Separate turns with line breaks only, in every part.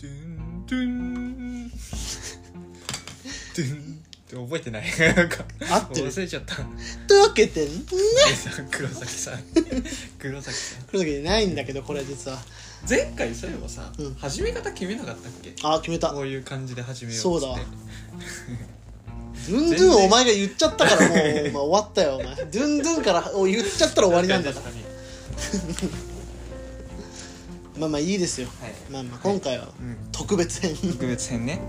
トゥントゥンって覚えてないなんか
合ってる
忘れちゃった
とわけて
黒崎さん黒崎さん
黒崎じゃないんだけどこれ実は
前回そういえばさ、
うん
始め方決めなかったっけ
あ決めた
こういう感じで始めよう
そうだ
っつって
ドゥンドゥンお前が言っちゃったからもうお前終わったよお前ドゥンドゥンからお言っちゃったら終わりなんだから
確かに確
まあまあいいですよ
かにはい、
まあまあ今回は
うん、
特別 編い
特別編ね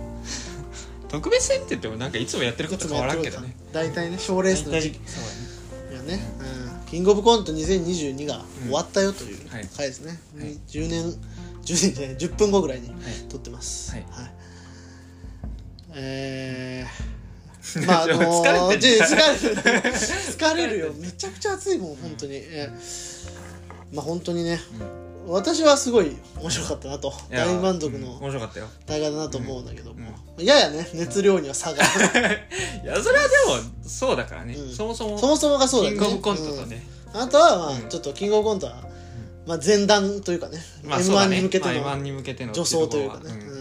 特別編って言ってもなんかいつもやってること
つ
と
も
変わ
や
ら
って
ん
る
け
けど
どね
大体ね賞レースの時期
そう
がね、うん、キングオブコント2022が終わったよという
はい
回ですね、
はい
10年10年じゃない10分後ぐらいに
だねはい
撮ってます
はい
え ーまああのー、
疲れてんじゃん
ちょ疲れる疲れるよめちゃくちゃ暑いもん本当に、えーまあ本当にね
うん
私はすごい面白かったなと
いや
大満足
うん
の
面白かったよ
大会だなと思うんだけども、
う
ややね熱量には差が
いやそれはでもそうだからね、
うん
そもそも
そもそもがそうだ
キ
よ
ングオ
ね
ブコントとね、
うんあなたはまあ、
うん
ちょっとキングオブコントは、まあ、前段というかね,、
まあ
m
そうだ
1
ね
に向けて
まあ M1
の
に向けての
助走というかね、
ん
うん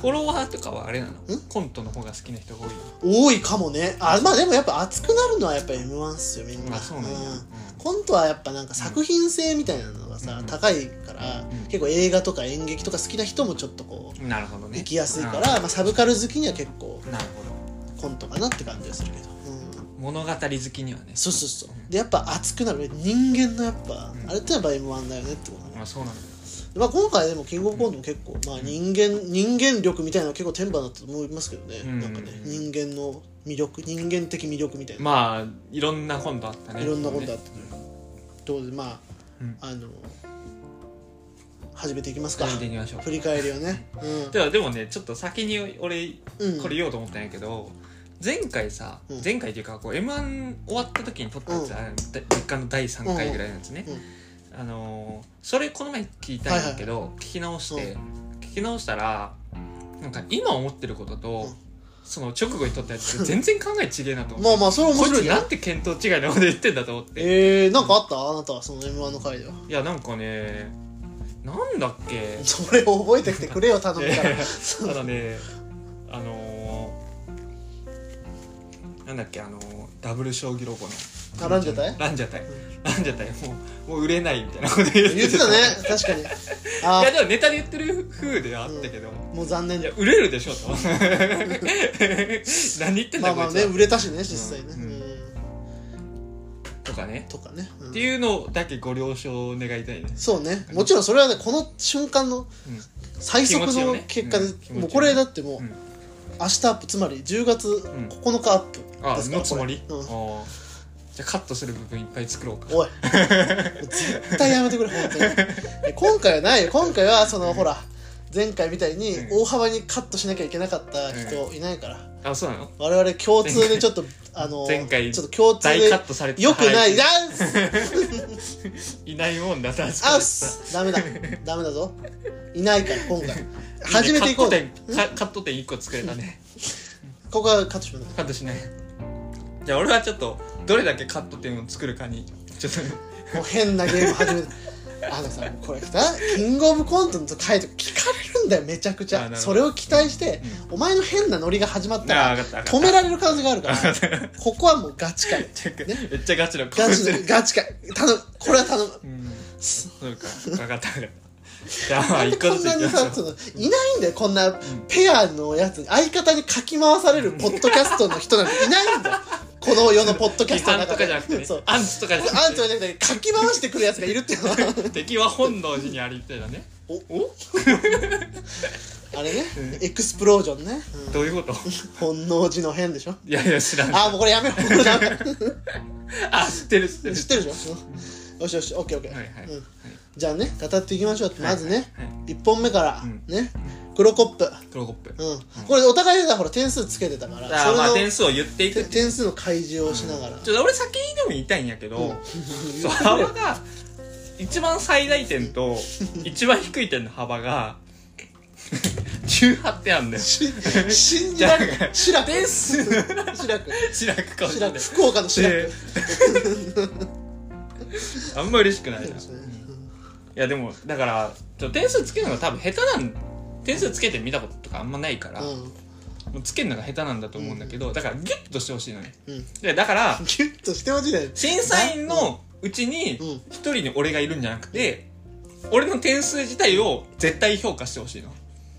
フォロワーとかはあれなの
ん
コントの方が好きな人が多い
多いかもねあまあでもやっぱ熱くなるのはやっぱ m 1っすよみん
の
な、
あそうなんや、
うん
う
コントはやっぱなんか作品性みたいなのがさ、
うん
高いから、
うん
結構映画とか演劇とか好きな人もちょっとこ
んなるほど
う
ね
行きやすいから、まあ、サブカル好きには結構
うんなるほど
コントかなって感じがするけど、うん、
物語好きにはね
そうそうそう
うん
でやっぱ熱くなる人間のやっぱ、
うん
あれってやっぱ m 1だよねってことね、
まあそうなんだよ
まあ、今回でもキングオブコントも結構、まあ、人間人間力みたいなのは結構天馬だったと思いますけどね、
うん
なんかね人間の魅力人間的魅力みたいな、
まあいろんなコントあったね
いろんなことあっ
った
ということでまあ
うん
あの始めていきます
た
か
やっていきましょ
振
う
り返りをね、
ではでもねちょっと先に俺
うん、うん
これ言おうと思ったんやけど、前回さ、
うん
前回っていうかこう m 1終わった時に撮ったやつ、あのだ実家の第3回ぐらいのやつね、
うんうん
あのーそれこの前聞いたんやけど、聞き直して、
う
聞き直したらなんか今思ってることと、
うん
その直後に撮ったやつと全然考え違えなと思
ま
っ
あまあそれ
て、
面
こい
白
つ
い
なん
ね
て見当違いなこと言ってんだと思って、
えー、なんかあったあなたはその m 1の回では
いやなんかねなんだっけ
それを覚えてきてくれよ頼むから、
ただねあのー、なんだっけあのーダブル将棋ロゴの
あランジャタイ
ランジャタイ
うん
ランジャタイもうもう売れないみたいなこと言って
言ってたね確かにあ
いやでもネタで言ってる風ではあったけど、
もう残 念
い
だ
や売れるでしょと何言ってん
ま
だ
あま
こい
あ
つ
ね
は、
売れたしね実際ね、
う
う
んんとかね
とかね、うん
っていうのだけご了承願いたいね、
そうねもちろんそれはねこの瞬間の
うん
最速
気持ちを
の
ね
結果で、
うん気持ちをね
もうこれだってもう、
うん
明日アップつまり10月
ん
9日アップ
あ
ですから、
のつもり、
これうん
あーじゃあカットする部分いっぱい作ろうか
おい絶対やめてくれ本当にえ今回はないよ今回はその、ほら前回みたいに
うん
大幅にカットしなきゃいけなかった人いないから、
あそうなの
我々共通でちょっとあの
前回
ちょっと共通
大
で
カットされて
よくない、
は
ダンス
い、いないもんだ確
ア
か
ウ
にさ
スダメだ ダメだぞいないから今回
いいね
初めていこう
カット点カカット点1個作れたね
ここはカットしま
カットしないじゃあ俺はちょっとどれだけカット点を作るかにちょっと
すもう変なゲーム始めたあのさもうこれさキングオブコントの回とか聞かれるんだよめちゃくち
あな
ゃ
るほど
それを期待して、お前の変なノリが始まったら
あ分かった分かった
止められる可能性がある か
あ
ら
分かった
ここはもうガチかよ
チェック
ね
めっちゃガチの
ガチ
で
でガチか頼むこれは頼む
うんそうか分かった分かったじゃあまあ
なんで
1個
こ
ずつ
んない
き
に
ま
さ
し
そ
ょう
のいないんだよこんなペアのやつに相方にかき回されるポッドキャストの人なんていな いんだよこの世のポッドキャ
批
ストの
判とか
中で
じゃなくてね
そう
アンチとかじゃ
あ
なんく
ちゃんじゃなくてかき回してくるやつがいるっていうのは
て敵は本能寺にありみたいなね
お
お
あれねエクスプロージョンね、うん
どういうこと
本能寺の変でしょ
いやいや知らん
あーもうこれやめろもうこれダメ
あ知ってる知ってる
知ってるでしょよしよしオッケーオッケー、
はいはい
うん
はい
じゃあね語っていきましょうまずね、
はい
一1本目から
うん
ね、黒コップ
黒コップ
うん、これお互いさほら点数つけてたから
あまあ
それ
点
の
数を言っていくって
て
いう
点数の開示をしながら、
ちょっと俺先にでも言いたいんやけど、
うん
そう幅が一番最大点 と一番低い点の幅が18点あんだよ
し信じられない志らく
点数
志らく
白く顔し
志
て
ら
ね
く福岡の志らく
であんま嬉しくない
そう
な
で
い
すね
やでもだからちょっと点数つけるのが多分下手なん点数つけてみたこととかあんまないから、
うん
もうつけるのが下手なんだと思うんだけど、だからギュッとしてほしいのね
うん
でだから
ギュッとしてほしいね
審査員のうちに
うん
一人に俺がいるんじゃなくて俺の点数自体を絶対評価してほしいの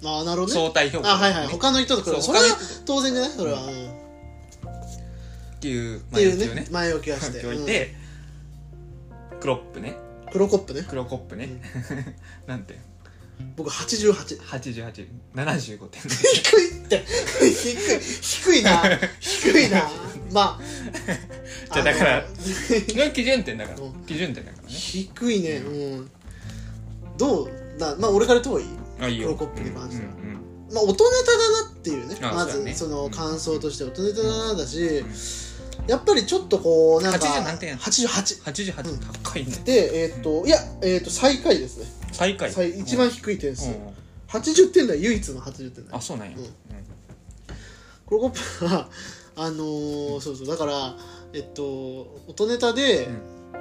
ああなるほどね
相対評価、
あはいはい他の人と比べ
そ
そうれ
他の
は
人
当然じゃないそれは、うん
っていう
っ
まあ
て
一
い
応
う
ね
ね前置きは
書
し
い
て
ておいて、クロップね
うん黒コップね
クロコップね、 なんて
僕88
8875点
低いって低い低いな低いなまあ
じゃあだから
の
が基準点だから
うん
基準点だからね
低いねうんどうだまあ俺から遠い
あいいよ
クロコップに関しては
うんうんうん
まあ音ネタだなっていうね
あ
ま
そうだね
ずその感想として音ネタだなだし、
ん
やっぱりちょっとこうなんか
80何点
88
88、
うん
高いね
でえーっといやえーっと最下位ですね
最下位
最一番低い点
う
数、
んうん
80点台唯一の80点台
あそうなんや、
うん
うん
クロコップはあのーそうそうだからえっと音ネタで、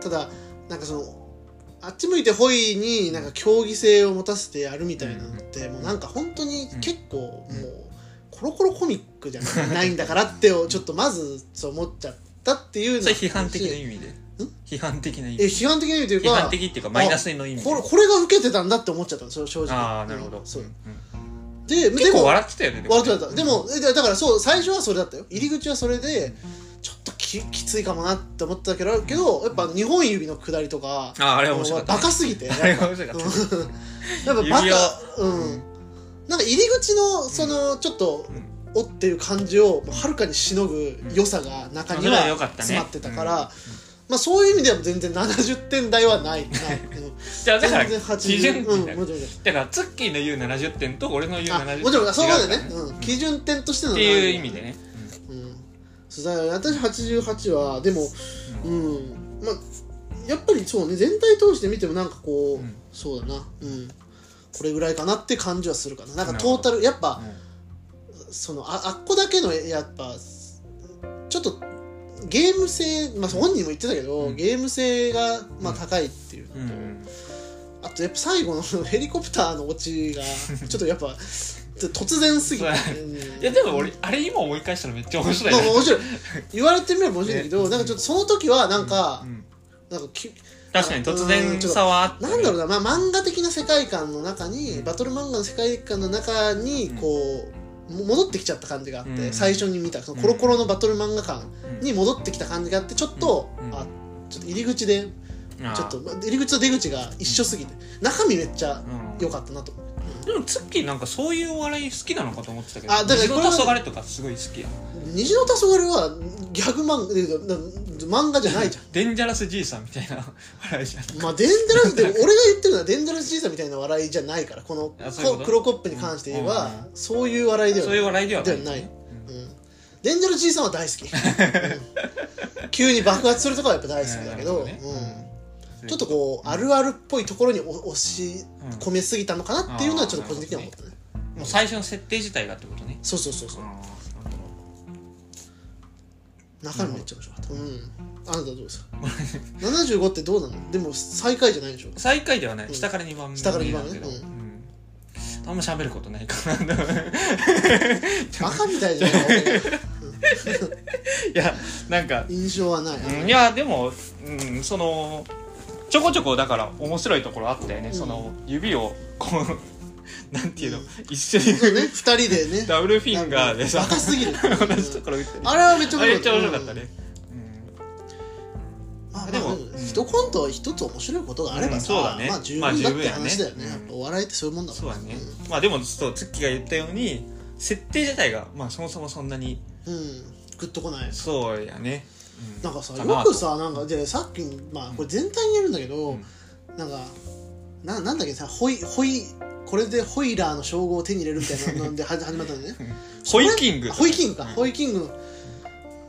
ただなんかそのあっち向いてホイになんか競技性を持たせてやるみたいなのって、もうなんか本当に結構もう、
うん
コロコロコミックじゃないんだか らってをちょっとまずそう思っちゃったっていうの
それ批判的な意味で批判的な意
え
味
批判的な意味という
批判
か
的っていうかマイナスの意味で
これこれが受けてたんだって思っちゃったのそれ正直
ああなるほど、
そう
うん
で
結
で
構
も
笑ってたよね
笑ってたでもえだだからそう最初はそれだったよ入り口はそれでちょっとききついかもなって思ってたけどけどやっぱ2本指の下りとか
あああれは面白か
バ
った、
カすぎてやっ
あれ
ぱ
は面白かった、
やっぱバ
指輪
カうんなんか入り口のそのちょっと
うん
「お」っていう感じをもうはるかにしのぐ良さが中には
うん良かったね
詰まってたからまあそういう意味では全然70点台はない なうん
じゃあだから
全然
基
80
準
う
点だ
んもち
よ、
ろんもちろん
だからツッキーの言う70点と俺の言う
あ
70点
もちろんそういうこと
違
で
う
ね
から
うん基準点としての
っていう意味でね、
うんそうだから私88はでもうん、まあやっぱりそうね全体通して見てもなんかこ
う
う、
ん
そうだなうんこれぐらいかなって感じはするかななんか
なる
ト
ほ
ー
ど
タルやっぱ、
う
そのああっこだけのやっぱちょっとゲーム性、まあ、本人も言ってたけど、
うん
ゲーム性が、まあ、
うん
高いっていうのと、
んうん
あとやっぱ最後の ヘリコプターのオチがちょっとやっ ぱちょっと突然すぎて、うん
いやでも俺あれ今思い返したらめっちゃ面白い
ま
な
あ、面白い言われてみれば面白いんだけど、なんかちょっとその時はなんか
う、ん
なんかき
確かに突然さはあって
なんだろうな、まあ、漫画的な世界観の中に、
うん
バトル漫画の世界観の中に
うん
こう、も戻ってきちゃった感じがあって、
うん
最初に見たそのコロコロのバトル漫画感に戻ってきた感じがあってちょっと、
うん
あちょっと入り口で
うん
ちょっとまあ入り口と出口が一緒すぎて中身めっちゃ
うん
良かったなと思う、
でもツッキーなんかそういうお笑い好きなのかと思ってたけど
あだからこれは
虹の黄昏とかすごい好きや
虹の黄昏はギャグ漫画でいうとな漫画じゃないじゃん
デンジャラス爺さんみたいな笑いじゃん
まあデンジャラ スって俺が言ってるのはデンジャラス爺さんみたいな笑いじゃないからこの
あそういうこと
こ黒コップに関して言えば、
うん
そういう笑いでは
そう
ない
いう笑いではない
ではないうんデンジャラス爺さんは大好き、うん急に爆発するとかはやっぱ大好きだけど、
うんなるほどね
うんちょっとこうあるあるっぽいところにお押し
うん
込めすぎたのかなっていうのはちょっと個人的には思ったね
もう最初の設定自体がってことね
そうそうそうそう中身めっちゃ面白かったうんあなたはどうです か75ってどうなのでも最下位じゃないでしょ
最下位ではな
うん
い下から2番目
下から二番目
なんだけど
うん
うんあんま喋ることないかない
バカみたいじゃない俺が
やなんか
印象は ない、
うんいやでも、うん、そのちょこちょこだから面白いところあったよね、
うん
その指をこうなんていう の、
うん
一緒に
そうね2人でね
ダブルフィンガーでさ
バカすぎる
同じところ打って
あれはめっちゃ
あれめっちゃ面
面
白か
白か
っ
ったた
ね、
まあ
で
で
も
も
うん
一コントは一つ面白いことがあればさ、
うんそうだね
まあ十分だって
まあ十
話
分
だ
や
よ
ね
ね,、
うん
やっぱお笑いってそういうもんだか
そう
ら
だね、まあでもそうツッキーが言ったように設定自体がまあそもそもそんなに
うん、うんグッとこない
そうやね、うん
なんかさ
か
よ
なと
くさなんかでさっきまあこれ全体に言えるんだけど、
うん
なんかななんだっけさホイホイこれでホイラーの称号を手に入れるみたいな のでは始まったのね
ホイキング
あホイキングか、
うん
ホイキング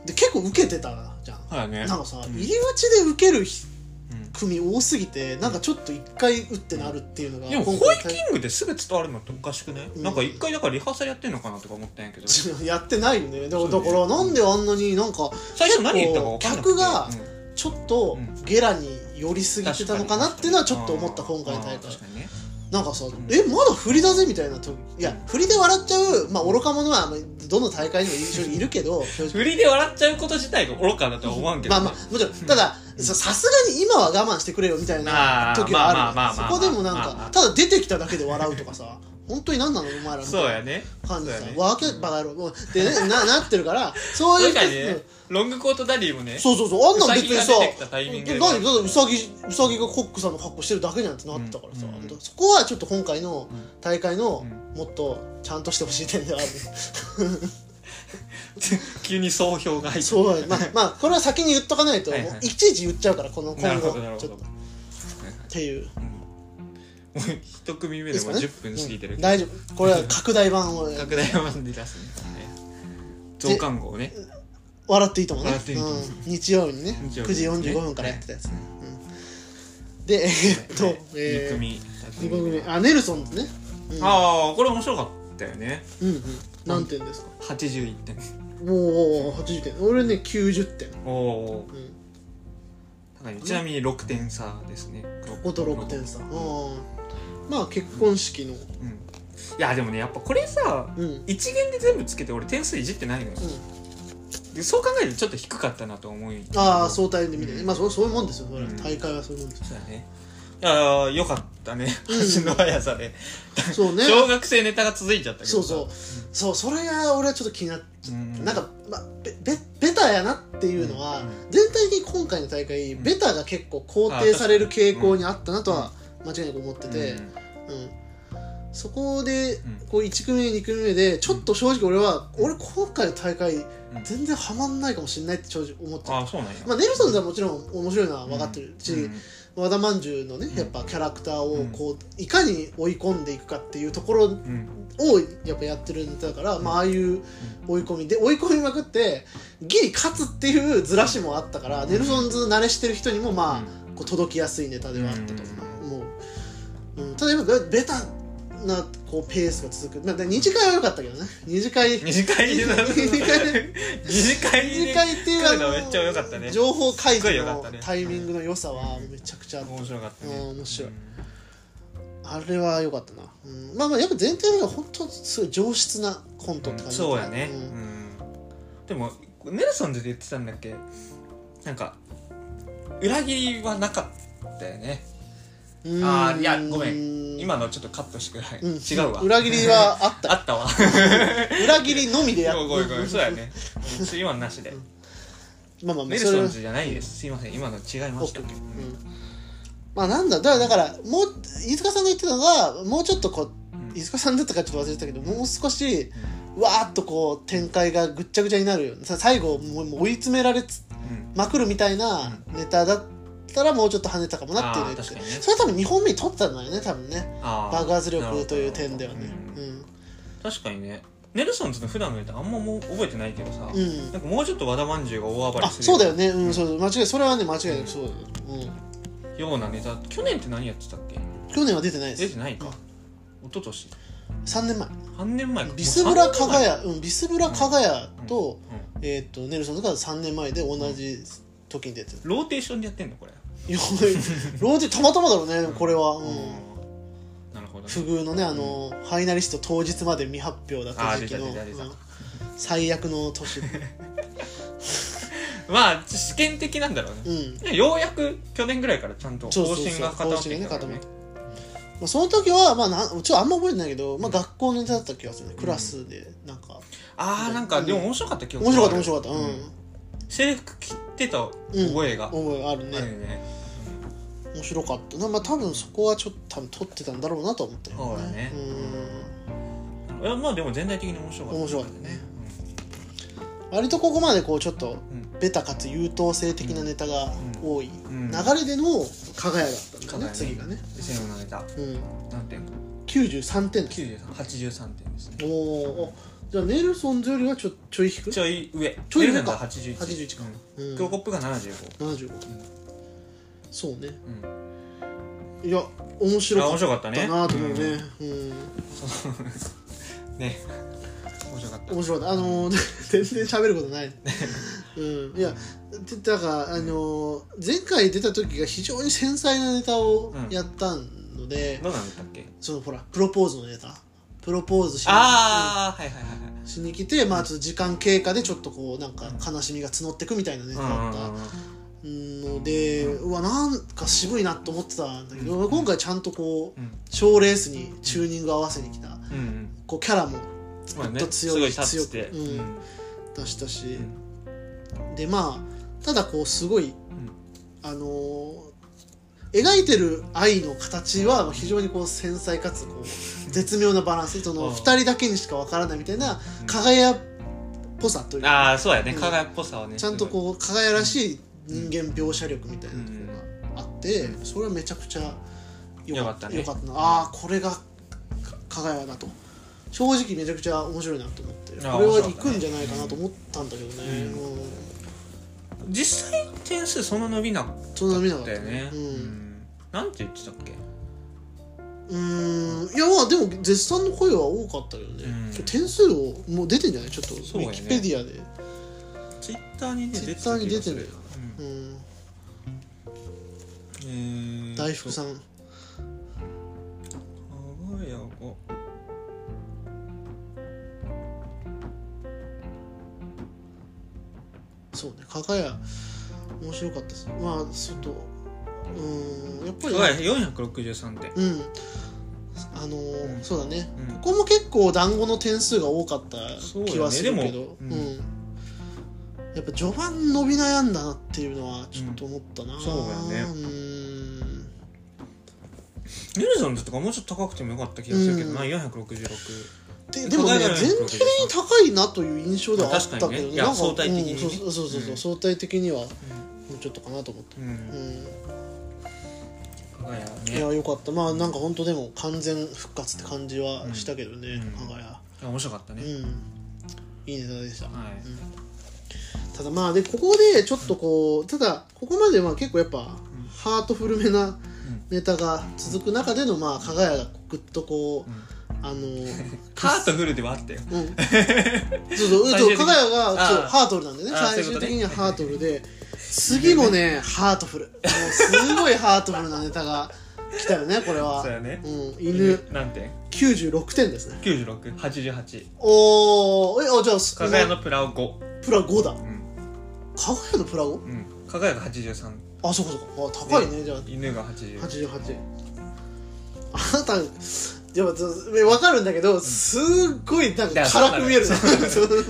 で結構受けてたじゃん、
そうだね
なんかさ、
うん
入り口で受けるひ
うん
組多すぎてなんかちょっと一回打ってなるっていうのが
でもホイキングですぐ伝わるのっておかしくね、
うん
なんか一回だからリハーサルやってんのかなとか思ったんやけど最
やって ないよねだから
そう
だ
ね
からなんであんなになんか
初何言ったか分かんなくて
結構客がちょっと
うん
ゲラに寄りすぎてたのかなっていうのはちょっと思った
うん
今回の大
あー
会
確かにね
なんかさ、
ん
えまだ振りだぜみたいな時いや振りで笑っちゃう、まあ、愚か者はまあどの大会にも一緒にいる けど正直
振りで笑っちゃうこと自体が愚かだとは思わんけど
まあ
ね、
まあもちろんただささすがに今は我慢してくれよみたい
ま
な
あ
時は
まあま
あ
あ
る
まあまあ
そこでもなん
まあま
か
あ
ただ出てきただけで笑うとかさ本当に何なのお前らみた
そう
い
やね
な感じでさ
そうやね
わけバカ野郎もうってねななってるから そういう
確かにねロングコートダディもね
そうそうそうあんなん別に
ウ
さ
サギが出てきたタイミングで
え何だってウサギウサギがコックさんの格好してるだけじゃんってなってたから
う
さ、
んうん
そこはちょっと今回の大会の
う
もっとちゃんとしてほしい点ではある、
急に総評が入って
そうやまあまあこれは先に言っとかないと、
はいはい
もういちいち言っちゃうからこの
な
今
る
後
ほどなるほ
ちょっ
ど
とっていう
もう一組目でもう10分過ぎてる
うん大丈夫これは拡大版を
拡大版で出すね増刊号ね
笑っていいともね
笑っていいとも
うん、日曜日にね
日曜
9
日
時
にね
45分からやってたやつね、うんでえーっと、
はい
え
二
ー、
組
二組目あネルソンズね、うん、
ああこれ面白かったよね
うんうん何点ですか
81点
もう80点俺ね90点、
おお
うん、
ーちなみに6点差ですね
5と6点差、うん、まあ結婚式の
うんいやでもねやっぱこれさ
うんうん
一元で全部つけて俺点数いじってないのよでそう考えるとちょっと低かったなと思い
ああ相対で見てね、
うん
まあそうそういうもんですよそれは
うん
大会はそういうもんです
そうだねいやーよかったね足の速さで、
そうね
小学生ネタが続いちゃったけど
そうそうそうそれが俺はちょっと気になっ
う、ん、
なんか、まあ、べべベタやなっていうのは、
うん
全体的に今回の大会、
ん
ベタが結構肯定される傾向にあったなとは間違いなく思ってて、
うん
うん、そこで、
うん
こう1組目2組目でちょっと正直俺は、俺今回の大会
ん
全然ハマんないかもしれないって正直思っちゃ
あ
う、
あそうなんや、
まあ、ネルソンズはもちろん面白いのは分かってるし、
うん
和田まんじゅうのね
うん
やっぱキャラクターをこう、いかに追い込んでいくかっていうところ
うん
をやっぱやってるネタだから、まあああいう追い込みで追い込みまくってギリ勝つっていうずらしもあったから、ネルソンズ慣れしてる人にもまあ、こう届きやすいネタではあったと思う、うんただ今ベベタなこうペースが続くまあで二次会は良かったけどね二次会
二次会で
二次会で
二次会
二
で
次会っていう
来るのめっちゃ良かったね
情報開
すごい
示
良かっ
の
たね
タイミングの良さはめちゃくちゃあった
面白かったね
うん面白い
うん
あれは良かったな、うん、まあまあやっぱ全体的には本当すごい上質なコントって感じだ
そう
った
やね、うんでもネルソンズで言ってたんだっけなんか裏切りはなかったよね
うん
あーいやごめ
ん
今のちょっとカットしてください、
うん
違うわ
裏切りはあ った
あったわ
裏切りのみでやっ
ごめんごめんそうやねうん今のなしで
まあまあま
ネ
あ
ル
そ
ソ
れは
ンズじゃないですすいません今の違いました
オッケーオッケー
うん
うんまあなんだだからだからもう飯塚さんが言ってたのがもうちょっとこう
うん
飯塚さんだったかちょっと忘れてたけどもう少しわーっとこう展開がぐっちゃぐちゃになるよさ最後もうもう追い詰められつ
うん
まくるみたいなネタだったらもうちょっと跳ねたかもなっていうの
あー
言って
確かにね
それは多分2本目に取ったんだよね多分ね
あー
爆発力という点ではね
なるほ
う
どうん
ん
確かにねネルソンズの普段のネタあんまもう覚えてないけどさ、
うん
なんかもうちょっと和田まんじゅうが大暴れ
あ
する
そうだよねうんそうそう間違いそれはね間違いなくそうだよう
ようなネタ去年って何やってたっけ
ん去年は出てないで
出
す
てないか、一昨年
3年前
半年前か
ビスブラ
もう
加
三
賀
年
屋うんビスブラ加賀屋
前
と、
うんうん
えー、とネルソンズが3年前で同じ時に出てる、
ローテーションでやってんのこれ
いやローディたまたまだろうねでもこれは、うん
なるほど、ね
不、遇のねあの、ファイナリスト当日まで未発表だった時期の、
あー出た出た出た
うん最悪の年
まあ試験的なんだろうね
うん、
ねようやく去年ぐらいからちゃんと
そう
方
そうそう
針が固まってきたか
方
ら
針がね
ね
まあ、その時は、まあ、なんちょっとあんま覚えてないけど、まあ、学校のネタだった気がするねクラスでなんか、
ああなんかでも面白かった記憶
面白かった
がある
面白かったうん、
制服着てた覚えが、
覚えあるね、
あるよね
面白かったなまあ多分そこはちょっと多分撮ってたんだろうなとは思ったよ
そうだね
うん
いやまあでも全体的に面白かった
面白かったね割とここまでこうちょっとベタかつ優等生的なネタが多い、
うんうん
流れでの加賀屋だったんだよね
加賀屋ね
次がね、
で線を投げた
うん、
何点か
93点です
93 83点ですね
おおじゃあネルソンズよりはちょちょい引く
ちょい上
ちょ
ベ
い上か
ルフェンが81
81か
うん
うん
クロコップが75
75、そうね
うん
いや面白
あ
か
面
っ
白かったね
たなと思うね、うん
うんね面白かった
面白かったあのー 全然喋ることない、うん、いやでだからあのー前回出た時が非常に繊細なネタをやったのので
どうなんだったっけ
そのほらプロポーズのネタプロポーズしに
ああはいはいはい
しに来て、まあ、ちょっと時間経過でちょっとこうなんか悲しみが募ってくみたいなネタだった
はい
ので、うわなんか渋いなと思ってたんだけど、
うん
今回ちゃんとこう
うん
賞レースにチューニング合わせに来た
うんうん
こうキャラも
まあね
ずっと強
す
い
ごいタッチして
強くうん出したし
う、ん
でまあただこうすごい
うん
あのー描いてる愛の形は非常にこう繊細かつこう絶妙なバランスそ
うん
の2人だけにしかわからないみたいな輝っぽさというか
ああそうやね
うん
輝っぽさはね
ちゃんとこう輝らしい人間描写力みたいなところがあって
うん
それはめちゃくちゃ
よかったね
よかったなああこれがか輝だと正直めちゃくちゃ面白いなと思ってこれ
あー
は
面白か
行
ったね
くんじゃないかなと思ったんだけ
う
どね、うん
すごい実際点数その伸びなかっ
そんな見なかった
たよね
う
うんんなんて言ってたっけ
うーんいやまあでも絶賛の声は多かったけどね、
うん
点数をもう出てんじゃないちょっとウ
そうや
ィ
ね
キペディアで
ツイッターにね出て
Twitter に出てる
る
うん大
大
福さん
輝やこ
そうね輝面白かったですまあちょっとうんやっぱり、
輝463点
うんあのー
うん
そうだね
うん
ここも結構団子の点数が多かった
そうだね
気はするけどう、
で
ん
もうん
やっぱ序盤伸び悩んだなっていうのはちょっと思ったな、
んそうだよね
うん
ネルソンズとかもうちょっと高くてもよかった気がするけどな、
う
466
ででもね
輝
全
いて
体
る
的に高いなという印象ではあったけど
まあ確かにねいや
なんか
相対的にね
うんそうそうそうそう、
うん
相対的にはもうちょっとかなと思った、
う
うんん
輝ね
いやよかったまあなんか本当でも完全復活って感じはしたけどね、
うん
輝
いや面白かった
う
ね、
んいいネタでした、
はい
ただまあでここでちょっとこうただここまでは結構やっぱハートフルめなネタが続く中でのまあ輝がぐっとこう
うん
あ の
ハートフルではあ ったよ
うん、そうそう、
最終
そう、
的に
かがやが、そう
あー
ハートフルなんでね、
あー
最終
そう
的
いう
に
こ
は
とね
ハートフルで。次もね、ハートフル、もうすごいハートフルなネタが来たよね、これは
そう。やね
うん、犬
何点
96点ですね。
9688
おー、え、あ、じゃあす、
輝のプラを5
プラ5だ。か
うん
がやのプラ 5?
うん輝が83
あ、そうかそうか、あ、高いね、じゃあ、
犬が80
88。あなた。でも分かるんだけど、すっごいなんか辛く見えるな
そうなんだよ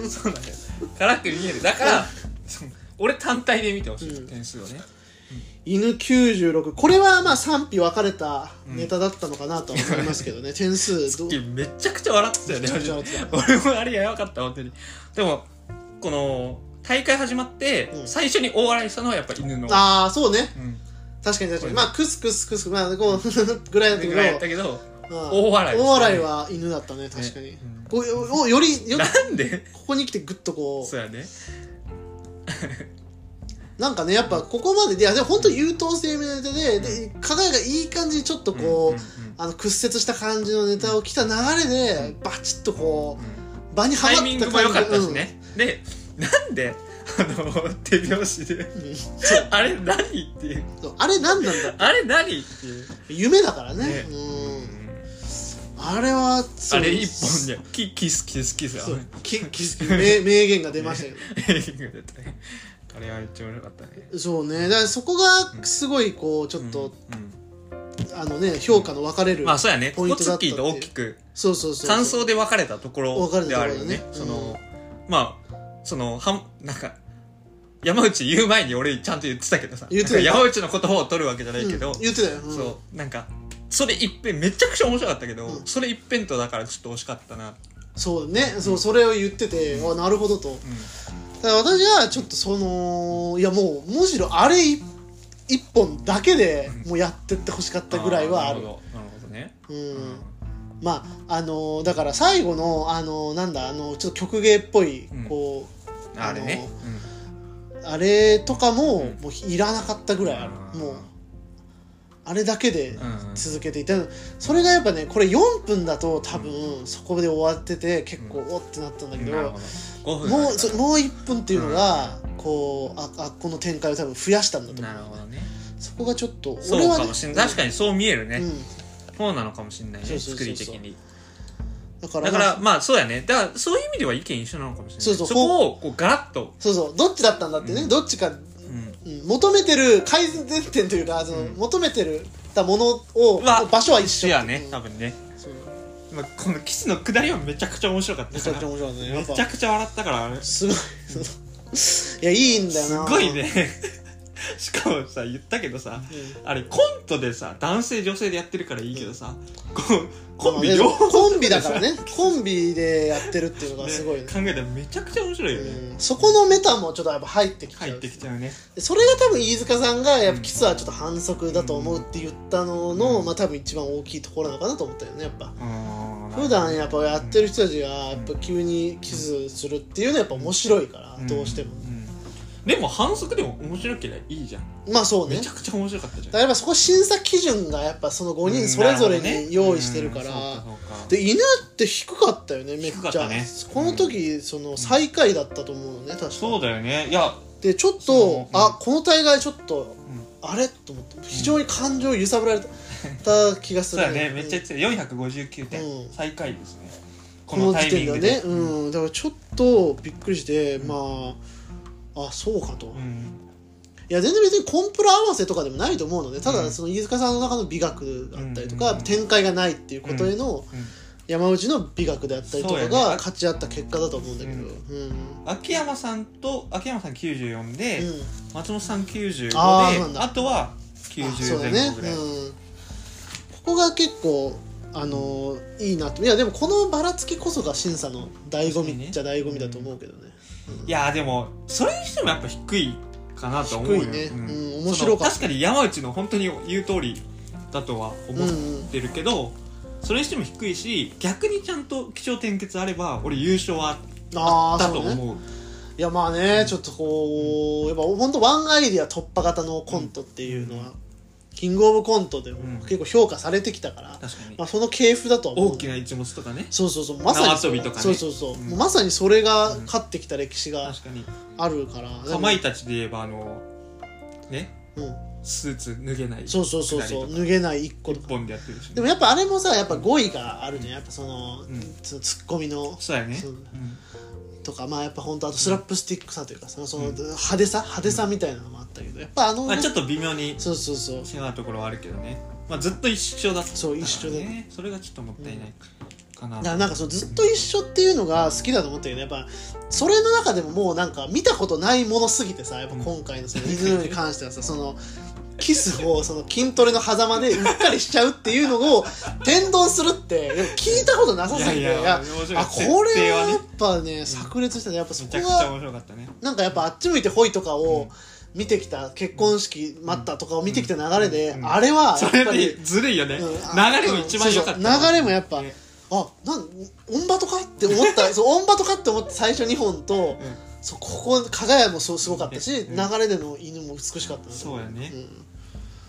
辛く見えるだからそう俺単体で見てほしい、
うん
点数をね
犬96これはまあ賛否分かれたネタだったのかなとは思いますけ どね、点数どう
めちゃくちゃ笑ってたよね
めちゃくちゃ笑
俺もあれやばかった本当にでもこの大会始まって、
うん
最初に大笑いしたのはやっぱ犬の
ああそうね
うん
確かに確かにまあクスクスクスまあこう ぐらいだったけ
ぐ
ど
らいやったけど
うん
大笑い
大笑いは犬だったね確かに
ねうん
こうおおよりより
なんで
ここに来てグッとこ
そうやね
うなんかねやっぱここまででいやでも本当優等生みたいなネタでで加賀谷がいい感じにちょっとこう、
んん
あの屈折した感じのネタを来た流れでバチッとこ
うん
う場には
タ
まった
イミ
感じ
ングも良かったしね、でなんであの手拍子で
うんうん
あれ何っていう
そうあれ何なんだ
あれ何っていう、
夢だからね
ね
うんあれはそ
あ
う
れ一本でキキスキスキスあ
そうきき名名言が出ましたけ
れ あれはめっちゃ面白かったね
どそうねだからそこがすごいこうちょっと、
うんうん
あのね評価の分かれる、
まあそうやね
ポイン
コ
ト
ツ
だった
ッ
っ
キ
ていう
ーと大きく
そうそうそう
感想で分かれたところではあるよね
分かれた
そ
ところ
の
だね
まあそのはんなんか山内言う前に俺ちゃんと言ってたけどさ
言ってた
なんか山内の言葉を取るわけじゃないけど、
うん言ってたよ、うん
そうなんかそれ一遍めちゃくちゃ面白かったけど、
うん
それ一辺倒だからちょっと惜しかったな、
そうねそうそれを言ってて、あなるほどと
う
ただ私はちょっとそのいやもうむしろあれ一一本だけでもうやってってほしかったぐらいはある
ーなるほどなるほどね、
うんまああのーだから最後のあのーなんだあのーちょっと曲芸っぽい
うん
こ
うんあれね、
う、あれとかも、
うん
もういらなかったぐらいある、
うん
もうあれだけで
うんうん
続けていた、それがやっぱねこれ4分だと多分、そこで終わってて結構、
う
おってなったんだけど、
なるほど5分
もう
だ
そ
か
もう1分っていうのが、こうああこの展開を多分増やしたんだと
らな
思
る
う
ほどね
そこがちょっと
そう
ね
かもしれない確かにそう見えるね、
うん
方なのかもしれない
そ
ね
うそうそ
作
う
り
そう
的に
だから
だからまあそうやねだからそういう意味では意見一緒なのかもしれない
そうそう
こをこうガラッと、
そうそうどっちだったんだってね、
うん
どっちか、
うん、
うん求めてる改善点というかその、
うん
求めてるたものを
は
場所は一
一
緒
緒やね
うん
多分ね、
そう
まあ、このキスの下りはめちゃくちゃ面白かった
め
か
ちゃく
ら
ちゃ面白いねや
め
っぱ
ちゃくちゃ笑ったからあれ
すごい そのいやいいんだよ
す
な
ごいね しかもさ言ったけどさ
うん
あれコントでさ男性女性でやってるからいいけどさ、こうコン
まあ
ビ
ね
両方
コンビだからねコンビでやってるっていうのがすごいね
ね考えたらめちゃくちゃ面白いよね、
うんそこのメタもちょっとやっぱ入ってきちゃう
入ってきちゃうね
それが多分飯塚さんがやっぱキスはちょっと反則だと思うって言ったのの、
うん
まあ多分一番大きいところなのかなと思ったよねやっぱ
あー
普段やっぱやってる人たちがやっぱ急にキスするっていうのはやっぱ面白いから、
うん
どうしても
んでも反則でも面白ければいいじゃん、
まあそうね
め
だ
ち
か
ゃくちゃ面白かったじゃん
らやっぱそこ審査基準がやっぱその
う
5人
ん
それぞれ
なるほどね
に用意してるから、
うんそうかそうか
で犬って低かったよねめっ
低かっ
ち
た
ゃ、
ね
この時その最下位だったと思うのね確か
そうだよねいや
でちょっ
そう
と
うん
あこの大会ちょっと、
ん
あれと思って非常に感情を揺さぶられた気がす
そう
る
だねめっちゃ言ってた459点、
うん
最下位ですねこ
この
の
この
タ
時
イミン
点では
グで、
ねうんだからちょっとびっくりして、まああそうかと、
う
い
ん
や全然別にコンプラ合わせとかでもないと思うのでた
う
だ
ん
その飯塚さんの中の美学だったりとか、
うん
展開がないっていうことへの
うん
山内の美学であったりと
そう
か
やね
が勝ち合った結果だと思うんだけど、
うん
うん
秋山さんと秋山さん94で、
うん
松本さん95で
あーそうなん
あ
だ
とは
あそう
90
だ
前後ぐらい、
ね、うん、ここが結構あのーいいなといやでもこのばらつきこそが審査の醍醐味っちゃ醍醐味だと思うけどね
いやーでもそれにしてもやっぱ低いかなとは思うよ
低いね
うん
うん面白かった
その確かに山内の本当に言う通りだとは
うんう
思
ん
ってるけど、それにしても低いし逆にちゃんと基調転結あれば俺優勝は
あ
あっ
あ
た
そ
と
うね
思う
いやまあねちょっとこうやっぱ本当ワンアイディア突破型のコントっていうのは、キングオブコントでも
うん
結構評価されてきたから、
確かに、
まあ、その系譜だとは思う
大きな一物とかね
そうそうそうまさにそ
縄跳びとかね
そうそうそう、
うん
もうまさにそれが勝ってきた歴史が
確かに
あるから
かまいたちで言えばあのね
うん、
スーツ脱げない
そうそうそうそう
くだり
脱げない一個
と
と
か
か
一本でやってるし、ね、
でもやっぱあれもさやっぱ語彙があるねやっぱその,、
ん
そのツッコミの
そうやね
そう
うん
とかまあやっぱ本当あとスラップスティックさというかそのその
うん
派手さ派手さみたいなのもあったけどやっぱあの、
まあ、ちょっと微妙に
そうそうそう
違うところはあるけどね、まあ、ずっと一緒だったから、ね、
そう一緒だね
それがちょっともったいないかな、
だからなんかそのずっと一緒っていうのが好きだと思ったけどやっぱそれの中でももうなんか見たことないものすぎてさやっぱ今回のその水の上に関してはさそのキスをその筋トレの狭間でうっかりしちゃうっていうのを天丼するってでも聞いたことなさ
い
す
や
ぎて
い
い
や
や
面白い
あこ
設
れ
定
は
は
やっ
ね
ぱね炸裂したねやっぱそ
め
こ
ちゃくちゃ
は
面白かったね
なんかやっぱあっち向いてホイとかを見てきた結婚式待ったとかを見てきた流れで、
うん
あれはや
そ
っ
れ
ぱ
で
り、
ずるいよね、
うん
流れも一番良かった、
うんそうそう流れもやっぱ
ね
あなん音場とかって思 ったそう音場とかって思って最初2本と、
うん
そうここ加賀屋もそうすごかったし、
うん
流れでの犬も美しかったなと
そうやね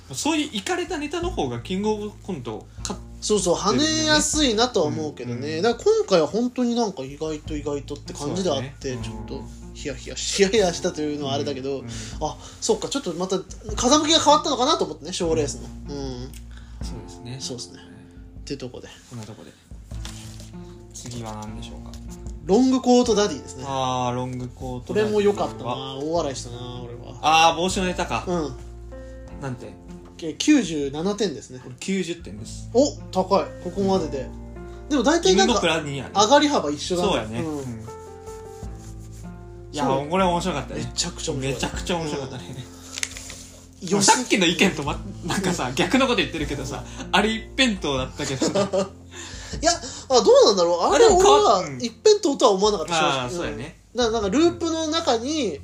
う、ん
そういういかれたネタの方がキングオブコント勝っ
そうそう跳ねやすいなとは思うけどね、
うん
だから今回は本当になんか意外と意外とって感じであって、
そうだね
ちょっ
う
と
ん
ヒヤヒヤヒヤヒヤした というのはあれだけど、
うん
あそっかちょっとまた風向きが変わったのかなと思ってね賞レースのうん
そうですね
そうですねっていうとこで
こんなとこで次は何でしょうか
ロングコートダディですね
あーロングコート
こ
ダ
れ
ディ
も良かったな大笑いしたな俺は
あー帽子のネタか、
うん
なんて
け97点ですね
これ90点です
お高いここまでででも大体な
犬
ん
のプ
か
ラニアね
上がり幅一緒だ
そうやね、
ん
うんいや
そう
これ面白かった
め
ね
ちゃくちゃ面白い
めちゃくちゃ面白 かったね、
よし
さっきの意見と、ま、なんかさ逆のこと言ってるけどさあれ一辺倒だったけど さ
いやあどうなんだろうあれ
あでも
俺
変わ
は
うん
一辺倒とは思わなかった
ああそ
正
う
直
やね
だからなんかループの中に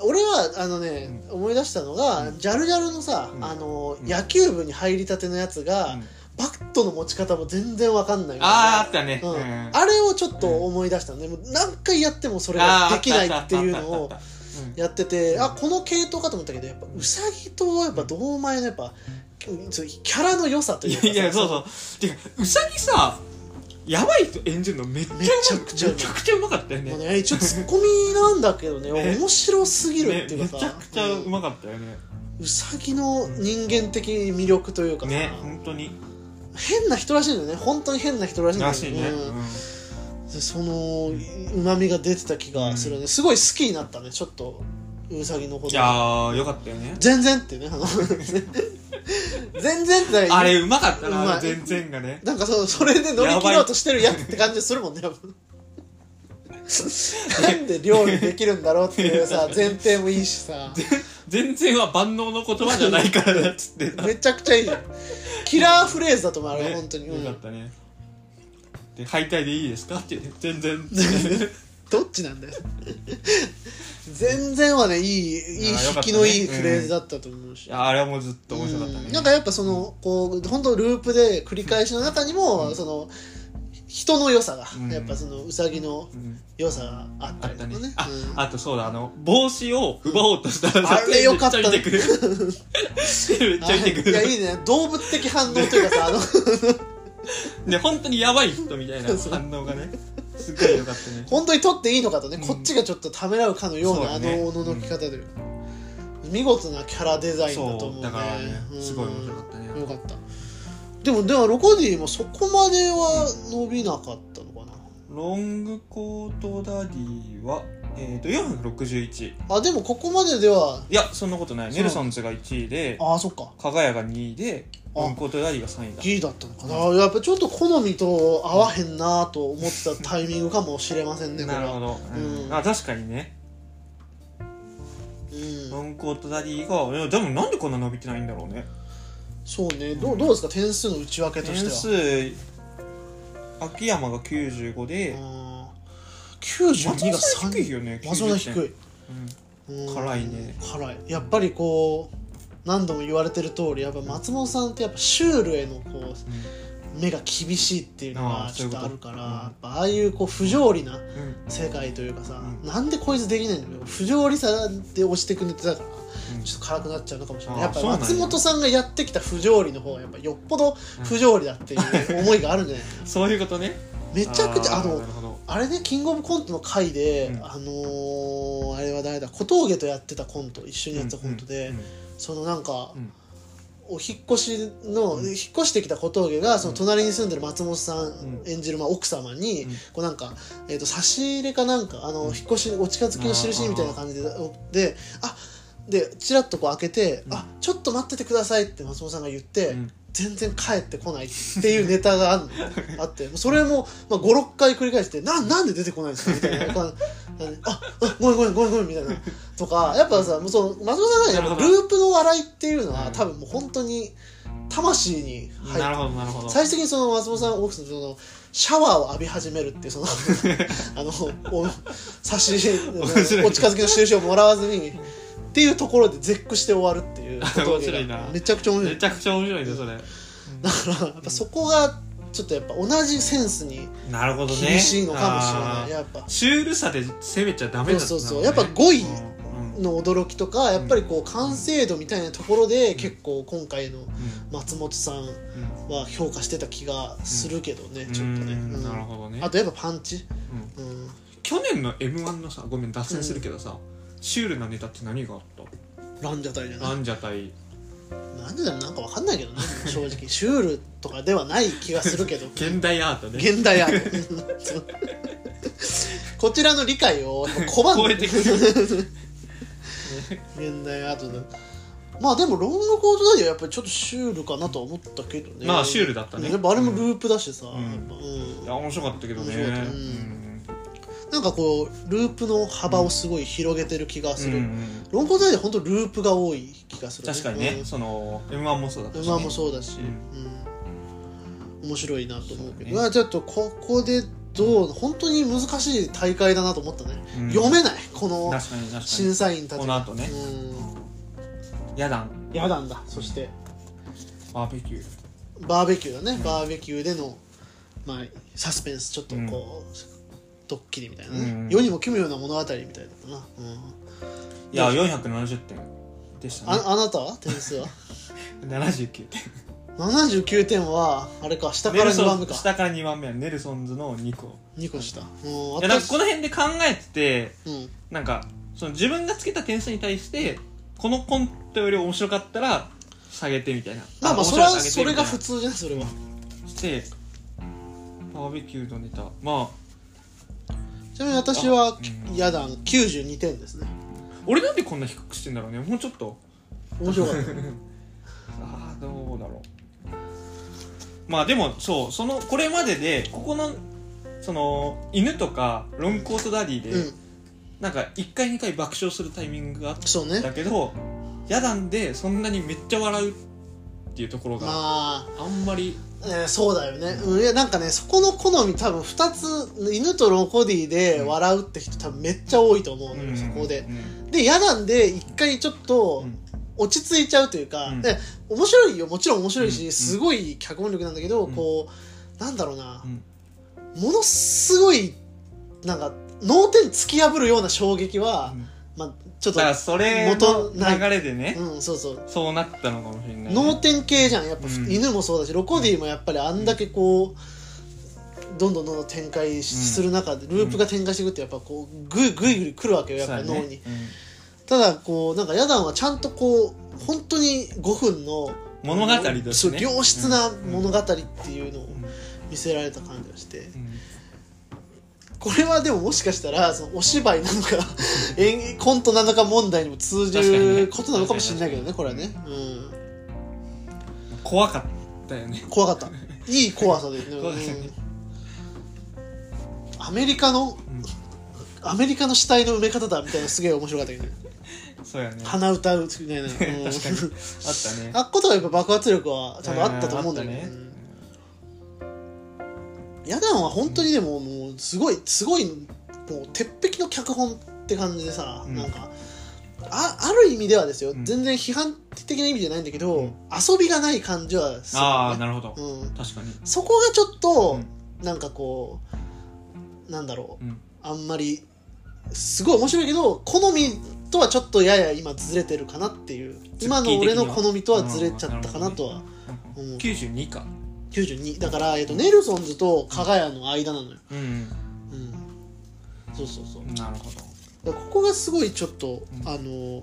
俺はあのね、思い出したのが、ジャルジャルのさ、
うん
あの
うん
野球部に入りたてのやつが、
うん
バットの持ち方も全然わかんないみたいな
あーあったね、
うん
うん
あれをちょっと思い出したのね、もう何回やってもそれが
あー
できないっていうの
あ
を
ったあったあったあったあった
やっててあこの系統かと思ったけどやっぱウサギとやっぱ堂前のやっぱうんそうキャラの良さと
うん
い
いう
かさ
やいやそうそうてかうさぎさやばい人演じるのめっちゃうま
めちゃくちゃうまい
めちゃくちゃうまかったよね
もうね一応ツッコミなんだけどね
ね
面白すぎる
ね
ってい
め
うか
ちゃ
さ
くちゃうまかったよね、
うんウサギの人間的魅力というかさ、
ね本当に
変な人らしいんだよね本当に変な人らしいんだよ
らしいね、
うん
う
でそのうまみが出てた気がするね、すごい好きになったねちょっとウサギのこ
んい
と
やーよかったよね
全然ってねあの全然って
あれうまかった
う
な
ま
あ
い
れ全然がね
なんかそうそれで乗り切ろうとしてるやつって感じするもんねやっ ぱなんで料理できるんだろうってい うさ前提もいいしさ
全然は万能の言葉じゃないからだっつって
めちゃくちゃいいよキラーフレーズだと思うあれ、
ね
本当に、う
よかっ
ん、
たねで敗退でいいですかって言って全 然
どっちなんだよ全然はねいいいい
あーよか
引
った
き
ね
のいいフレーズだったと思うし
い、やあれはもうずっと面白かったね
うんなんかやっぱそのこう本当ループで繰り返しの中にも、その人の良さが、
うん
やっぱそのうさぎの
うん
良さがあっ
あ
た
っ
りと
た
か
ね
ね
あ
うん
あとそうだあの帽子を奪おうとしたら
あれよかった
めっちゃ
ね
見て くるめっちゃ見てく
いや
る
いいね動物的反応というかさあ の
で本当にやばい人みたいな
そう
反応がねすっごいよかったね
本当に取っていいのかとね、
うん
こっちがちょっとためらうかのような
そうだね
あのおののき方というか、見事なキャラデザインだ
そ
と思
うう
ね
だからね
うん
すごい面白かったね
よかったでもではロコディもそこまでは伸びなかったのかな、
ロングコートダディはえっ、と4分61
あでもここまでではい
やそんなことない
そう
ネルソンズが1位で
ああそっか
加賀谷が2位で
あ
ロングコートダディが3位だ
G だったのかなやっぱちょっと好みと合わへんなと思ってたタイミングかもしれませんねこれ
な
は
るほど、うん
うん
あ確かにね
う
ロ
ん、
ングコートダディがいやでもなんでこんな伸びてないんだろうね
そうねどうどうですか点数の内訳と
点
しては
数秋山が95で、
うん92が
松本さん低い
3
よね
松本さん低
い、
い、
うん
うん
辛いね
辛いやっぱりこう何度も言われてる通りやっぱ松本さんってやっぱシュールへのこう目が厳しいっていうの
あ
が
ー
ちょっと
そうい
あ
う
る
こと
から
うん
やっぱああいうこう不条理な
うん
世界というかさ、
うん
なんでこいつできないんだよ不条理さで押してくれてたからちょっと辛くなっちゃうのかもしれない
あ
やっぱ
そうなんや
松本さんがやってきた不条理の方がやっぱよっぽど不条理だっていう思いがあるん じゃないかな
うんそういうことね
めちゃくちゃあ
ー
の
なるほど
あれねキングオブコントの回で、
うん
あのーあれは誰だ小峠とやってたコント一緒にやってたコントで、
うんうん
そのなんか、
うん
お引っ越しの、
うん
引っ越してきた小峠がその隣に住んでる松本さん
うん
演じる、まあ、奥様に、
うん
こうなんか、えー、と差し入れかなんかあの、
うん
引っ越しお近づきの印みたいな感じでであでチラッとこう開けて、
うん
あちょっと待っててくださいって松本さんが言って、
うん
全然帰ってこないっていうネタがあんの あってそれも、まあ、56回繰り返してななんで出てこないんですかみたい なああごめんごめんごめんごめんみたいなとかやっぱさもうその松本さんがやっぱループの笑いっていうの
う
は
ん
多分もう本当に魂に入
なる
っ
ほ
て
どなるほど
最終的にその松本さん奥さんそのシャワーを浴び始めるってい うそのあのお差し入れ
面白い
お近づきの印をもらわずにっていうところで絶句して終わるっていうこと
面白いな
めちゃくちゃ面白い
めちゃくちゃ面白いねそれ
だからやっぱそこがちょっとやっぱ同じセンスに
なるほどね
厳しいのかもしれない、
あ
やっぱ
ーシュールさで攻めちゃダメだったんだろね
そうそうそうやっぱ語彙
うんうん
の驚きとかやっぱりこう完成度みたいなところで結構今回の松本さん
うん
は評価してた気がするけどね、
うん
ちょっとね、
うん
うん
なるほどね
あとやっぱパンチ、
うん
うん、
去年の m 1のさごめん脱線するけどさシュールなネタって何があった
ランジャタイじゃな
ラ
い
ンジャタイ
ランジャタイなんかわかんないけどね正直シュールとかではない気がする けど
現代アートね
現代 アートそうこちらの理 解を拒ん
超
で
えてくる
現代アートだまあでもロングコートダディはやっぱりちょっとシュールかなとは思ったけどね
まあシュールだったね
やっぱあれもループだしさ、
うん
やっぱうん
いや面白かったけどね
面白かったうん
うん
なんかこうループの幅をすごい広げてる気がする、
うんうん
ロングコートダディは本当ループが多い気がする、
確かにね、
うん
その m 1もそうだったし、ね、
馬もそうだし、
う
うん面白いなと思うけど
そうね
まあちょっとここでどう本当に難しい大会だなと思ったね、
うん
読めないこの
確かに確か
審
に
査員たち
この後ね
う
やだん
んやだんだそして
バーベキュー
バーベキューだね、バーベキューでの、まあ、サスペンスちょっとこう、ドッキリみたいなね、
うん
世にも奇妙な物語みたいだったな、うん
いや470点でした
あ
ね
あなたは点数 は
79点
79点はあれか下か
ネ
ら
ル
2
ソ
番目
ン
か
下から2番目はネルソンズの2個
2個下うん
いやなんか
私
この辺で考えてて
うん
なんかその自分がつけた点数に対してこのコントより面白かったら下げてみたいな
まあまあ
面
そ
白
れ
いか
は
ら下げてみたいな
それが普通じゃんそれは
でバーベキューのネタまあ
ちなみに私は
うん
やだ92点ですね
俺なんでこんな低くしてんだろうねもうちょっと
面白かった
ああどうだろうまあでもそうそのこれまででここのその犬とかロングコートダディで、
うん
なんか1回2回爆笑するタイミングがあっ
そうね
たけどやなんでそんなにめっちゃ笑うっていうところが
まあ、
あんまり、
えーそうだよね、うん、いやなんかねそこの好み多分2つ犬とロコディで笑うって人多分めっちゃ多いと思うのよ、そこでで嫌なんで一回ちょっと
うん
落ち着いちゃうというか、
うん
で面白いよもちろん面白いし、
うん
すごい脚本力なんだけど、
うん
こうなんだろうな
う、ん
ものすごいなんか脳天突き破るような衝撃は、
うん
まあちょ
だ
っと
からそれの流れでね
うんそうそう
そうなったのかもしれないね、
脳天系じゃんやっぱ、
うん
犬もそうだしロコディもやっぱりあんだけこうどんどんどんどん展開し
うん
する中でループが展開していくってやっぱこうグイグイグイ来るわけよやっぱ
そうだ
脳
ね
に、ただこうなんかヤダンはちゃんとこう本当に5分の
うん物語としてね
そう良質な
語、
物語っていうのを
うん
見せられた感じがして、
うん
これはでももしかしたらそのお芝居な のか演技コントなのか問題にも通じ
確かにね
ることなのかもしれないけどねこ
確
れ
か
は
に
ね
ね、
う
怖かったよね
ん、怖かったいい怖さですね、
怖かったね
うんアメリカの
うん
アメリカの死体の埋め方だみたいなすげえ面白かったけどね
そうやね。あっ
鼻歌うみたいな、うん
確かにたね。
あっことはやっぱ爆発力は多分あったと思うんだけど、
あった
ね、ヤダンは本当にでももうすごいすごいもう鉄壁の脚本って感じでさ、
うん
なんかあある意味ではですよ、
うん
全然批判的な意味じゃないんだけど、
うん
遊びがない感じはする
ああ、
ね
なるほど。
うん、
確かに。
そこがちょっと
う、
なんかこうなんだろう
うん。
あんまりすごい面白いけど好みとはちょっとやや今ずれてるかなっていう今の俺の好みとはずれちゃったかなとは思う
92か。
92だから、えっとネルソンズと加賀屋の間なのよ、
うん。
うん、そうそうそう
なるほど。
だからここがすごいちょっと、
うん
あの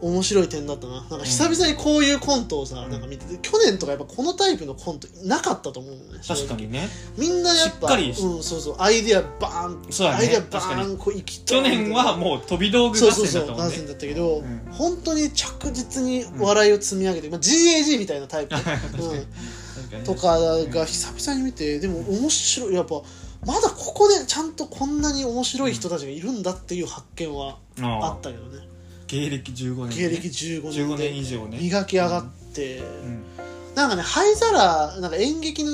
面白い点だったななんか久々にこういうコントをさ、
うん
なんか見てて去年とかやっぱこのタイプのコントなかったと思うのね正直
確かにね。
みんなやっぱ
しっかりし
うん、そうそうアイデアバーン、
そうだ
アイデア
ね。
バ
確か
ー
に。
ンこう行き
去年はもう飛び道具
そう
合
そう
戦
そ
だ
う
ったも
ガ
ん
ン
ね
セ。ンだったけど、
うん
本当に着実に笑いを積み上げて、まあ、GAG みたいなタ イプ、う
確
ん、
に
とかが久々に見てでも面白いやっぱまだここでちゃんとこんなに面白い人たちがいるんだっていう発見はあ
ああ
ったけどね、
芸歴15年。
芸歴。15
15
年で
年以上ね。
磨き上がって、
うん。
なんかね灰皿なんか演劇の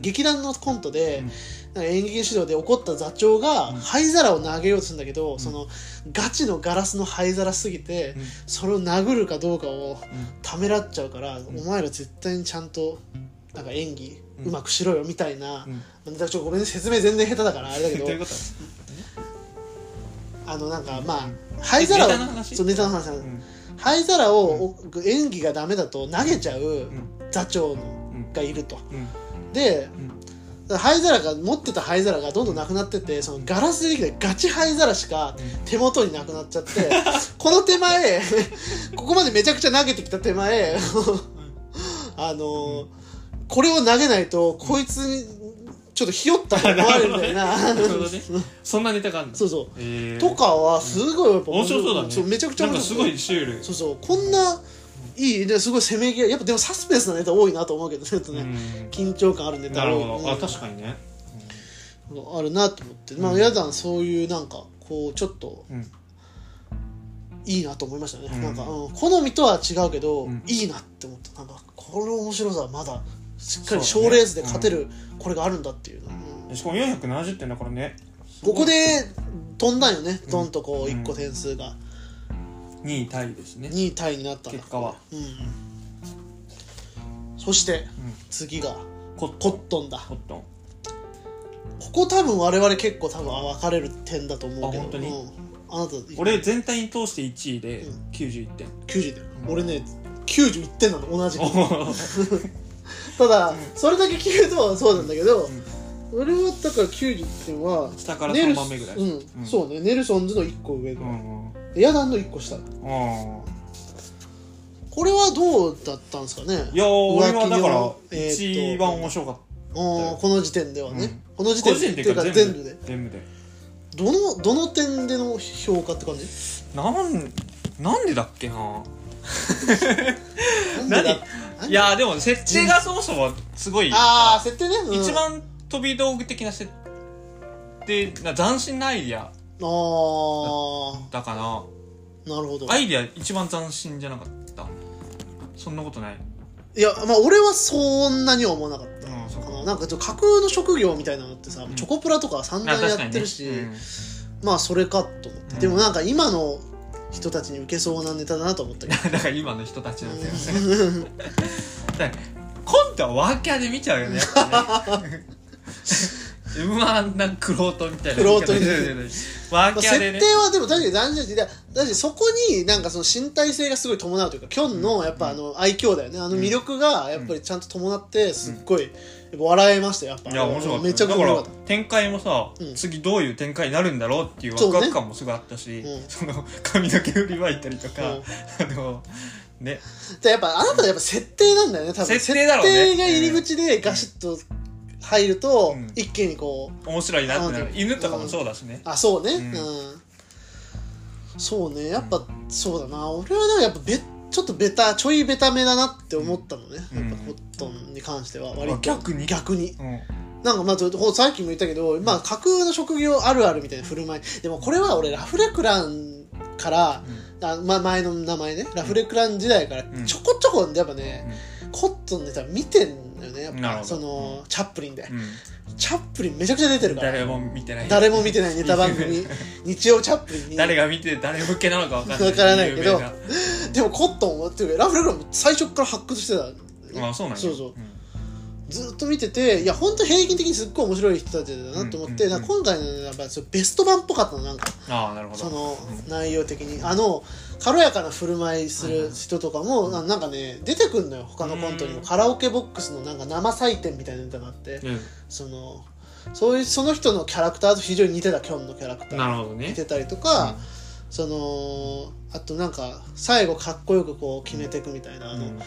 劇団のコントで、
うん
なんか演劇指導で起こった座長が
うん
灰皿を投げようとするんだけど、
ん
そのガチのガラスの灰皿すぎて、
うん
それを殴るかどうか
う
を
ん
ためらっちゃうから、
ん
お前ら絶対にちゃんとなんか演技
うん
うまくしろよみたいな、
うん
まあちょっとごめんね説明全然下手だからあれだけ
どういう
ど
こと
あのなんかまあ
うん
灰皿を
ネタの話
そうネタの話なの
うん
灰皿をお演技がダメだと投げちゃう
うん
座長の
うん
がいると。
うん
で
うん
灰皿が持ってた灰皿がどんどんなくなってってそのガラスでできたガチ灰皿しか
うん
手元になくなっちゃって この手前ここまでめちゃくちゃ投げてきた手前 あのーこれを投げないとこいつにちょっとひよったと思われるみたいな
なるほどね。そんなネタがあるの
そうそう
えー
とかはすごいやっぱ
面白そうだね。
めちゃくちゃ
なん
面
か
白
す
い
ごいシュール。
そうそうこんないいですごい攻めぎやっぱでもサスペンスなネタ多いなと思うけどねちょっとね、
うん
緊張感あるネタ
な
多
る
い
ほど。あ、
うん
確かにね。
あるなと思って、まあ、やだんそういうなんかこうちょっと
うん。
いいなと思いましたね、
うん
なんか、うん、好みとは違うけど、
うん
いいなって思ったなんかこの面白さはまだしっかり
そう
賞
だね
レースで勝てる、これがあるんだっていうの、うん
しかも470点だからね
ここで飛んだんよねドンとこう
うん
1個点数が
2位タイですね
2位タイになったんだ
結果は、
うん、そして
う
次が
ん、コッ
コ
トン
ットンだ
コットン
ここ多分我々結構多分分かれる点だと思うけど
あ本当に
うんあなた
俺全体に通して1位で
うん
91点、
90点、俺ね91点なの同じ
おー
ただ、それだけ聞くとそうなんだけど、
ん
俺はだから90点は
下から
ネル
3
ソン
番目ぐらい
うんそうねネルソンズの1個上
う
ぐらい、
んうん
ヤダンの1個下
あ
これはどうだったんですかね
ーいやー俺はだか
浮気
ら
のえーっと
一番面白かっ
おーこの時点ではね、
うん
この時
個
点
人って
で
いう
って
か
いうか
全
全
部
部
で
で
全部で
どのどの点での評価って感じ
なんなんでだっけな
なんでだ
いやーでも設定がそもそもすごい、
ああ設定ね、うん
一番飛び道具的な設定な斬新なアイディア
ああ
だから
なるほど
アイディア一番斬新じゃなかったそんなことない
いやまあ俺はそんなには思わなかった
うんそう
か
か
ななんかちょっと架空の職業みたいなのってさ、
うん
チョコプラとか散々やってるし、
うん
まあそれかと思って、
うん
でもなんか今の人たちに受けそうなネタだなと思ったけど
だから今の人たちなんだよね
うん
コントはワーキャーで見ちゃうよね やっぱね M1 なクロートみたい な
玄人みたい
ワ
な
ー
まあ
キャー
設
でね
定はでも確かに大事だしだだしそこになんかその身体性がすごい伴うというかキョンのやっぱあの愛嬌だよねあの魅力がやっぱりちゃんと伴ってすっごいやっぱ笑えましたよやっぱ
いや面白かった
めちゃくちゃ面白かっ
だ
た
ら展開もさ、
うん
次どういう展開になるんだろうっていうワクワク感もすごいあったし
そうねうん
そ,、の 髪の毛振りまいたりとか、
うん
あのね
でやっぱあなたはやっぱ設定なんだよね多分
設定だろうね
設定が入り口でガシッと入ると、
うん
一気にこう
面白いなってなる
うん
犬とかもそうだしね、
あそうねう
うん
ん、そうねやっぱ、そうだな俺はなんかやっぱべちょっとベタちょいベタめだなって思ったのね、
うん
やっぱコットンに関しては割
あ
と
逆に
逆に
うん
なんかまあちょっとほさっきも言ったけど、まあ、架空の職業あるあるみたいな振る舞いでもこれは俺ラフレクランからあ、ま、前の名前ねラフレクラン時代から
うん
ちょこちょこやっぱね、コットンのネタ見てんだよねやっ
なるほ
ぱ
ど
そのチャップリンで、
うん
チャップリンめちゃくちゃ出て
う
る
ん、
から
誰も見てない
誰も見てないネタ番 組日曜チャップリンに
誰が見て誰向けなのか分かんない
わからないけど
有名
でもコットンはっていうかラフレクランも最初から発掘してた
なあそうなんや
そうそう
うん
ずっと見てていや本当平均的にすっごい面白い人たちだなと思って、
うんうんうん
なんか今回のねやっぱりそのベスト版っぽかったのなんか
ああなるほど
その
うん
内容的にあの軽やかな振る舞いする人とかもななんかね出てくんのよ他のコントに
う
も
ん
カラオケボックスのなんか生採点みたいなネタがあって
うん
そのそういうその人のキャラクターと非常に似てたキョンのキャラクタ
な
ー
るほどね
似てたりとか、そのあとなんか最後かっこよくこう決めていくみたいなあ
う
の、
ん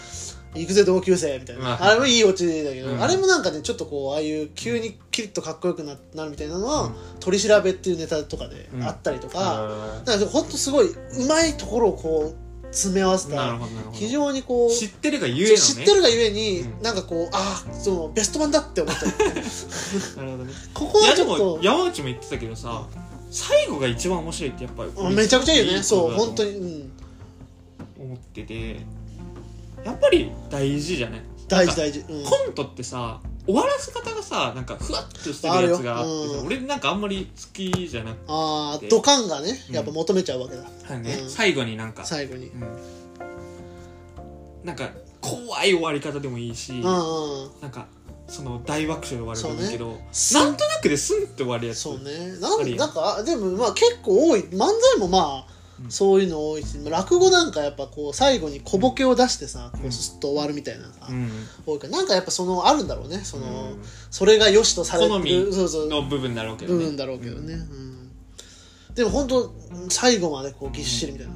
行くぜ同級生みたいな、
うん
あれもいいオチだけど、
うん
あれもなんかねちょっとこうああいう急にキリッとかっこよくななるみたいなのは、
うん
取り調べっていうネタとかで
うん
あったりとか、
あ
だからほんとすごいうまいところをこう詰め合わ
ー
せ
なる
た
ほどなるほど
非常にこう
知ってるがゆえの
そう
ね
知ってるがゆえに、
うん
なんかこうああそのベスト版だって 思った
なるほどね
ここ
い
は
や
ち
で
ょっ
も
と
山内も言ってたけどさ最後が一番面白いってやっぱり
うんめちゃくちゃいいよね
ことだと
そう本当に、うん、
思っててやっぱり大事じゃない
大事
なんか
大事、うん、
コントってさ終わらせ方がさなんかふわっとしてるやつがあって
ある
さ
ようん
俺なんかあんまり好きじゃなく
ああドカンがねやっぱ求めちゃうわけだ、
てね
うん
最後になんか
最後に、
うんなんか怖い終わり方でもいいし
うんうんうん
なんかその大爆笑で終わるのもいいけど
そうね
なんとなくでスンって終わるやつ
そうね
あ
な
るや
ん
ん
なんかでもまあ結構多い漫才もまあ、
うん
そういうの多いし落語なんかやっぱこう最後に小ボケを出してさ、
う
こ
ん
うすっと終わるみたいなのが
うん
多いからなんかやっぱそのあるんだろうねその、
うん
それが良しとされ
好
て
み
るそうそう
の部分だろうけど
部
ね
分だろうけどね、うんでも本当最後までこうぎっしりみたいな、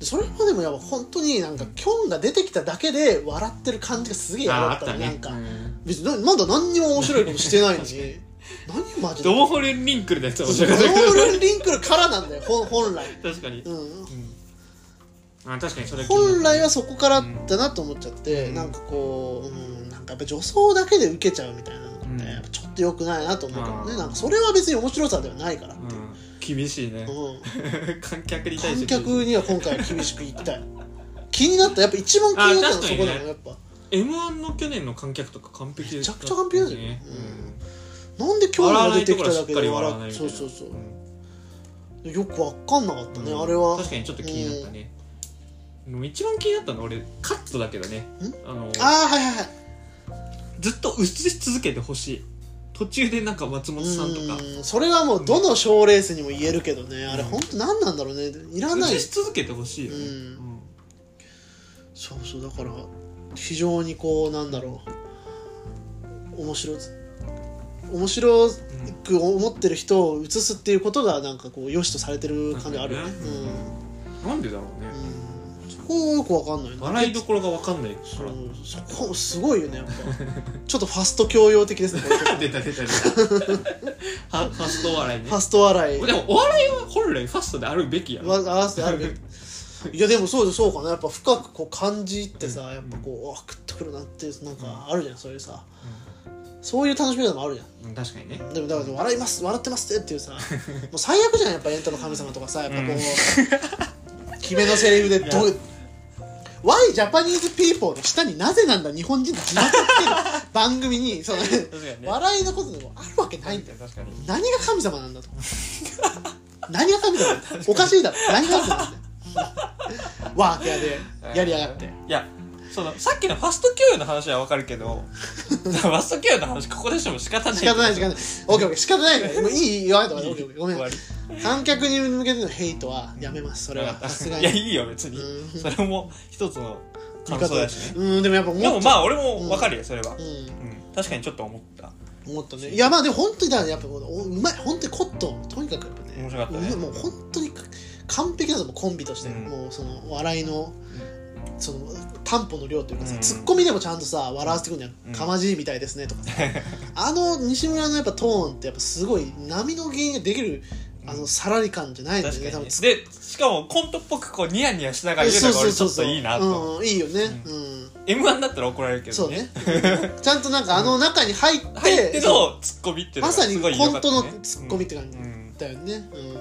でそれもでもやっぱ本当になんかキョンが出てきただけで笑ってる感じがすげえ嫌
あ
だ
あ
っ
った
た
ね
ねなんか、
うん
別になまだ何にも面白いことして ないのに何マジで
ドーホルンリンクルのやつは面
そう
白か
ノ
ったけ
ールン・リンクルからなんだよほん本来、
ど確かに、
うん、
あ確かにそれ
本来は
そ
そこからだなと思っちゃって、
うん
なんかこう、うん、なんかやっぱ女装だけで受けちゃうみたいなのって、
うん
やっぱちょっと良くないなと思うけどね、
うん
なんかそれは別に面白さではないから、うん
うん、厳しいね 観客に対し
観
て
客には今回は厳しくいきたい気になったやっぱ一番気になったのは
あ
そ
確
こ
かにね
だもんやっぱ
m 1の去年の観客とか完璧
めちゃくちゃ完璧だ
ね
よね、
うん
なんで今
笑
日
わ
も
ない
出て
とこ
き
ろは
た
しっ
だけ
か
で
り笑わ
笑
ない
っ
み
て
たい
そう
な
そうそううんよくわかんなかったね、あれは
確かにちょっと気になったね、でも一番気になったのは俺カットだけどねあの
ああはいはいはい
ずっと映し続けてほしい途中でなんか松本さんとか
うんそれはもうどの賞ーレースにも言えるけどね、あれ
うん
本当何なんだろうねいらない
映し続けてほしいよね、
うん
うん
そうそうだから非常にこうなんだろう面白い面白く思ってる人を映すっていうことがなんかこう良しとされてる感じあるよ
な
ね
んかねなんでだろうね
うん、うん、そここがよくわかんないな
笑いどころが分かんないそら
うんそこすごいよねやっぱ ちょっとファスト教養的です ねこれ
出た出た出たはファスト笑いね
ファスト笑い
でもお笑いは本来ファストであるべきやろ
わ合わせてあ るべきいやでもそうそうかなやっぱ深くこう感じってさやっぱこううわ食ってくるなっていうなんかあるじゃんそういうさそういう楽しみ方もあるじゃん
うん確かにね
でもだから笑います笑ってますってってい うさもう最悪じゃんやっぱエンタの神様とかさやっぱこう、
うん
決めのセリフでど
いう
「Why Japanese people」の下になぜなんだ日本人って字幕つけ る番組にその、
確かに
笑いのことでもあるわけないんだよ
確かに
何が神様なんだと何が神様なんだおかしいだろ何が神 様なんだよワーキャーでやりやがって
いやそのさっきのファスト給与の話は分かるけ どファスト給与の話ここでしても仕方ない
仕方ない仕方ないオッケーオッケー仕方ないからもういいいい言わないとかオッケーオッケーごめん
終わり
観客に向けてのヘイトはやめますそれはさすが
いやい
に
いよ別に
うん
それも一つの
見
感
方
想だしね
うんでもやっぱ思っ
でも
た
まあ俺も分かるよそれは
う
うん確かにちょっと思った
ん思ったねいやまあでも本当にだからやっぱもうおうまい本当にコットンとにかくやっぱね
面白かったね
うまいもう本当に完璧なんですよもうコンビとして、
うん
もうその笑いのその担保の量というかさ、
うん
ツッコミでもちゃんとさ笑わせてくるんじゃ
うん
ん、かまじいみたいですねと かさあの西村のやっぱトーンってやっぱすごい波の原因ができるあのさらり感じゃないんだよ
確
ね、
か
多
に
分
でしかもコントっぽくこうニヤニヤしながら言う
そ
の
う
が
そう
俺ち
そ
ょ
う
っ
そ
と
う
いいなと
うん、いいよね、
う
うん
m 1だったら怒られるけ
そ
ど
うね
ね
ちゃんとなんかあの中に入って
入って
そう
のツッコミっていうの
ま
が
さ
す
に
ごい良か
本
った
当
ね
のツッコミって感じ
うん
だよね、うん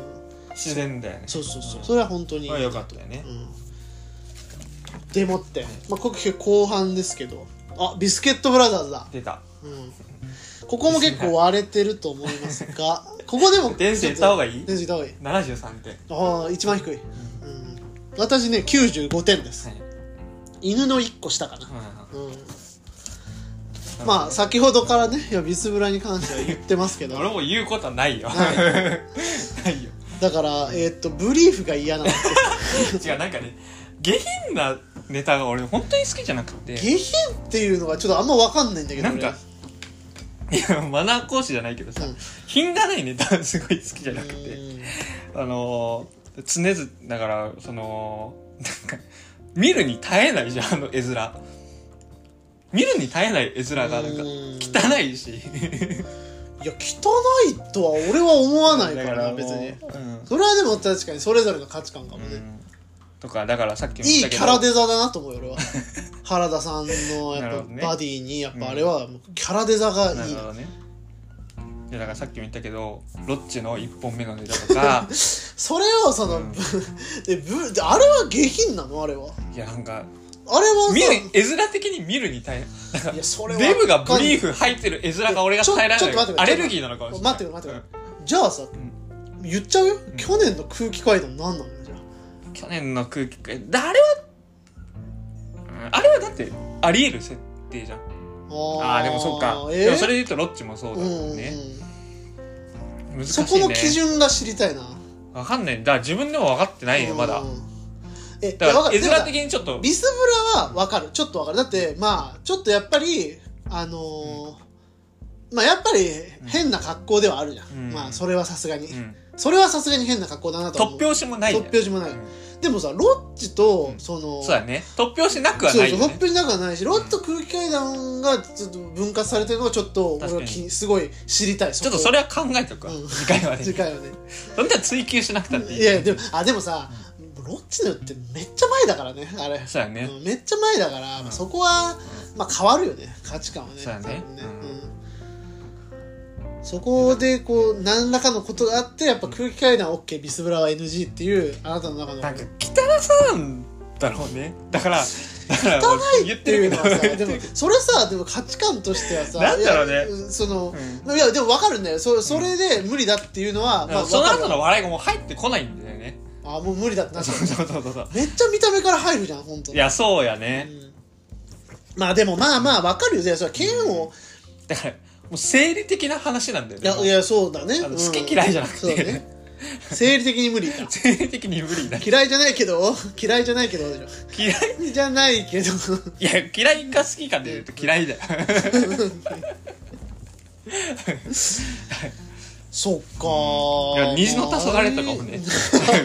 自然だよね
そうそうそう、
ん
それは本当に
まあ良かったよね
うん、でもって、まあ、ここ結構後半ですけどあビスケットブラザーズだ、
出た
うん、ここも結構割れてると思います がここでも
点数いった方がいい
点数いった方がいい
73点
ああ一番低い、うん、私ね95点です
はい
犬の1個下かな、
う
うん、まあ先ほどからねいやビスブラに関しては言ってますけ
ん
ど
俺も言うことは ないよ
はい
ないよ
だから、えーっとブリーフが嫌なの
違うなんかね下品なネタが俺本当に好きじゃなくて
下品っていうのがちょっとあんま分かんないんだけど
なんかいやマナー講師じゃないけどさ、
うん
品がないネタがすごい好きじゃ
俺
なくて、
うん
あのー常々だからそのなんか見るに耐えないじゃんあの絵面見るに耐えない絵面がなんか
うん
汚いし
いや汚いとは俺は思わないからな
もう
別に
うん
それはでも確かにそれぞれの価値観かも
う
ね、
んとかだからさっきも
い
言
い
ったけ
キ
ど
ャラデザだなと思うよ 俺は原田さんのや
な
っ
る
ぱ
ほどね
バディにやっぱあれはもうキャラデザがいい
なるほ
な
どねいやだからさっきも言ったけどロッチの1本目のネタと か
それをその、
うん
でぶであれは下品なのあれはい
やなんか
あれは
見
さ
る絵面的に見るに耐え
いやそれは
デブがブリ
ー
ーフ入ってる絵面が俺が耐えら
ちょ
れ
ち
ない
ょっと待って
アレルギーなのかもしれない
待って待って待じゃあさ
うん
言っちゃうよ、
ん
去年の空気階段何なのよじゃあ
去年の空気感あれはうんあれはだってありえる設定じゃんああーでもそうか、
えー
でもそれで言うとロッチもそうだ
う
も
んうんん
ね、難しい
そ
ね
この基準が知りたいな
わかんないだから自分でも分かってないよまだ
うんえ
だから絵
い
面
やわかる
的にちょっと
ビスブラは分かるちょっと分かるだってまあちょっとやっぱりあのーまあやっぱり変な格好ではあるじゃん、
うん
まあそれはさすがに、
うん
それはさすがに変な格好だなと思
突
う
拍子もない
突拍子もない、でもさロッチとその、
うんそうだね突拍子なくは
そう
ない
そ
よ、
う
ね、
ほっぺになんかないしロッと空気階段がちょっと分割されてるのがちょっと俺は
確か
きすごい知りたい
ちょっとそれ
は
は考えとくわ、
うん
次回はね
次回はね
そんな追求しなくたっていい
いやでもあでもさロッチのってめっちゃ前だからねあれ、
そうだね、
うんめっちゃ前だから、まあ、そこは、まあ、変わるよね価値観はね
そうだね
多分
う
うんそこでこう何らかのことがあってやっぱ空気階段 OK ビスブラは NG っていうあなたの中の
なんか汚さなんだろうねだからだからもう言っ
っ
て
てい
る
う
け
の
ど
はさでもそれさでも価値観としてはさ
なんだろうね
いやその、
う
いやでも分かるんだよそそれで無理だっていうのは、
まあ、そ
分
の
かる
後の笑いがもう入ってこないんだよね。
あもう無理だってなっち ゃ
そううそうそうそう。
めっちゃ見た目から入るじゃん本当
いや、そうやね。
まあでもまあまあ分かるよねそれは嫌悪
だから、もう生理的な話なんだよ
いやい
ね。
やそうだね、
あの
うん
好き嫌いじゃなく
そうだね
て、
生理的に無理
生理的に無理だ。
嫌いじゃないけど嫌いじゃないけどでしょ
嫌い、
嫌いじゃないけど
いや、嫌いが好きかで言うと嫌いだよ。
そっか
いや虹の黄昏とかもね、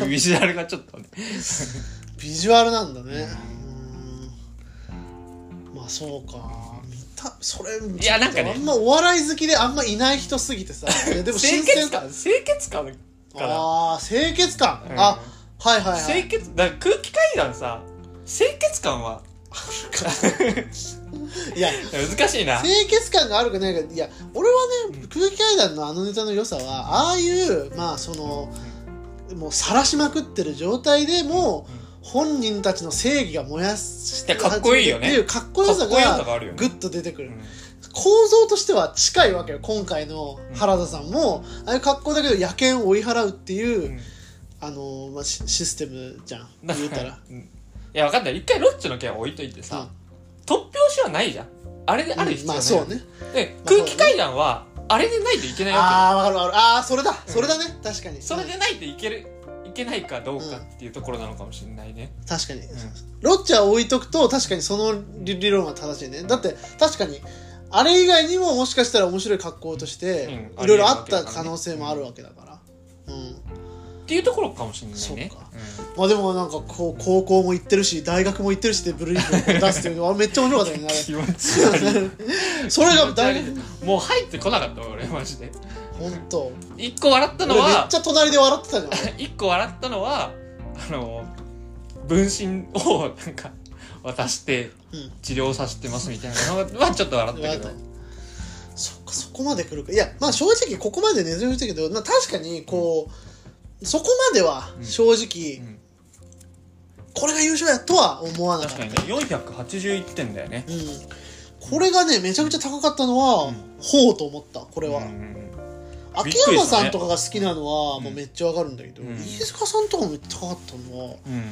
ビジュアルがちょっとね。
ビジュアルなんだねうんまあそうか見たそれ
いやなんかね
あんまお笑い好きであんまいない人すぎ てさいやでも
清
新
潔
鮮さ
感清潔感から
ああ清潔感、
うん
あはいはいは
清
い
潔だから空気階段さ清潔感は
いや
難しいな
清潔感があるかないかいや俺はね
うん
空気階段のあのネタの良さはああいうまあそのもう晒しまくってる状態でも本人たちの正義が燃やして
いやかっこいいよね
っていうかっこよさ
かっこよさがあ
が
るよね
グッと出てく
う
る
ん
構造としては近いわけよ今回の原田さんも、ああいう格好だけど野犬を追い払うっていう、
うん
あのーまあ、シシステムじゃん
だ
言うたら
うんいやわかんない一回ロッチの件は置いといてさ、突拍子はないじゃんあれで ある必要
ま
は
あ
ない、
そうね
で
まあそう
空
ね
気階段はあれでないといけないわ
ああわかるわかるああそれだそれだね、確かに
けそれでないといけるいけないかどうかっていうところなのかもしれないね、
確かに、
ん
ロッチャーを置いとくと確かにその理理論は正しいねだって確かにあれ以外にももしかしたら面白い格好として
うん
いろいろあ
あ
っ
りえるわけ
た
だからね
可能性もあるわけだから、うん、
っていうところかもしれないね
そうかまあでもなんかこう高校も行ってるし大学も行ってるしでブルーインプを出すっていうのはめっちゃ面白かったよねあれ
気持ち悪
それが大
気持
学
いもう入ってこなかったわ俺マジで
本当
一個笑った
俺
の
めっ
は
ちゃ隣で笑ってたじゃん俺
一個笑ったのはあの分身をなんか渡して
うん
治療させてますみたいなのはちょっと笑ったけど
そっかそこまで来るかいやまあ正直ここまで根強いけど、まあ、確かにこうそこまでは正直、
うん
これが優勝やとは思わなか
確
っ
か
た
にね481点だよね
うん、これがねめちゃくちゃ高かったのは、ほうと思ったこれは、
うんびっ
秋
くり
山
した
さ
ね
んとかが好きなのは、
うん
まあ、めっちゃわかるんだけど、
うん
飯塚さんとかもめっちゃ高かったのは
うん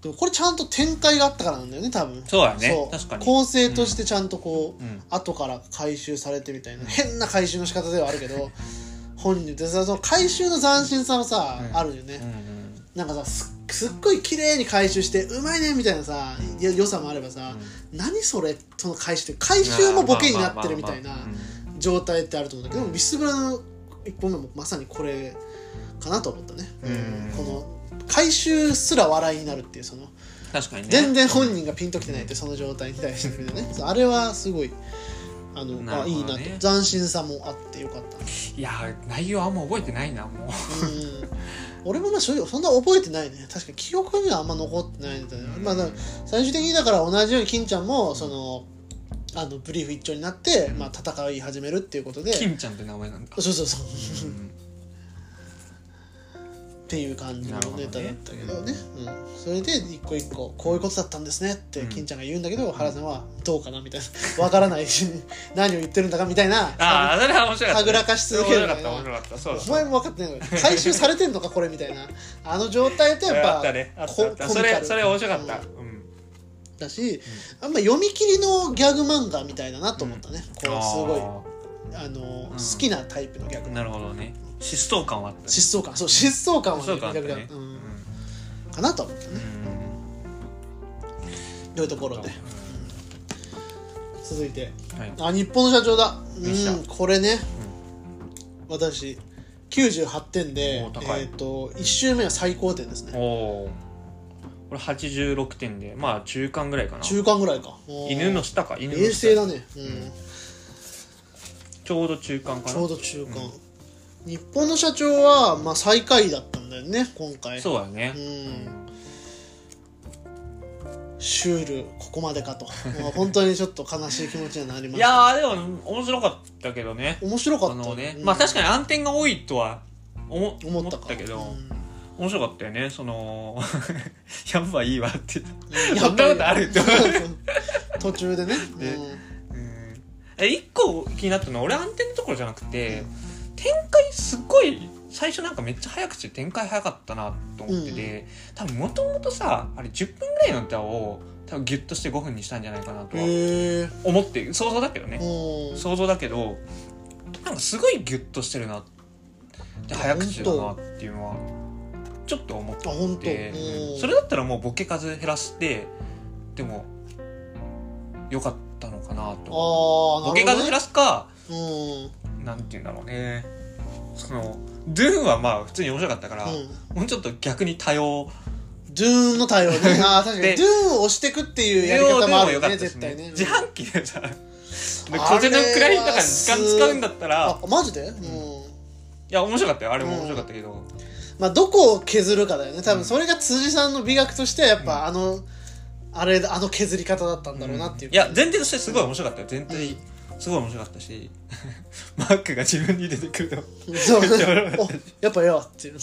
でもこれちゃんと展開があったからなんだよね多分
そうだね
そう
確かに
構成としてちゃんとこう、
うんうん
後から回収されてみたいな変な回収の仕方ではあるけど本人でさその回収の斬新さもさ、
うん
あるよね、
うん
なんかさすすっごい綺麗に回収してうまいねみたいなさよ良さもあればさ、何それその回収って回収もボケになってるみたいな状態ってあると思うんだけどでもビスブラの一本目もまさにこれかなと思ったね、
うん
この回収すら笑いになるっていうその
確かにね
全然本人がピンときてないってその状態に対してみたいなねそうあれはすごいあの、
なる
あ
ほど
いい
ね
なと斬新さもあってよかった
いやー内容あんま覚えてないなもう
うん俺もまあ正直そんな覚えてないね確かに記憶にはあんま残ってないんだよね、まあ、だから最終的にだから同じように金ちゃんもそのあのブリーフ一丁になって、まあ、戦い始めるっていうことで
金ちゃんって名前なんだ
そうそうそう
う
っ
ん
ていう感じの
なるほどね
ネタだったけどねうん、それで一個一個こういうことだったんですねって金ちゃんが言うんだけど、原さんはどうかなみたいな わからないし何を言ってるんだかみたいな
ああそれは面白かった
はぐらかし続けるみ
面
た
白
い
か
な
った面白かったそうだ
お前も分かってないのか回収されてんのかこれみたいなあの状態ってやっ
あ
ぱ
ったねあっ
コ
たあった
コミ
そ
カル
れそれ面白かった
うん
うん
だし、あんま読み切りのギャグ漫画みたいだなと思ったね、こうすごいあの、
ん
好きなタイプのギャ
あ
グ
ーなるほどね疾走感はあった
疾走感そう疾走感は
疾走感あ
ね
った
ギャグ
ね
だ、うん
うん
かなと思ったねというところで続いて
はい
あ日本の社長だ
でした
うんこれね、私98点で
おー高い
えっ、と1周目は最高点です
お
ね
おーこれ86点でまあ中間ぐらいかな
中間ぐらいかおー
犬の下か犬の
冷
下
静だね、うん
ちょうど中間か
ちょう
な
ど中間、日本の社長は、まあ、最下位だったんだよね今回
そうだね
うんシュールここまでかともう本当にちょっと悲しい気持ちにはなりま
い
した
やーでも面白かったけどね
面白か
あ
った
のねまあ確かに暗転が多いとは思
に
思ったけど
うん
面白かったよねその やっぱいいわって言って
うん
そんなことあるって思う
そうそう途中でね
で
うん
うんえ一個気になったのは俺暗転のところじゃなくて展開すっごい最初なんかめっちゃ早口で展開早かったなと思ってて、多分もともとさあれ10分ぐらいの歌を多分ギュッとして5分にしたんじゃないかなとは
へえ
思って想像だけどね、
うん
想像だけどなんかすごいギュッとしてるなで早口だなっていうのはちょっと思っ
あ本当
て
うん
それだったらもうボケ数減らしてでもよかったのかなと
ああ
ボ
なる
ケ
ほど
数
ね
減らすか
うん
なんて言うんだろうねそのドゥーンはまあ普通に面白かったから、
うん
もうちょっと逆に多様
ドゥーン の対応ねああ確かに
で
ドゥーンを押してくっていうやり方もあるよね
です
絶対ね
自販機でさ、
れは
小手のくらいだから時間使うんだったら
あ、マジで、うん
いや、面白かったよ。あれも面白かったけど。
まあどこを削るかだよね多分それが辻さんの美学としてはやっぱ、あのあれあの削り方だったんだろうなっていう、
いや、前提としてすごい面白かったよ。全体、すごい面白かったし、 マークが自分に出てくるの。
そ う
めっちゃ笑
おやっぱええわっていう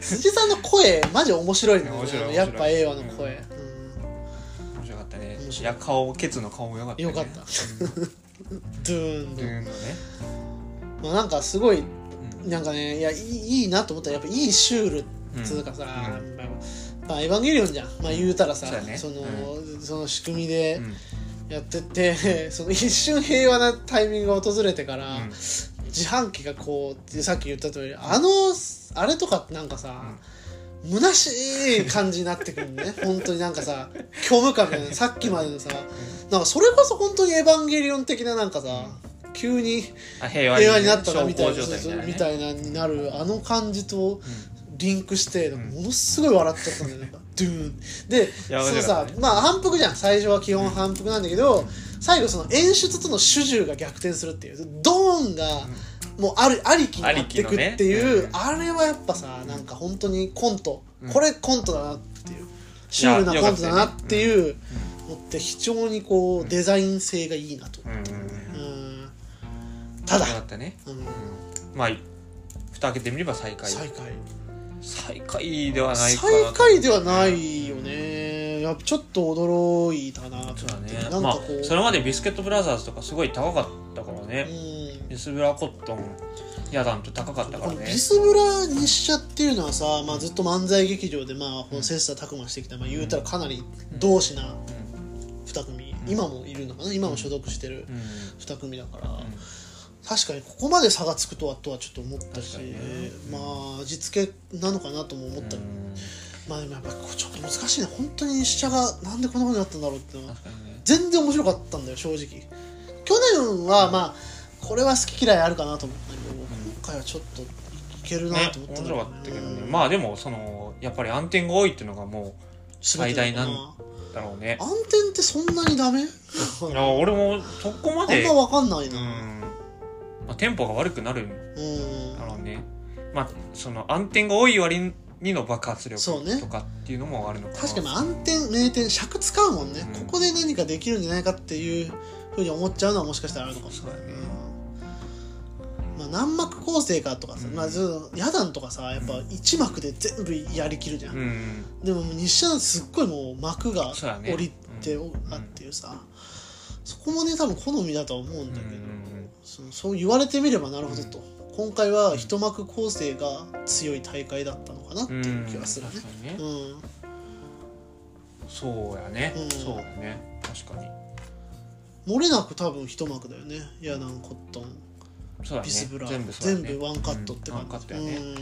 辻さんの声マジ面白いね
面白い面白い
やっぱええわの声、
面白かったね。
面白い
いや、顔、ケツの顔もよかった、ね。
良かった
うん
ドゥーン
と
の、
いうのね。
まあ、なんかすごい
うん
なんかねいやいいいいなと思ったらやっぱいいシュールっつうかさ、
う
まあまあエヴァンゲリオンじゃん、まあ、言うたらさ
そうだね
の、その仕組みで
うん
やってて、その一瞬平和なタイミングが訪れてから、
うん
自販機がこうってさっき言った通りあのあれとかってなんかさ、虚しい感じになってくるね本当になんかさ虚無感みたいなさっきまでのさなんかそれこそ本当に「エヴァンゲリオン」的ななんかさ急に
あ平和
平和になったなみたいな
小康状態み
み
たいなね
たいなになるあの感じとリンクして
ん
ものすごい笑っちゃったんだよなんかドゥーンでそ
や
の
面白か
さ
ったね
まあ反復じゃん最初は基本反復なんだけど最後その演出との主従が逆転するっていうドーンがもうあるありきになってくっていうあれはやっぱさなんか本当にコント
うん
これコントだなっていうシュールなコントだなっていうのって非常にこうデザイン性がいいなと。
うんうん
う
うん
んただ
よかったね。
うん
うんまあ、蓋開けてみれば最下位。
最下位
最下位ではない
最
かなと。
下位ではないよねやっぱちょっと驚いたなと
そう
思
だ
って、
ね
なん
ま
か
あ
こう、
それまでビスケットブラザーズとかすごい高かったからね、
う
ビスブラコットンヤダンと高かったか
ん、こ
ら
の
ね
ビスブラ日射っていうのはさ、まあ、ずっと漫才劇場で、まあ、この切磋琢磨してきた、まあ、言うたらかなり同志な2組、今もいるのかな今も所属してる
うん
2組だから、確かにここまで差がつくとはとはちょっと思ったし、
確かにね
まあ味付けなのかなとも思ったり、
うん
まあでもやっぱこうちょっと難しいね本当に日射がなんでこんなことになったんだろうってのは
確かにね
全然面白かったんだよ正直去年はまあこれは好き嫌いあるかなと思ったけど、今回はちょっといけるな
ね
と思っ
面
たんだ
白
よ
か
ね
ったけどねまあでもそのやっぱり暗転が多いっていうのがも最大なんうだろうね
暗転ってそんな にダメあん
いや俺もそこまで
ま分かんないうな、
んまあテンポが悪くなるん
うん
だろうねまあその暗転が多い割にの爆発
そうね
力とかっていうのもあるのかな
確かに暗転名転尺使うもんね、
うん
ここで何かできるんじゃないかっていうふうに思っちゃうのはもしかしたらあるのかもしれない
そうだね
まあ、何幕構成かとかさ、
うん
まあ、その野団とかさやっぱ1幕で全部やりきるじゃん
うん
でも日射すっごいもう幕が
そうだね
降りてあっていうさそこもね多分好みだとは思うんだけ
う
ど、
んうんうん
そのそう言われてみればなるほどと、今回は一幕構成が強い大会だったのかなって
うん
いう気がするね
確かにね
うん、
そうやね、
うん
そうやね確かに
漏れなく多分一幕だよねヤダンコットン
そうだね
ビスブラ、
全部そうだ
全
ね
部ワンカットって
うんワ
感
ンカッ
じ、
トやね、
うん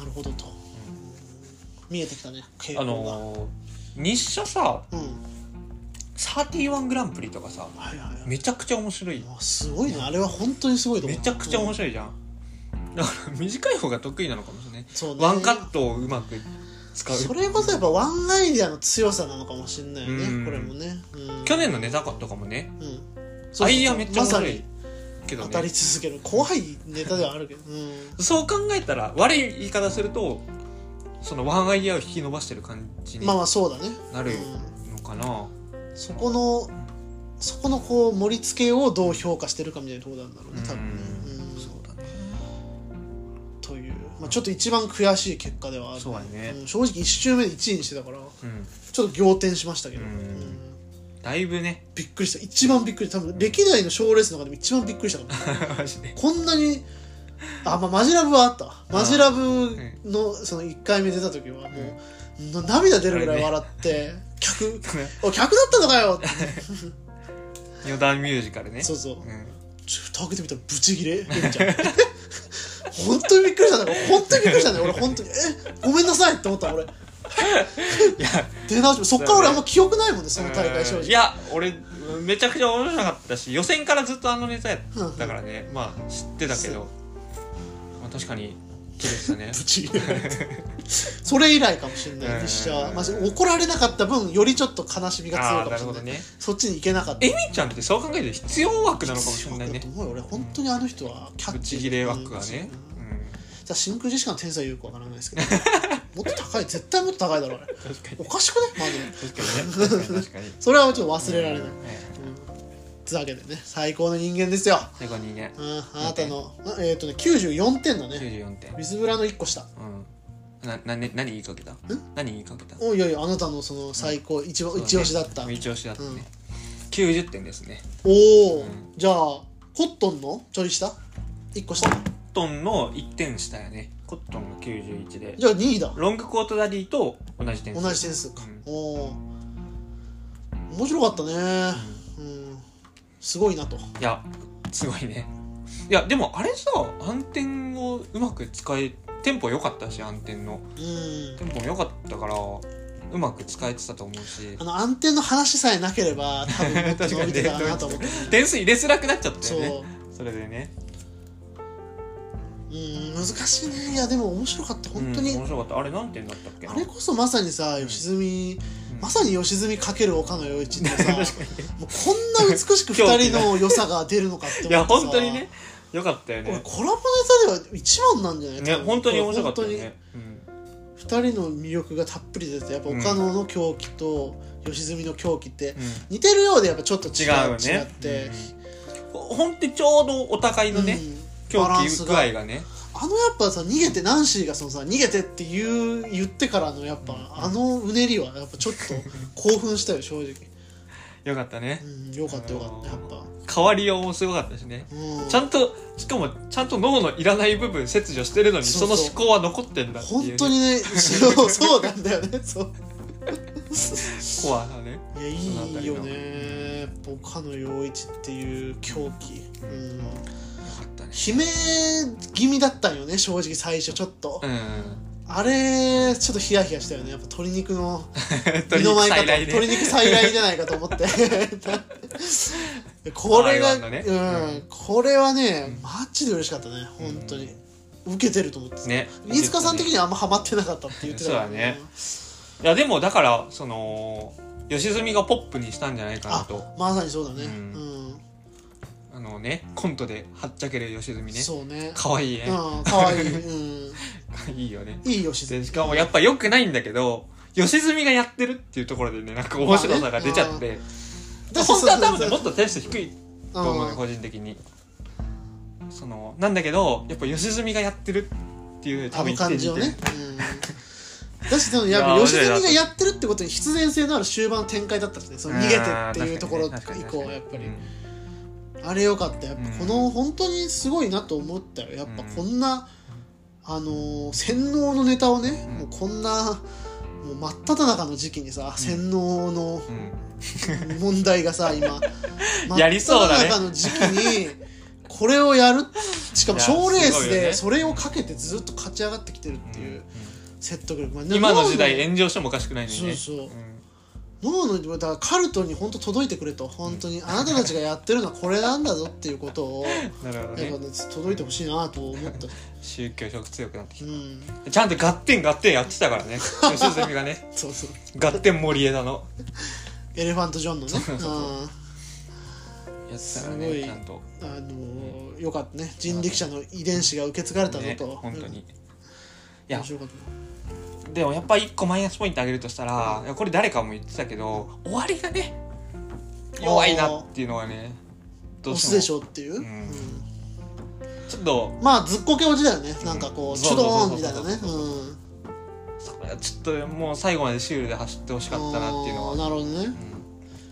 なるほどと、見えてきたね傾
あ
向が、
のー、日射さ
うん
31グランプリとかさ
はいはいはい
めちゃくちゃ面白い
あすごいねあれは本当にすごいと思
め
う
ちゃくちゃ面白いじゃんだから短い方が得意なのかもしれない
そうね
ワンカットをうまく使う
それこそやっぱワンアイデアの強さなのかもしれないよね、
うん
これもね、うん
去年のネタとかもね
うんそうそうそう
アイアンめっちゃ面白いけ
まさ
ど
に当たり
ね
続ける怖いネタではあるけど、うん
そう考えたら悪い言い方するとそのワンアイデアを引き伸ばしてる感じに
まあまあそうだね
なる
う
のかな、
んそこのそこのこう盛り付けをどう評価してるかみたいなところなんだろうね多分ね、
うん
うん
そうだね
という、まあ、ちょっと一番悔しい結果ではある
そうだね
ん正直1周目で1位にしてたから
うん
ちょっと仰天しましたけど、
うん
うん
だいぶね
びっくりした一番びっくり多分歴代の賞ーレースの中でも一番びっくりしたか も
マジで
こんなにあ、まあ、マジラブはあったわマジラブのその1回目出た時はもう、な涙出るぐらい笑って、客お客だったのかよって
余談ミュージカルね
そうそ
う
う
ん
ちょっと開けてみたらブチギレめっちゃん 本当にびっくりしたんだよ本当にびっくりしたんだよ俺本当にえごめんなさいって思った俺
いや
出直しそっから俺あんま記憶ないもんねその大会正
うんい
直
や俺めちゃくちゃ面白かったし予選からずっとあのネタやったからねまあ知ってたけど、まあ、確かに切れてた ね
ぶち切れられてそれ以来かもしれない実写は、まあ、怒られなかった分よりちょっと悲しみが強
あ
い
あな
かも
る
しれ
ほ
な
ど
い
ね
そっちに行けなかった
えみちゃんってそう考えると必要枠なのかもしれないね
思うよ俺本当にあの人はキャ
ぶ
ッチ
ち切れ枠がね
うん
うん
じゃあ真空ジェシカの天才言うかわからな いですけどもっと高い絶対もっと高いだろうあれ
確かに
おかしくないまあでも
確かにね確かに確かに
それはちょっと 忘れられない、うん、
ええ
つうわけでね最高の人間ですよ、
最後にね
うん、あなたのあえっ、とね94点だね
94点
水ブラの1個下
うんななね何言いかけた何言いかけた
おいやいやあなたのその最高、一番
そうね
一押しだった、
一押しだった
うん
ね90点ですね
おお、
うん
じゃあコットンのちょい下1個下
コットンの1点下やねコットンの91で
じゃあ2位だ
ロングコートダディと同じ点数
同じ点数か、
うん
おおー面白かったねうんすごいなと
いやすごいねいやでもあれさ暗転をうまく使えテンポ良かったし暗転の
うん
テンポも良かったからうまく使えてたと思うし
あの暗転の話さえなければ多分もっと
確かにね
伸びてたかなと思って、
点数入れづらくなっちゃった
そ
よ
う
ねそれでね
うん難しいねいやでも面白かった本当に、
うん面白かったあれ何点だったっけな
あれこそまさにさ良純、
うん
まさに良純かける岡野陽一ってさもう
確かに
こんな美しく二人 の良さが出るのかって思 ってさ
いや本当にね良かったよ
これ
ね
コラボネタでは一番なんじゃない
ね
多分
本当に面白かったよ
これ
ねうん
本当に二人の魅力がたっぷり出てやっぱ岡野の狂気と良純の狂気って
うん
似てるようでやっぱちょっと違
違
う
う
違っ
ね
て、
うんほんとにちょうどお互いの
うん
ね狂気具合がね
あのやっぱさ逃げてナンシーがそのさ逃げてって言う言ってからのやっぱ、あのうねりはやっぱちょっと興奮したよ正直、
よかったね
うん、よかったよかったやっぱ、
変わりようもすごかったしね
うん、
ちゃんとしかもちゃんと脳のいらない部分切除してるのに
そう
そ
そう
の思考は残ってんだっていうね、
本当にねそうそうなんだよねそう
コアなね
いや
そのあた
い
り
い
の
よねやっぱ岡野陽一っていう狂気、うん、
よかったね
悲鳴気味だったんよね正直最初ちょっと、
うん
あれちょっとヒヤヒヤしたよねやっぱ鶏肉 の
鳥
身の
に
前かと
再来
鶏
ね
肉再来じゃないかと思って こ
ああ
れが、
いうのね
うん、これはねマッチで嬉しかったね本当に、受けてると思ってた
ね
飯塚さん的にはあんまハマってなかったって言ってたから
そうだねいやでもだからその吉住がポップにしたんじゃないかな
あ
と
まさにそうだねう
うんん、あのねコントではっちゃける吉住ね
そうね
可愛いね、
うんかわいい、うん、
いいよね
いいよ自然
でしかもやっぱ良くないんだけど吉住がやってるっていうところでねなんか面白さが出ちゃって、本当は多分ねもっと点数低いと思うね
うん
個人的にそのなんだけどやっぱ吉住がやってるっていう
あ
多分
の
一点
感
二
じ
点
をね、うん、だしそのやっぱ
いや
良純がやってるってことに必然性のある終盤の展開だったしねその逃げてっていうところ以
あー確かにね確かに確
降
かに
やっぱり
うん
あれよかったやっぱ
うん
この本当にすごいなと思ったよやっぱこんな、あのー洗脳のネタをね、
うん
もうこんなもう真っ只中の時期にさ洗脳の 問題がさ今
やりそうだね
真っ只中の時期にこれをやるしかも
いや
賞レース
すごいよ
で
ね
それをかけてずっと勝ち上がってきてるって
うん
いううん説得力、まあ
今の時代
脳
炎上してもおかしくないのにね
そうそうん脳のだからカルトに本当届いてくれと本当にあなたたちがやってるのはこれなんだぞっていうことを
なるほど
やっ
ね
ぱね届いてほしいなと思った、
宗教色強くなってき
うん、
てちゃんとガッテンガッテンやってたからね吉住がね
そうそう
ガッテン森枝の
エレファント・ジョンのねうん
やってたから
すごい
ねちゃんと
あのーよかったね人力車の遺伝子が受け継がれたぞ
ね
と、
本当に
うん
や
面白かったね
でもやっぱ1個マイナスポイントあげるとしたらいやこれ誰かも言ってたけど終わりがね弱いなっていうのはねど
オ
う
スで
して
し
も
ょっていう、
うん
うん
ちょっと
まあずっこけ落ちだよねなんかこ
う
うんチュドーンみたいなね
そうそうそう
うん
そこはちょっともう最後までシュールで走ってほしかったなっていうの
あー
は、
なるほどね
うん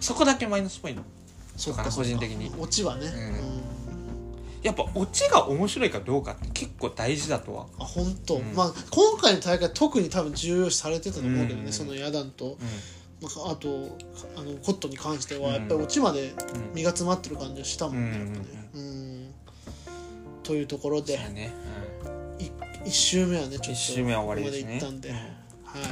そこだけマイナスポイント
そっ
かな個人的に
落ちはね、
うん
うん
やっぱオチが面白いかどうかって結構大事だとは、
あ本当、
うん
まあ今回の大会特に多分重要視されてたと思うけどね、
うん
そのヤダンと、
う
まあ、あとあのコットンに関してはやっぱり落ちま
んう
で
ん
身が詰まってる感じがしたもんね、
うん
やっぱねうんというところで
そうだね、うん
1周目はねちょっと
一周目は終わりです
こ
ね
こまで行ったんで、
うん
はい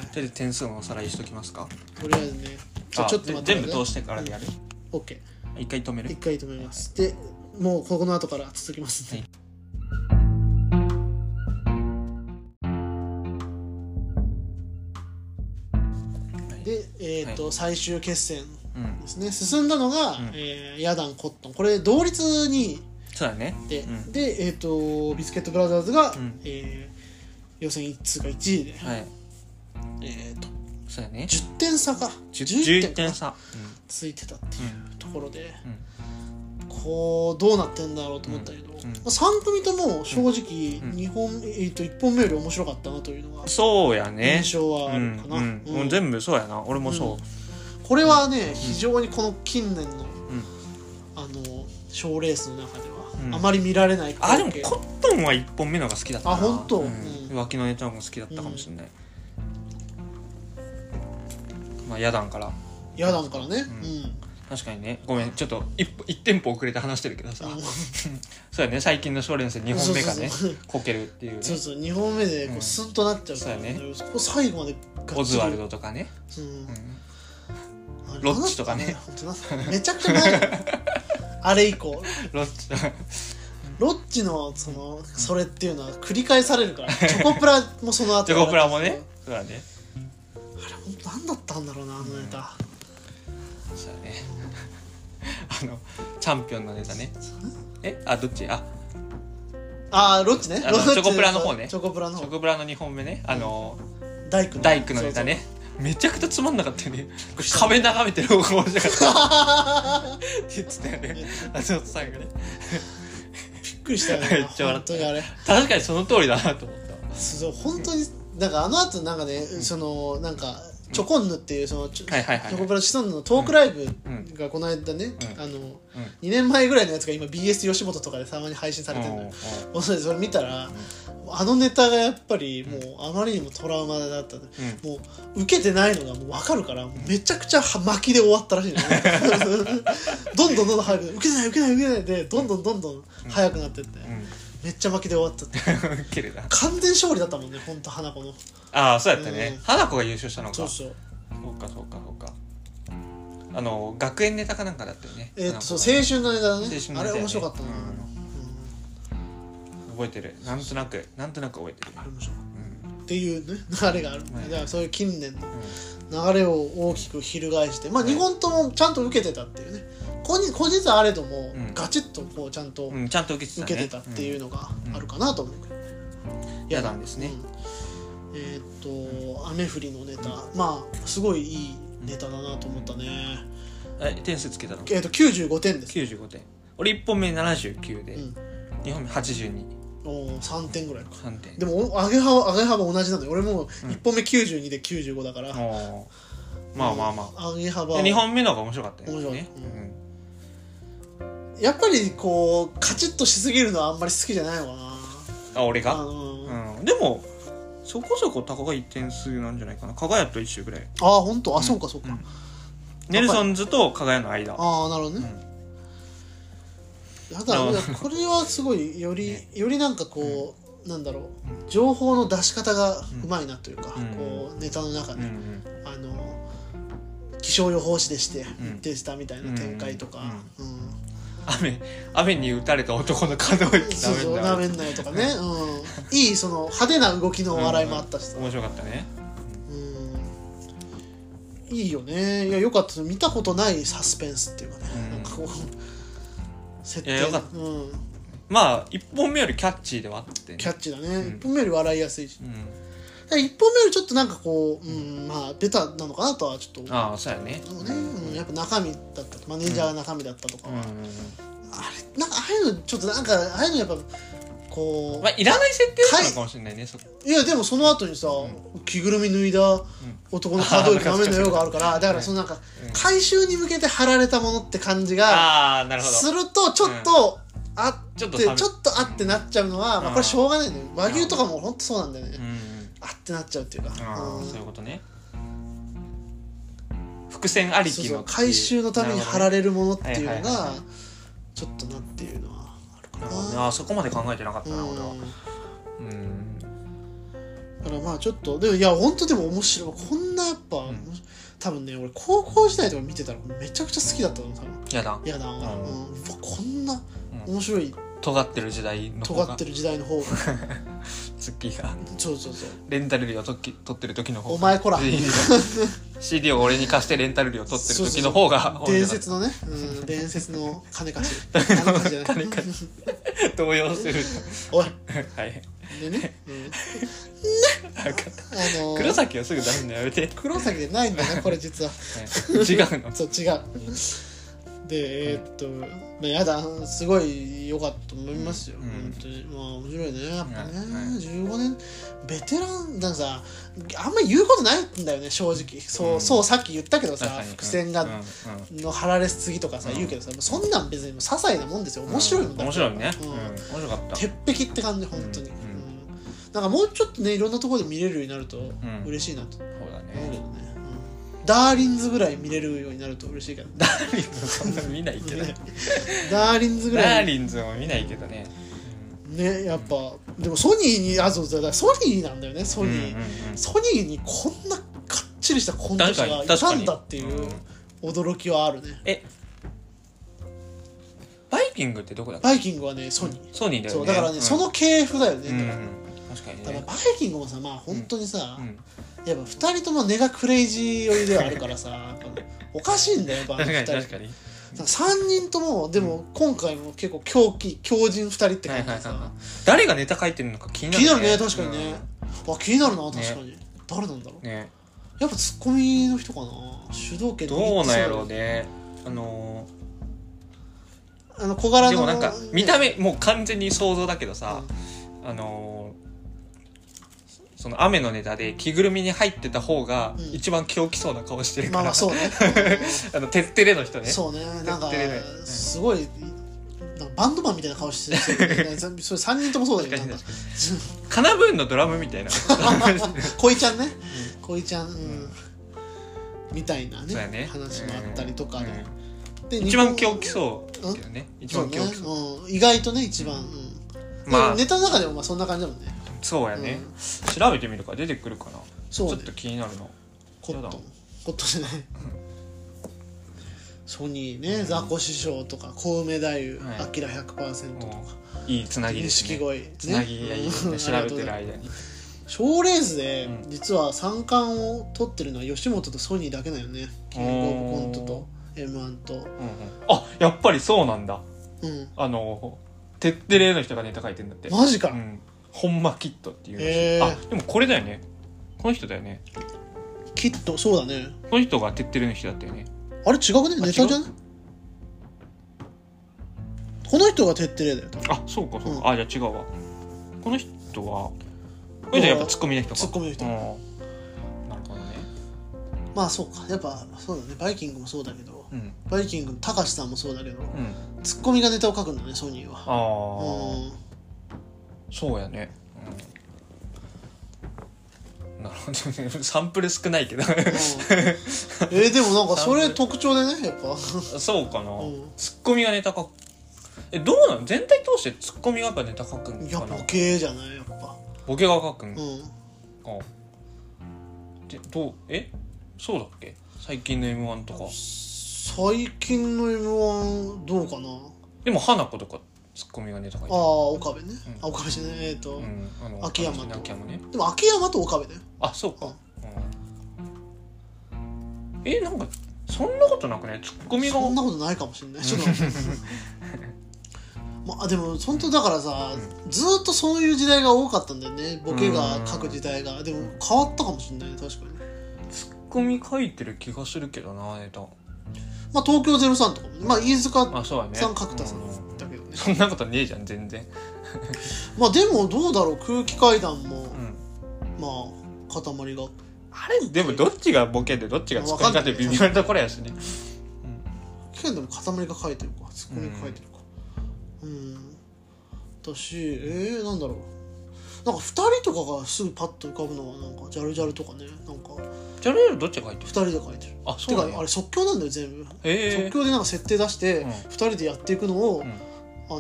とりあえず点数のおさらいしときますか
とりあえずねじゃあ
あ
ちょっと待って
全部通してからでやる、
OK
一回止める
一回止めますでもうここの後から続きますね、
はい
と、最終決戦
うん
ですね進んだのが、
うん
えーヤダンコットンこれ同率に
そうだね
で,、
うん
でえっ、とビスケットブラザーズが、
うん
えー予選1通が1位で、
はい
えーと
そうだね
10点差か
10点
か
差
ついてたっていうところで、こうどうなってんだろうと思ったけど、
ん
まあ、3組とも正直、
うん
二本えー、と1本目より面白かったなというのが
うんそうやね
印象はあ
う
る
ん
かな、
うん
うん
もう全部そうやな俺もそ
これはね非常にこの近年の、
ん
あの賞レースの中では、
うん
あまり見られない
うあでも
光景
コットンは1本目のが好きだったな
あ本当
うん
うん
脇のネタも好きだったかもしれないまあヤダンから
ヤダンから
ん
ね、うん
確かにねごめんちょっと 1, 一店舗遅れて話してるけどさ
うん
そうやね最近の賞レース2本目がね
そうそうそう
こけるっていうね
そうそう2本目でこ
うん
うスンとなっちゃうから、
そうやね
ここ最後までが
オ
っつ
ズ
り
ワルドとかね
うん
う
あれ
ロッチとかね
本当だめちゃくちゃ前だよ あれ以降
んロッチ
ロッチのそのそれっていうのは繰り返されるからチョコプラもその後
チョコプラもねそうだね
あれ本当何だったんだろうなあのネタ、
そうだね あのチャンピオンのネタねえあどっちあ
ああロッチね
あの
ロッチ
チョコプラの方ね
チョコプラの
チ
方
ョコプラの2本目ねあの
大工
大工のネタねめちゃくちゃつまんなかったよ ね
した
壁眺めてる方が面白かったって言ってたよねあの最後ね
びっくりしたよ ね
めっちゃ笑った
本当にあれ
確かにその通りだなと思った
そう本当になんかあの後なんかね、そのなんかチョコンヌっていうそのチョ,、
はいはいはい
チョコプラシソンヌのトークライブ
うん
がこの間ね、
うん
あの、2年前ぐらいのやつが今 BS 吉本とかでたまに配信されてるのよ、もうそれそれ見たら、あのネタがやっぱりもうあまりにもトラウマだった、もう受けてないのがもう分かるからもうめちゃくちゃは巻きで終わったらしいのね どんどんどんどん早く受けてない受けてない受けてないでどんどんどんどん早くなってって、めっちゃ巻きで終わったって
うん 綺麗だ
完全勝利だったもんねほんと花子の
ああそうやったね、
うん
花子が優勝したのか
そうそう
そうかそうかそうかあの学園ネタかなんかだったよねなん
えーっ
か
とそう青春のネタだね
青春のネタ
あ
やね
れ面白かったな、
うん
うん
覚えてるなんとなくなんとなく覚えてる、
あれ面白かった
うん
っていうね流れがあるんで、
はい
だからそういう近年の
うん
流れを大きく翻してまあ
はい
2本ともちゃんと受けてたっていうね個人個人差あれども、
うん
ガチッとこうちゃんと
うん、ちゃんと受けてた、ね、
受けてたっていうのがあるかなと思うけど、ね
うん、やなんですね、
うんえーっと雨降りのネタ、まあすごいいいネタだなと思ったね、
え点数つけたの
えーっと95点です、
95点俺1本目79で、
うん、
二2本目823
おー3点ぐらいか
点
でもお上げ幅上げ幅同じなのよ俺も1本目92で95だから、
もうまあまあま
あ上げ幅
あ、
は
で2本目の方が面白かったよね
面白かっ
う
た
ん
やっぱりこうカチッとしすぎるのはあんまり好きじゃないのかな
あ俺
あ
が、
のー
うん、でもそこそこ高い点数なんじゃないかな加賀屋と一周ぐらい
ああ本当あ、そうかそうか、
うんネルソンズと加賀屋の間
ああなるほどね、やだ
あー
いやこれはすごいより、よりなんかこう、なんだろう情報の出し方がうまいなというか、
うん
こうネタの中
うん
で、
うん
あの気象予報士でして、
ん
でしたみたいな展開とか、うん
雨雨に打たれた男の可動域
そうそうな
ダ
め
メだ
んなよとかね、うん、いいその派手な動きの笑いもあったしさ、
面白かったね
うんいいよねいやよかった見たことないサスペンスっていうかね、
うん
なんかこう設
い
定
やよかっ
うん、
まあ1本目よりキャッチーではあってね
キャッチーだね、
ん
1本目より笑いやすいし
うん
だから1本目よりちょっとなんかこう、うん、まあベタなのかなとはちょっと
ああそうやね
でもね、うん、やっぱ中身だったマネージャーが中身だったとか、
うん
あ
うん
れなんかああいうのちょっとなんかああいうのやっぱこう、
まあいらない設定だったのかもしれないねそこ
いやでもその後にさ、着ぐるみ脱いだ男の可動域なめのようがあるからだからそのなんか回収に向けて貼られたものって感じが
ああなるほど
するとちょっとあって
ち
ち
ょ
ょ
っ
っ
と
と
冷め
あってなっちゃうのはまあこれしょうがないね和牛とかもほんとそうなんだよ
うん
ね
うん
あってなっちゃうっていうか
あ
う
あ
ん
そういうことね伏線あり
そう
き
そ
の
う回収のために貼ら
れ
れるものっていう
なる
の
ほどねはいはい
がちょっとなっていうのはあるかな
ああそこまで考えてなかったな俺は
うん
うん
だからまあちょっとでもいや本当でも面白いこんなやっぱ、多分ね俺高校時代とか見てたらめちゃくちゃ好きだったの多分
やだ
いやだ、うん
ん
うわこんな
うん
面白い
尖ってる時代の方
尖
が
ってる時代の方が
月が
そうそうそう
レンタル料とき取ってる時の方が
お前こら
いいね CD を俺に貸してレンタル料取ってる時の方が多い
伝
んじゃ
説のね、うん、伝説の金貸し金貸しじゃ ない
金貸ない 動揺する
おい
はい
でね、うん、
なんか
あのー
黒崎をすぐ出すのやめて、
黒崎でない んだなこれ実は
違うの
そう違うでえーっと、まあ、やだすごい良かったと思いますよ、
うん
本当にまあ面白いねやっぱね、
うん
15年ベテランだからさあんまり言うことないんだよね正直そう,、
うん
そうさっき言ったけどさ
確かに
伏線
うん
が、の張られすぎとかさ、
うん
言うけどさもうそんなん別にもう些細なもんですよ
うん
面白いもんだ
面
から
白いね、
う
うんん、面白かった
鉄壁って感じ本当に、う
うんん
なんかもうちょっとねいろんなところで見れるようになると
ん
嬉しいなと
そうだ
思うけ
ね
どね、うんダーリンズぐらい見れるようになると嬉しいけど
ダーリンズそんな見ないけどね
ダーリンズぐら
ダー
い
リンズも見ないけどね
ねやっぱでもソニーにあそうそうだソニーなんだよねソ
うん
ニ
うん
ー、ソニーにこんなかっちりしたコ
う
ン
ん
ト
確
師
か
が
に
い
確
た
か
ん
に
だっていうん驚きはあるね
えバイキングってどこだっけ
バイキングはねソニー、
ソニーだよ
そ
ね
うだからね、
うん
その系譜だよね、
うんう
だから
ん確かに
だから
ね
バイキングもさまあ本当にさ、
うん
やっぱ2人とも根がクレイジー寄りではあ るからさやっぱおかしいんだよやっぱ
確かに
2
確
人
かに
3人ともでも今回も結構狂気狂人2人って
は
感
いはい
じで
はい
さ、
はい誰がネタ書いてるのか気にな
気にな
る
るね確かにね、あ気になるな確かに、誰なんだろう
うんね
やっぱツッコミの人かな主導権
どうなんやろう
う
ねあの
あの小柄
ー
の
でもなんか
ね
見た目もう完全に想像だけどさ
うん
あのーその雨のネタで着ぐるみに入ってた方が
うん
一番狂気そうな顔してる
ま
か
あま
ら
あそうね
あのてってれの人
うん
ね
そうねなんか
照れない
すごいなんかバンドマンみたいな顔してる、ね、それ3人ともそうだ
確か
けど
に
なんか
確かにカナブーンのドラムみ たいなそ
恋ちゃんね恋ちゃん、うん、みたいなね
うやね
話もあったりとか
うん
で,、
う
で
ん一番狂気そうだけどね一
そ
番
うね
狂気そう、
うん、意外とね一番、うん
まあ
ネタの中でもまあそんな感じだもんね
そうやね
う
調べてみるから出てくるかなち
そう
ょ
ね
っと気になるの
コットンコットンじゃない、ソニーね、ザコ師匠とか小梅太夫、
はい
アキラ100%とか
いいつなぎです
錦
ね
鯉ね
つなぎがいいですね調べてる
ない
間に
賞レースで、
うん
実は三冠を取ってるのは吉本とソニーだけだよねキングオブコントと m 1と
うんうんあやっぱりそうなんだ
うん
あのてってれの人がネタ書いてんだって
マジか、
うん、本間キットっていうらしい、
へー
あでもこれだよねこの人だよね
きっとそうだね
この人がてってれの人だったよね
あれ違くね
あ
ネタじゃないこの人が徹底例だよ多分
あそうかそうか、あじゃあ違うわこの人はこ
う
れ
ん
じゃやっぱツッコミの人か
ツッコミの人
うんなるほどね
まあそうかやっぱそうだねバイキングもそうだけど
うん
バイキングの高橋さんもそうだけど、
うん
ツッコミがネタを書くんだねソニーは
ああ、
う
そうやね、うん、なるほどね サンプル少 ないけど
ん、うんえーでもなんか それ特徴でねやっぱ
そうかな、
うん
ツッコミがネタ書くえどうなの全体通してツッコミがやっぱネタ書くん
いや
かな
ボケじゃないやっぱ
ボケが書くん
う
か、
ん
でどうえそうだっけ最近の m 1とか
最近の m 1どうかな
でも花子とかツッコミがネタ書い
あ
て
あ岡部ね、
うん
あ岡部じゃないえっ、と、
るうんあの
秋山と
秋山ね
でも秋山と岡部だよ
あそうか、
う
うんえなんかそんなことなくねツッコミが
そんなことないかもしれないちょっと 待ってまあでも本当だからさ、ずーっとそういう時代が多かったんだよねボケが書く時代がでも変わったかもしれないね確かに
ツッコミ書いてる気がするけどなネタ
まあ東京03とかもねまあ飯塚
あそうだね
さん角田さん
うん
だけどね
そんなことねえじゃん全然
まあでもどうだろう空気階段も、
うん
まあ塊が
あれでもどっちがボケでどっちがツッコミかって微妙なところやしね
期間でも塊が書いてるかツッコミが書いてるかうんだしえー、なんだろうなんか2人とかがすぐパッと浮かぶのはなんかジャルジャルとかねなんか
じゃあレールどっちが書いて
2
る
人で書いてる
あそ
て
うなん
かあ
や
れ即興なんだよ全部、
へえ
即興でなんか設定出して
うん
2人でやっていくのを、
ん
あ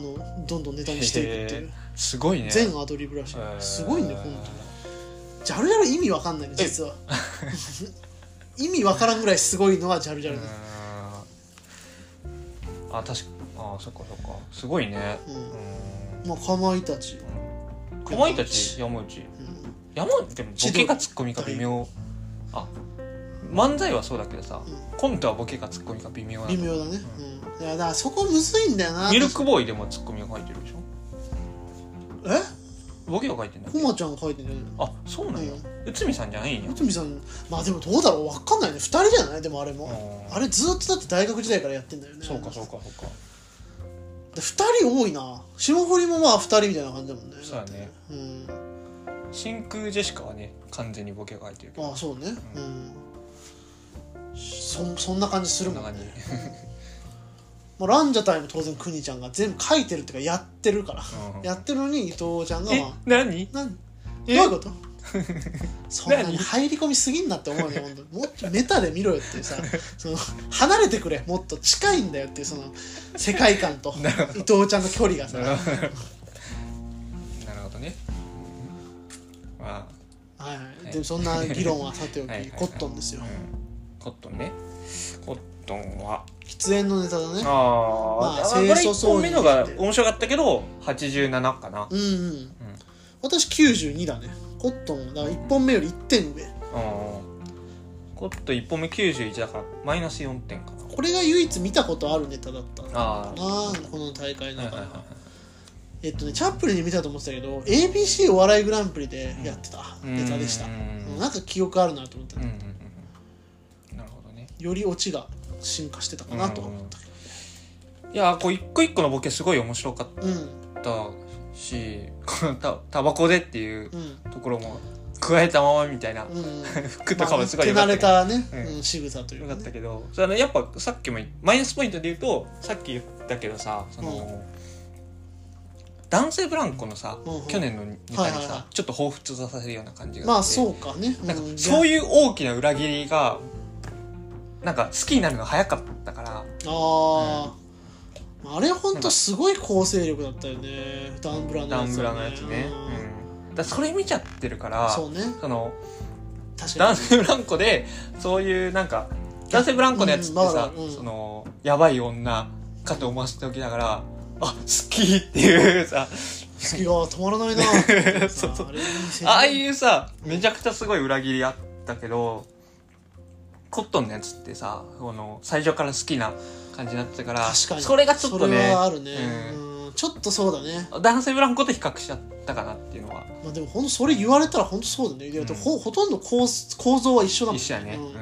のどんどんネタにしていくっていう
へすごいね
全アドリブらしい
へー
すごいんだよ本当にジャルジャル意味わかんないね実は意味わからんぐらいすごいのはジャルジャルだ、
うーんあ確かあそっかそっかすごいね
う
うんん
まあかまいたち、
かまいたち山内
うん
山内でもボケかツッコミか微妙あ漫才はそうだけどさ、
う
コントはボケかツッコミか微妙な
微妙だね、うん、いやだからそこむずいんだよな
ミルクボーイでもツッコミが入ってるでしょ
え
ボケが書いてんだっ
こ
け
まちゃんが書いてんじゃないの
あそうなんや
うん
内海さんじゃないんや
内海さんまあでもどうだろうわかんないね2人じゃないでもあれ
う
も、
ん
あれずっとだって大学時代からやってんだよね
そうかそうかそうか
で2人多いな霜降りもまあ2人みたいな感じだもんね
そうだね
うん
真空ジェシカはね完全にボケが入ってるけど
ああそうねうん、そそんな感じす
そ
る
んな
もん
感じ
ね もうランジャタイも当然くにちゃんが全部書いてるっていうかやってるから、
うん
やってるのに伊藤ちゃんが、
え
ま
何
あ、なんどう
え
い うことそんな
何
に入り込みすぎんなって思うね本当にもっとメタで見ろよってい うさその離れてくれもっと近いんだよっていうその世界観 と伊藤ちゃんの距離がさ
なるほどなるほどねま
はいはい、
はい
でもそんな議論はさておき
はいはいはい
コットンですよ
あ、うん、コットンねコットンは
喫煙のネタだね
あ
まあ
あ、これ
清楚
1
そう
本
に
目のが面白かったけど87かな
うんうん、私92だねコットンだから1本目より1点上
うんコットン1本目91だからマイナス4点かな
これが唯一見たことあるネタだったな
ああ
この大会
は
の
いはい
中で、
はい
えっとねチャップリンで見たと思ってたけど ABC お笑いグランプリでやってた
うん
ネタでした
うん
うんなんか記憶あるなと思った、
うんうんうんなるほどね
よりオチが進化してたかなとは思ったけ
いやーこう一個一個のボケすごい面白かっ
どうん
たし このたタバコでっていう
うん
ところも加えたままみたいな
うん
服とかもすごい
手
良か
慣
った
れ
けど
たね、
うん
うん、仕草という
良
か,、
か
ね、
ったけどそのやっぱさっきも言マイナスポイントで言うとさっき言ったけどさその、男性ブランコのさ、
うんうん
去年のネタにさ、
はいはいは
ちょっと彷彿とさせるような感じが
まあ
して
そうかね
なんか
うん
そういう大きな裏切りがなんか好きになるの早かったから
ああ、あれほんとすごい構成力だったよねダンブラの
ダ
やつ、
ンブラのやつね、うんだからそれ見ちゃってるから
そうね
その
確か
男
に
性ブランコでそういうなんか男性ブランコのやつって
うんまあ
さ、
うん
そのやばい女かと思わせておきながらあ好きっていう さ
好きが止まらない な
そうそう
あれいい線
ああいうさめちゃくちゃすごい裏切りあったけどコットンのやつってさこの最初から好きな感じになってたから
確かに
それがちょっと
それ
ね
はあるね、
う
うんちょっとそうだね
男性ブランコと比較しちゃったかなっていうのは
まあでもほんとそれ言われたらほんとそうだね、いやほほとんど構図構造は一緒だもん
一緒やね、
うん
う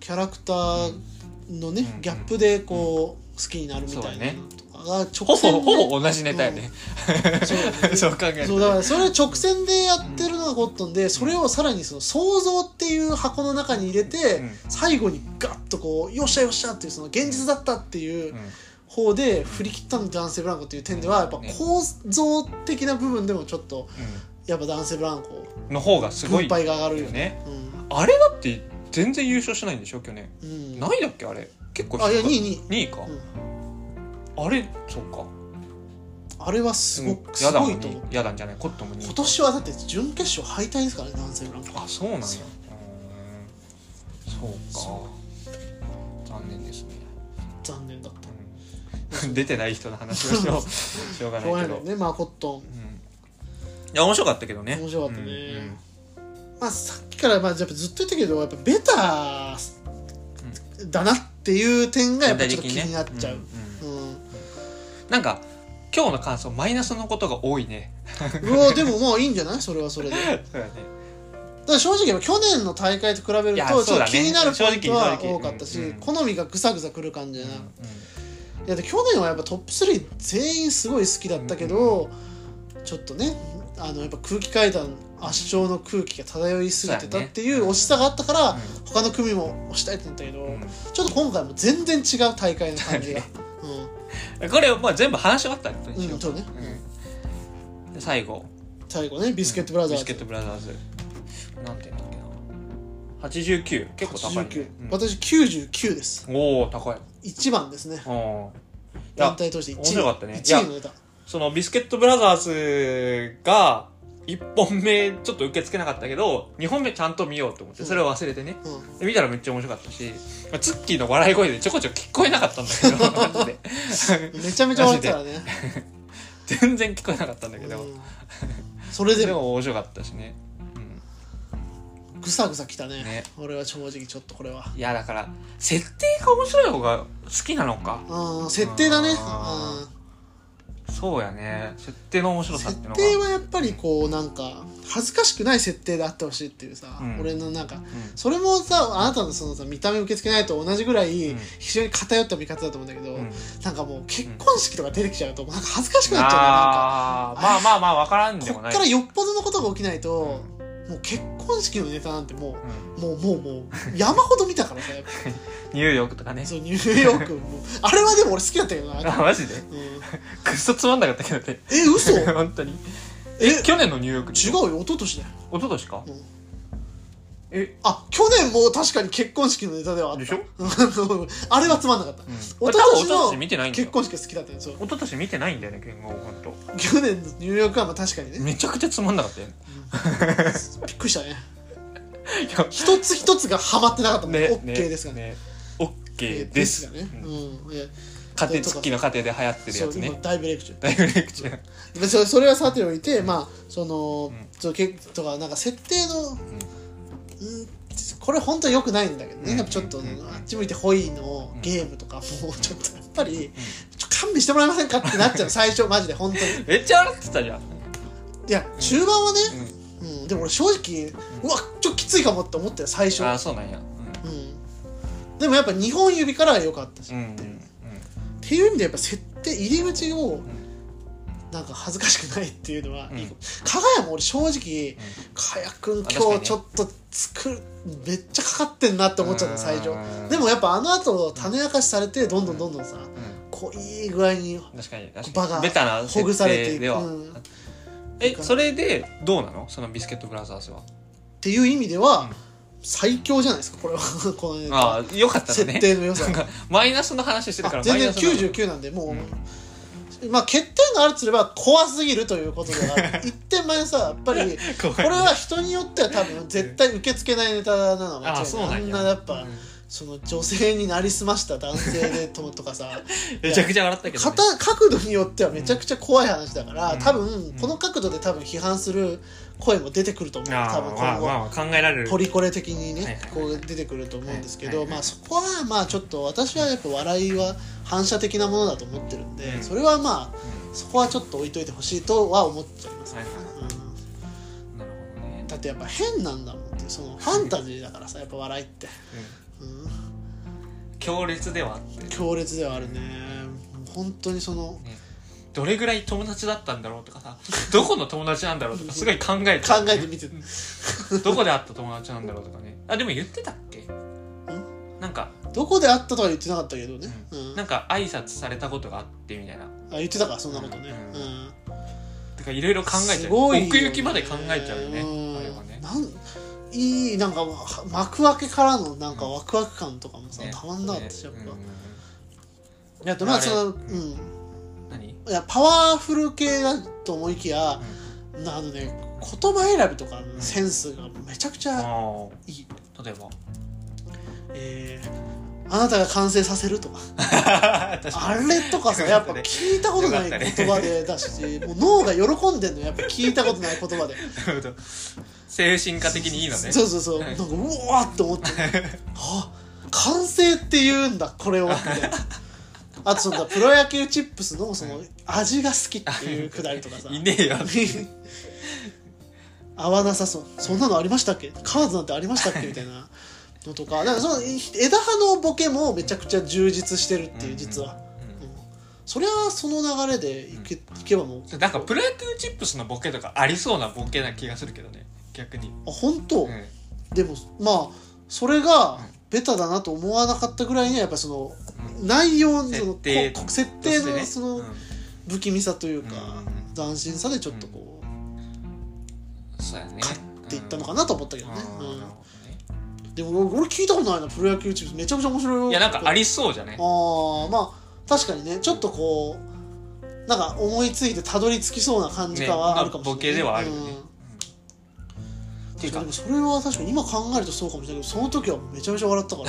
キャラクターのね、
うん
ギャップでこう、好きになるみた
そう
い
だ
な
ね
のとか
ん、
が
ほ
直線
ぼ
で
ほぼ同じネタやね、
そうだ ね
そう考えると
そうだからそれを直線でやってるのがコットンでそれをさらにその想像っていう箱の中に入れて
うん
最後にガッとこうよっしゃよっしゃっていうその現実だったっていう方で振り切ったの男性ブランコっていう点ではやっぱ
ね
構造的な部分でもちょっと
うん
やっぱ男性ブランコ
うんの方がすご
分
い
配が上がるよね。
ね
うん
あれだって全然優勝しないんでしょ去年
うん
ないだっけあれ結構
あいや
低か
2位2
2
位、
位か、
うん
あれそうか
あれはすごくす
やだ
ご
も
い
ん
と思う
やだんじゃないコットンも2位
今年はだって準決勝敗退ですからね男性ブランコ
あそうなんや
そう
うーんそうか残念ですね、
残念だった
うん 出てない人の話をし ようしょうが
しょう
な
が
いけど、
ないよねまあコットン
いや面白かったけどね
面白かったね
うんうん
まあ、さっきからまあやっぱずっと言ったけどやっぱベタだなっていう点がやっぱちょっと気になっちゃう、
全体的にね
うん
なんか今日の感想マイナスのことが多い ね
うわでもまあいいんじゃないそれはそれでだか
そうだね
ら正直去年の大会と比べる
い
と
や
ちょっ
そう
と
だね
気になるポイントは
正直
多かったし、
正直うん
好みがぐさぐさくる感じだな、
うん
いやで去年はやっぱトップ3全員すごい好きだったけど、ちょっとねあのやっぱ空気階段圧勝の空気が漂いすぎてたっていう惜しさがあったから、
うん
他の組も押したいってなったけど、
うん
ちょっと今回も全然違う大会の 感じが、
うんこれをまあ全部話し終わったこと
うん、
にし
う
よ
ん、そうね
う、うんで最後
最後ねビスケットブラザー
ビスケ
ズ、
ットブラザーズなんて言うんだっけな89結構高い、
89
ねうん
私99です
おお高い
1番ですね
うんい
団
や
体として1位
面白かったね
1位のネタ
そのビスケットブラザーズが1本目ちょっと受け付けなかったけど2本目ちゃんと見ようと思ってそれを忘れてね、
うん
で見たらめっちゃ面白かったし、まあ、ツッキーの笑い声でちょこちょこ聞こえなかったんだけどマジ で
めちゃめちゃ笑ってたらね、
全然聞こえなかったんだけど、
うんそれで
で
も
も面白かったしね、うん
ぐぐさぐさきたね
ね
俺は正直ちょっとこれはい
やだから設定が面白い方が好きなのか
あー設定だね
あ
うん
そうやね設定の面白さっ
設
ていうのが
定はやっぱりこうなんか恥ずかしくない設定であってほしいっていうさ、
うん
俺のなんか
うん
それもさあなたのそのさ見た目受け付けないと同じぐらい
うん
非常に偏った見方だと思うんだけど、
うん
なんかもう結婚式とか出てきちゃうともうなんか恥ずかしくなっちゃ
あーまあまあまあわからん
う
で
ね
も
なんかこ
な
っ
い
からよっぽどのことが起きないと、もう結婚式のネタなんても
うん
うもうもうもう山ほど見たからさやっぱ
ニューヨークとかね
そうニューヨークもあれはでも俺好きだったけどな、う ん、
あマジでくっそつまんなかったけどね
え嘘え
本当に
違
去年のニューヨーク
うよ一昨年だよ
一昨年か
うん
え
あ去年も確かに結婚式のネタではあった
でしょ
うん あれはつまんなかった
うん
お
俺
と
多
と
分
し
一
の
昨年見てないんだよ
結婚式が好きだったよそう
一昨年見てないんだよね言語ほんと
去年のニューヨークはまあ確 かにね
めちゃくちゃつまんなかったよね
びっくりしたね
いや
一つ一つがハマってなかったもん
ね
ね OK ですがね
ねオッケーです
がね
うん
うんいや
家庭付きの家庭で流行ってる
そ
や
う
つ
今
ね
大ブレイク中
大ブレイク中う
でそれそれはさておいてまあその
うん
そうけとかなんか設定のうんこれ本当に良くないんだけど
う
ね
ん
やっぱちょっと
うん
あっち向いてホイのゲームとかもうちょっとやっぱりちょ勘弁してもらえませんかってなっちゃう最初マジで本当に
めっちゃ笑ってたじゃん
いや中盤はねうんでも俺正直うわちょっときついかもって思ったよ最初
ああそうなんや
うんでもやっぱ2本指からは良かったし、
うんう
っ
んうん
ていう意味でやっぱ設定入り口を
ん
なんか恥ずかしくないっていうのは
うん
いいかも、加賀谷も俺正直加谷君
あ確かに
今日
ね
ちょっと作るめっちゃかかってんなって思っちゃった最初でもやっぱあの後種明かしされてどんどんどんどんさ
うん
こういい具合に
確かに確
場
か
が
にベタな
ほぐ
設
されて
定
いく、
では
うんっ
えそれでどうなのそのビスケットブラザーズは
ていう意味では、
うん
最強じゃないですかこれは このネタ
ああよかったね
設定の良さ
なんかマイナスの話してるか
あ
ら
全然
マイナスの
99なんでもう、
うん
まあ欠点があるとすれば怖すぎるということが 一点前さやっぱり
怖い
これは人によっては多分絶対受け付けないネタなのは間違いない
あそうなんや
あんなやっぱ、
うん
その女性になりすました男性でととかさ
めちゃくちゃ笑ったけどね
片角度によってはめちゃくちゃ怖い話だから、
うん
多
う
分
ん
この角度で多分批判する声も出てくると思う
あ
多
あ
分
ま
今
あ
後
まあまあ考えられる
ポリコレ的にね、
はいはい
こう出てくると思うんですけど、
はいはいはい
まあそこはまあちょっと私はやっぱ笑いは反射的なものだと思ってるんで、
うん
それはまあ
う
そこはちょっと置いといてほしいとは思っちゃいます、
はいはい
うん
なるほどね
だってやっぱ変なんだもんってそのファンタジーだからさやっぱ笑いって、う
うん強烈ではあって
ん、強烈ではあるね本当にその
どれぐらい友達だったんだろうとかさどこの友達なんだろうとかすごい考えて
考えてみてる
どこで会った友達なんだろうとかねあでも言ってたっけなんか
どこで会ったとは言ってなかったけどね、うん
なんか挨拶されたことがあってみたいな
あ言ってたからそんなことね、
う
うんん
てかいろいろ考えちゃ
す
う
ご
奥
いよね
行きまで考えちゃうよね
ん
あれはね
なんいいなんかは幕開けからのなんかワクワク感とかもさ、
ね
たまんなかったしやっ
ね
ぱ、
うんうん
いやでもまあ
あれ
そのう
うん
ん
何
いやパワフル系だと思いきや、なあのね言葉選びとかのセンスがめちゃくちゃ
あ
いい、
あ例えば
えーあなたが完成させるとか
確か
あれとかさやっぱ聞いたことない
よかったね
言葉でだし、もう脳が喜んでんのやっぱ聞いたことない言葉で
になるほど精神科的にいいのね
そうそ うそうなんかうわーって思ってあ完成って言うんだこれをみたいなあとそのプロ野球チップスのその味が好きっていうくだりとかさ
いねえよ
合わなさそうそんなのありましたっけカードなんてありましたっけみたいなのとかだからその枝葉のボケもめちゃくちゃ充実してるっていう実は、
うん
うんそれはその流れでいけ,、いけばもう
なんかプロ野球チップスのボケとかありそうなボケな気がするけどね逆に、
あ本当、
うん
でもまあそれがベタだなと思わなかったぐらいにはやっぱその内容のその
設定
こ設
と
定
して
の
ね
その
うん
不気味さというか
うん
斬新さでちょっとこう
そうやね
買っていったのかなと思ったけどね
うんなるほ
うんでも俺俺聞いたことないなプロ野球チームめちゃくちゃ面白い
ど
よ
ねいやなんかありそうじゃな
あ
い
ーまあ確かにねちょっとこうなんか思いついてたどり着きそうな感じかはあるかもしれない、
ボケではあるよね、
うん
ていう
確か
か
にでもそれは確かに今考えるとそうかもしれないけどその時はめちゃめちゃ笑ったから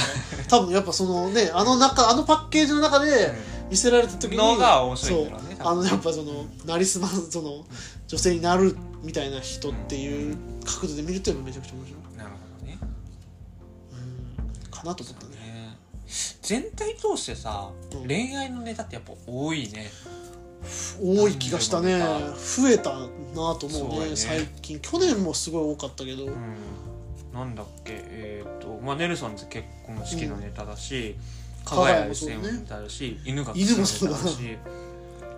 多分やっぱそのねあの中あのパッケージの中で見せられた時に
のが面白いんだろうね
そ
多
う
分
あのやっぱそのなりすまその女性になるみたいな人っていう角度で見るとやっぱめちゃくちゃ面白い
なるほどね
かなと思ったね
ね全体通してさ
うん
恋愛のネタってやっぱ多いね
多い気がしたね
なんでも
増えたなと思
そう
う
や
ね
ね
最近去年もすごい多かったけど、うん
うんなんだっけえっ、とまあネルソンズ結婚式のネタだし、加
加賀
賀
谷
谷
も
も
そうね
ネタだし犬が
犬もそうだ
ネタし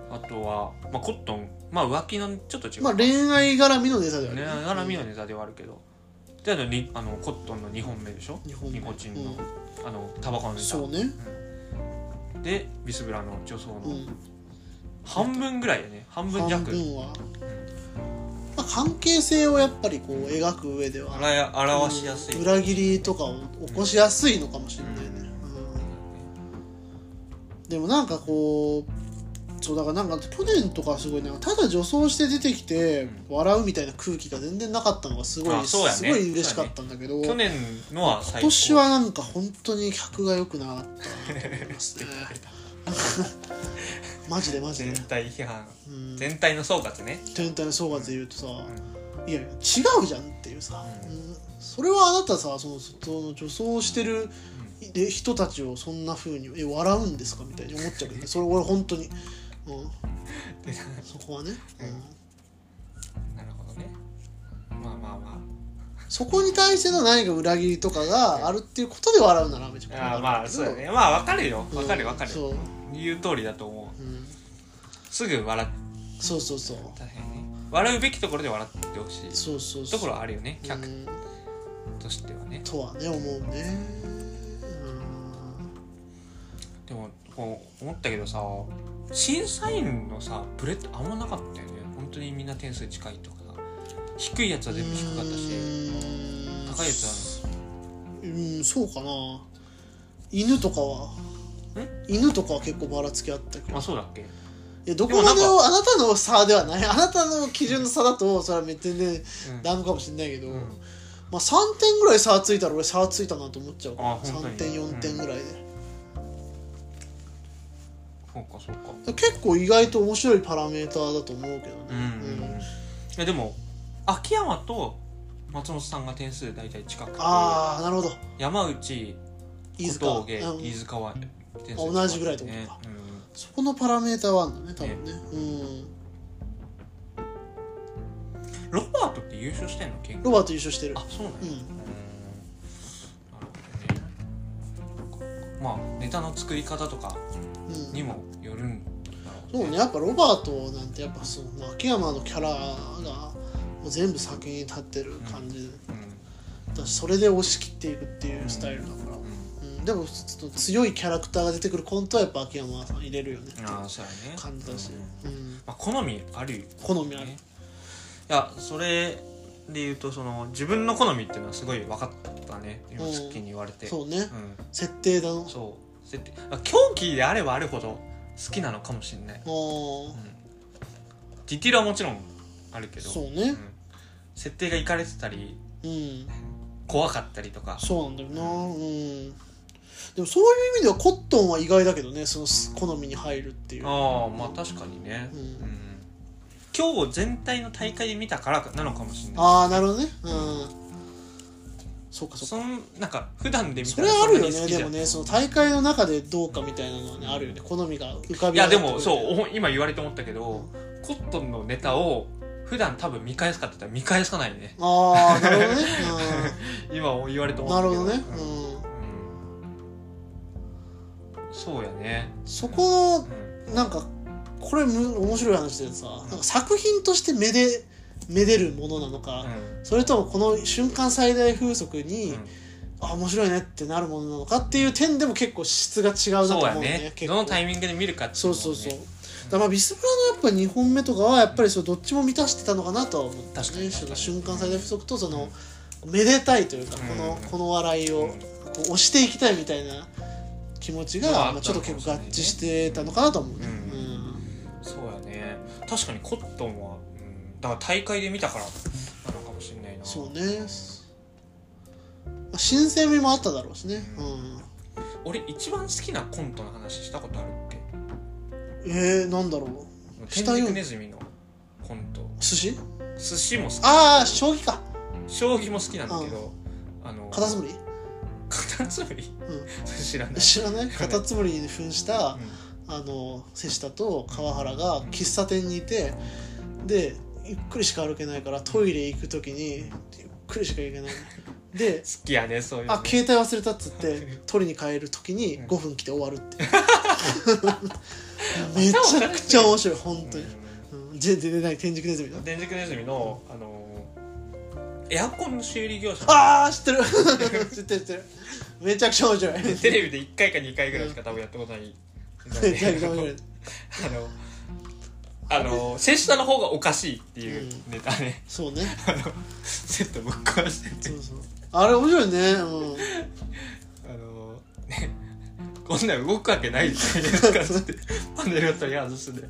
あとは、まあ、コットンまあ浮気のちょっと違う、
まあ恋愛絡みのネタだよね
ね絡みのネタではあるけどであとにあのコットンの2本目でしょ
日本
ニコチンの、
うん
あのタバコのネタ
そうね
でビスブラの女装の、
うん
半分ぐらいやね半分
半
弱
分は、まあ、関係性をやっぱりこう描く上では
表や表しやすい、
うん裏切りとかを起こしやすいのかもしれないね、うんでもなんかこうそうだからなんか去年とかすごいなんかただ女装して出てきて笑うみたいな空気が全然なかったのがすごい、
あ
す
そう
ご
やね
い嬉しかったんだけど、
去年のは
今
最高
年はなんか本当に客が良くなかったなと思いますね マジでマジで
全、体批判
うん、
全体の総括ね
全体の総括で言うとさ、いやいや違うじゃんっていうさ、うんそれはあなたさそのその女装してるで人たちをそんなふうにえ笑うんですかみたいに思っちゃうけ どねそれ俺本当に、うん、
で
そこはね、うん
うんなるほどねまあまあま
そこに対しての何か裏切りとかがあるっていうことで笑うならめちゃくち
あ
ゃ
あーまあそうだねまあわかるよわかるわかる、
うんそう
言う通りだと思
うん
うすぐ笑っ
そうそうそう
たね笑うべきところで笑ってほしい
そうそうそ
と
う
ころはあるよね
う
客
ん
としてはね
とはね思うね
でもこう思ったけどさ審査員のさブレってあんまなかったよね本当にみんな点数近いとかさ低いやつ
う
は
ん
全部低かったし
うん
高いやつは
うんそうかな犬とかは犬とかは結構ばらつきあったけど
あそうだっけ
いやどこまで
でも
をあなたの差ではないあなたの基準の差だとそれはめっちゃね
うん
ダムかもしれないけど、
うん
まあ3点ぐらい差ついたら俺差ついたなと思っちゃうから
あ本当
3
に
点4点ぐらいで、
そうかそうか
結構意外と面白いパラメーターだと思うけどね、
うんうんうんいやでも秋山と松本さんが点数大体近くて
ああなるほど
山内
飯
小
塚
峠
うん
飯塚は点
あ
数
同じぐらいってこと
ね
かそこのパラメーターはあるんだね多分ね
うんロバートって優勝してんの
う
結
んロ
構
バート優勝してる
あそうなんや
うん
うんなるほどねまあネタの作り方とか
うん
にもよるんだろ
そうねやっぱロバートなんてやっぱそのまあ秋山のキャラがもう全部先に立ってる感じ
うね
だしそれで押し切っていくっていうスタイルだから、
うんうん
うん、でもちょっと強いキャラクターが出てくるコントはやっぱ秋山さん入れるよねっていう
ああそうやね
感じだし
うん、
うん、
まあ好みあるよ
好みある、
ねいやそれで言うとその自分の好みっていうのはすごい分かったね今
うん
ツッキーに言われて
そうね、
う
設定だの
んそう設定あ狂気であればあるほど好きなのかもしれない、
あ
う
あ
ん、ディティールはもちろんあるけど
そう
う
ね
ん設定がいかれてたり
うん
怖かったりとか
そうなんだよなうんでもそういう意味ではコットンは意外だけどねその好みに入るっていう
ああまあ確かにね、
うん
うん今日全体の大会で見たからなのかもしれない
ああなるほどねうんそうかそう
そ
か
んなんか普段で見
そ
た
れ
ら
はあ
ん
る
な
よ
に
ね
好きじゃ
でもねその大会の中でどうかみたいなのはねあるよね好みが浮か
い
び上が
や
って
で
くる
もそうお今言われて思ったけど、コットンのネタを普段多分見返すかって言ったら見返さないね
ああなるほどね、
今言われて
うん、
思っ
な
た
る
け
ほ
ど
どね、
うん
うん、
そうやね、
そこ
うん
のなんかこれむ面白い話でさなんか作品としてめでめでるものなのか、それともこの瞬間最大風速に、あ面白いねってなるものなのかっていう点でも結構質が違
う、
うんな
そう
と思
や
うね
ね
結構
どのタイミングで見るかってい
そうう
のも
そ
ね
うそう、だからまあビスブラのやっぱ2本目とかはやっぱりそうどっちも満たしてたのかなとは思ったね
確かに
その瞬間最大不足とその、めでたいというかこの,、
うん
この笑いをこう押していきたいみたいな気持ちが、
うん
まあ、ちょっと結構合致してたのかなと思うね、
うんそうやね確かにコットンは、うん、だから大会で見たからなのかもしれない
うん
な
そうね、まあ、新鮮味もあっただろうしね、うん
俺一番好きなコントの話したことあるっけ
えー、なんだろうし
天
たよ
竺ネズミのコント
寿司
寿司も好き
ああ将棋か
将棋も好きなんだけど、あの
片隅
片カタツムリ
う、
知らなんい、
知ら ないカタツムリに扮した
うん
あの瀬下と川原が喫茶店にいてでゆっくりしか歩けないからトイレ行く時にゆっくりしか行けない で
好きやねそういうの
あ携帯忘れたっつって取りに帰る時に5分来て終わるってめちゃくちゃ面白い本当に、うん、全然出ない天竺ネズミだ
電軸ネズミの、あのーエアコンの修理業者
あー知ってる 知ってる知ってるめちゃくちゃ面白い
でテレビで1回か2回ぐらいしか多分やったことない
めちゃ くちゃ面白い
あのあの瀬下の方がおかしいっていう
う
ネタね、
そうね
あのセットぶっ壊して
そ
て
うそうあれ面白いねうん
あのねこんなん動くわけないじゃないですかっつ ってパネルを取り外して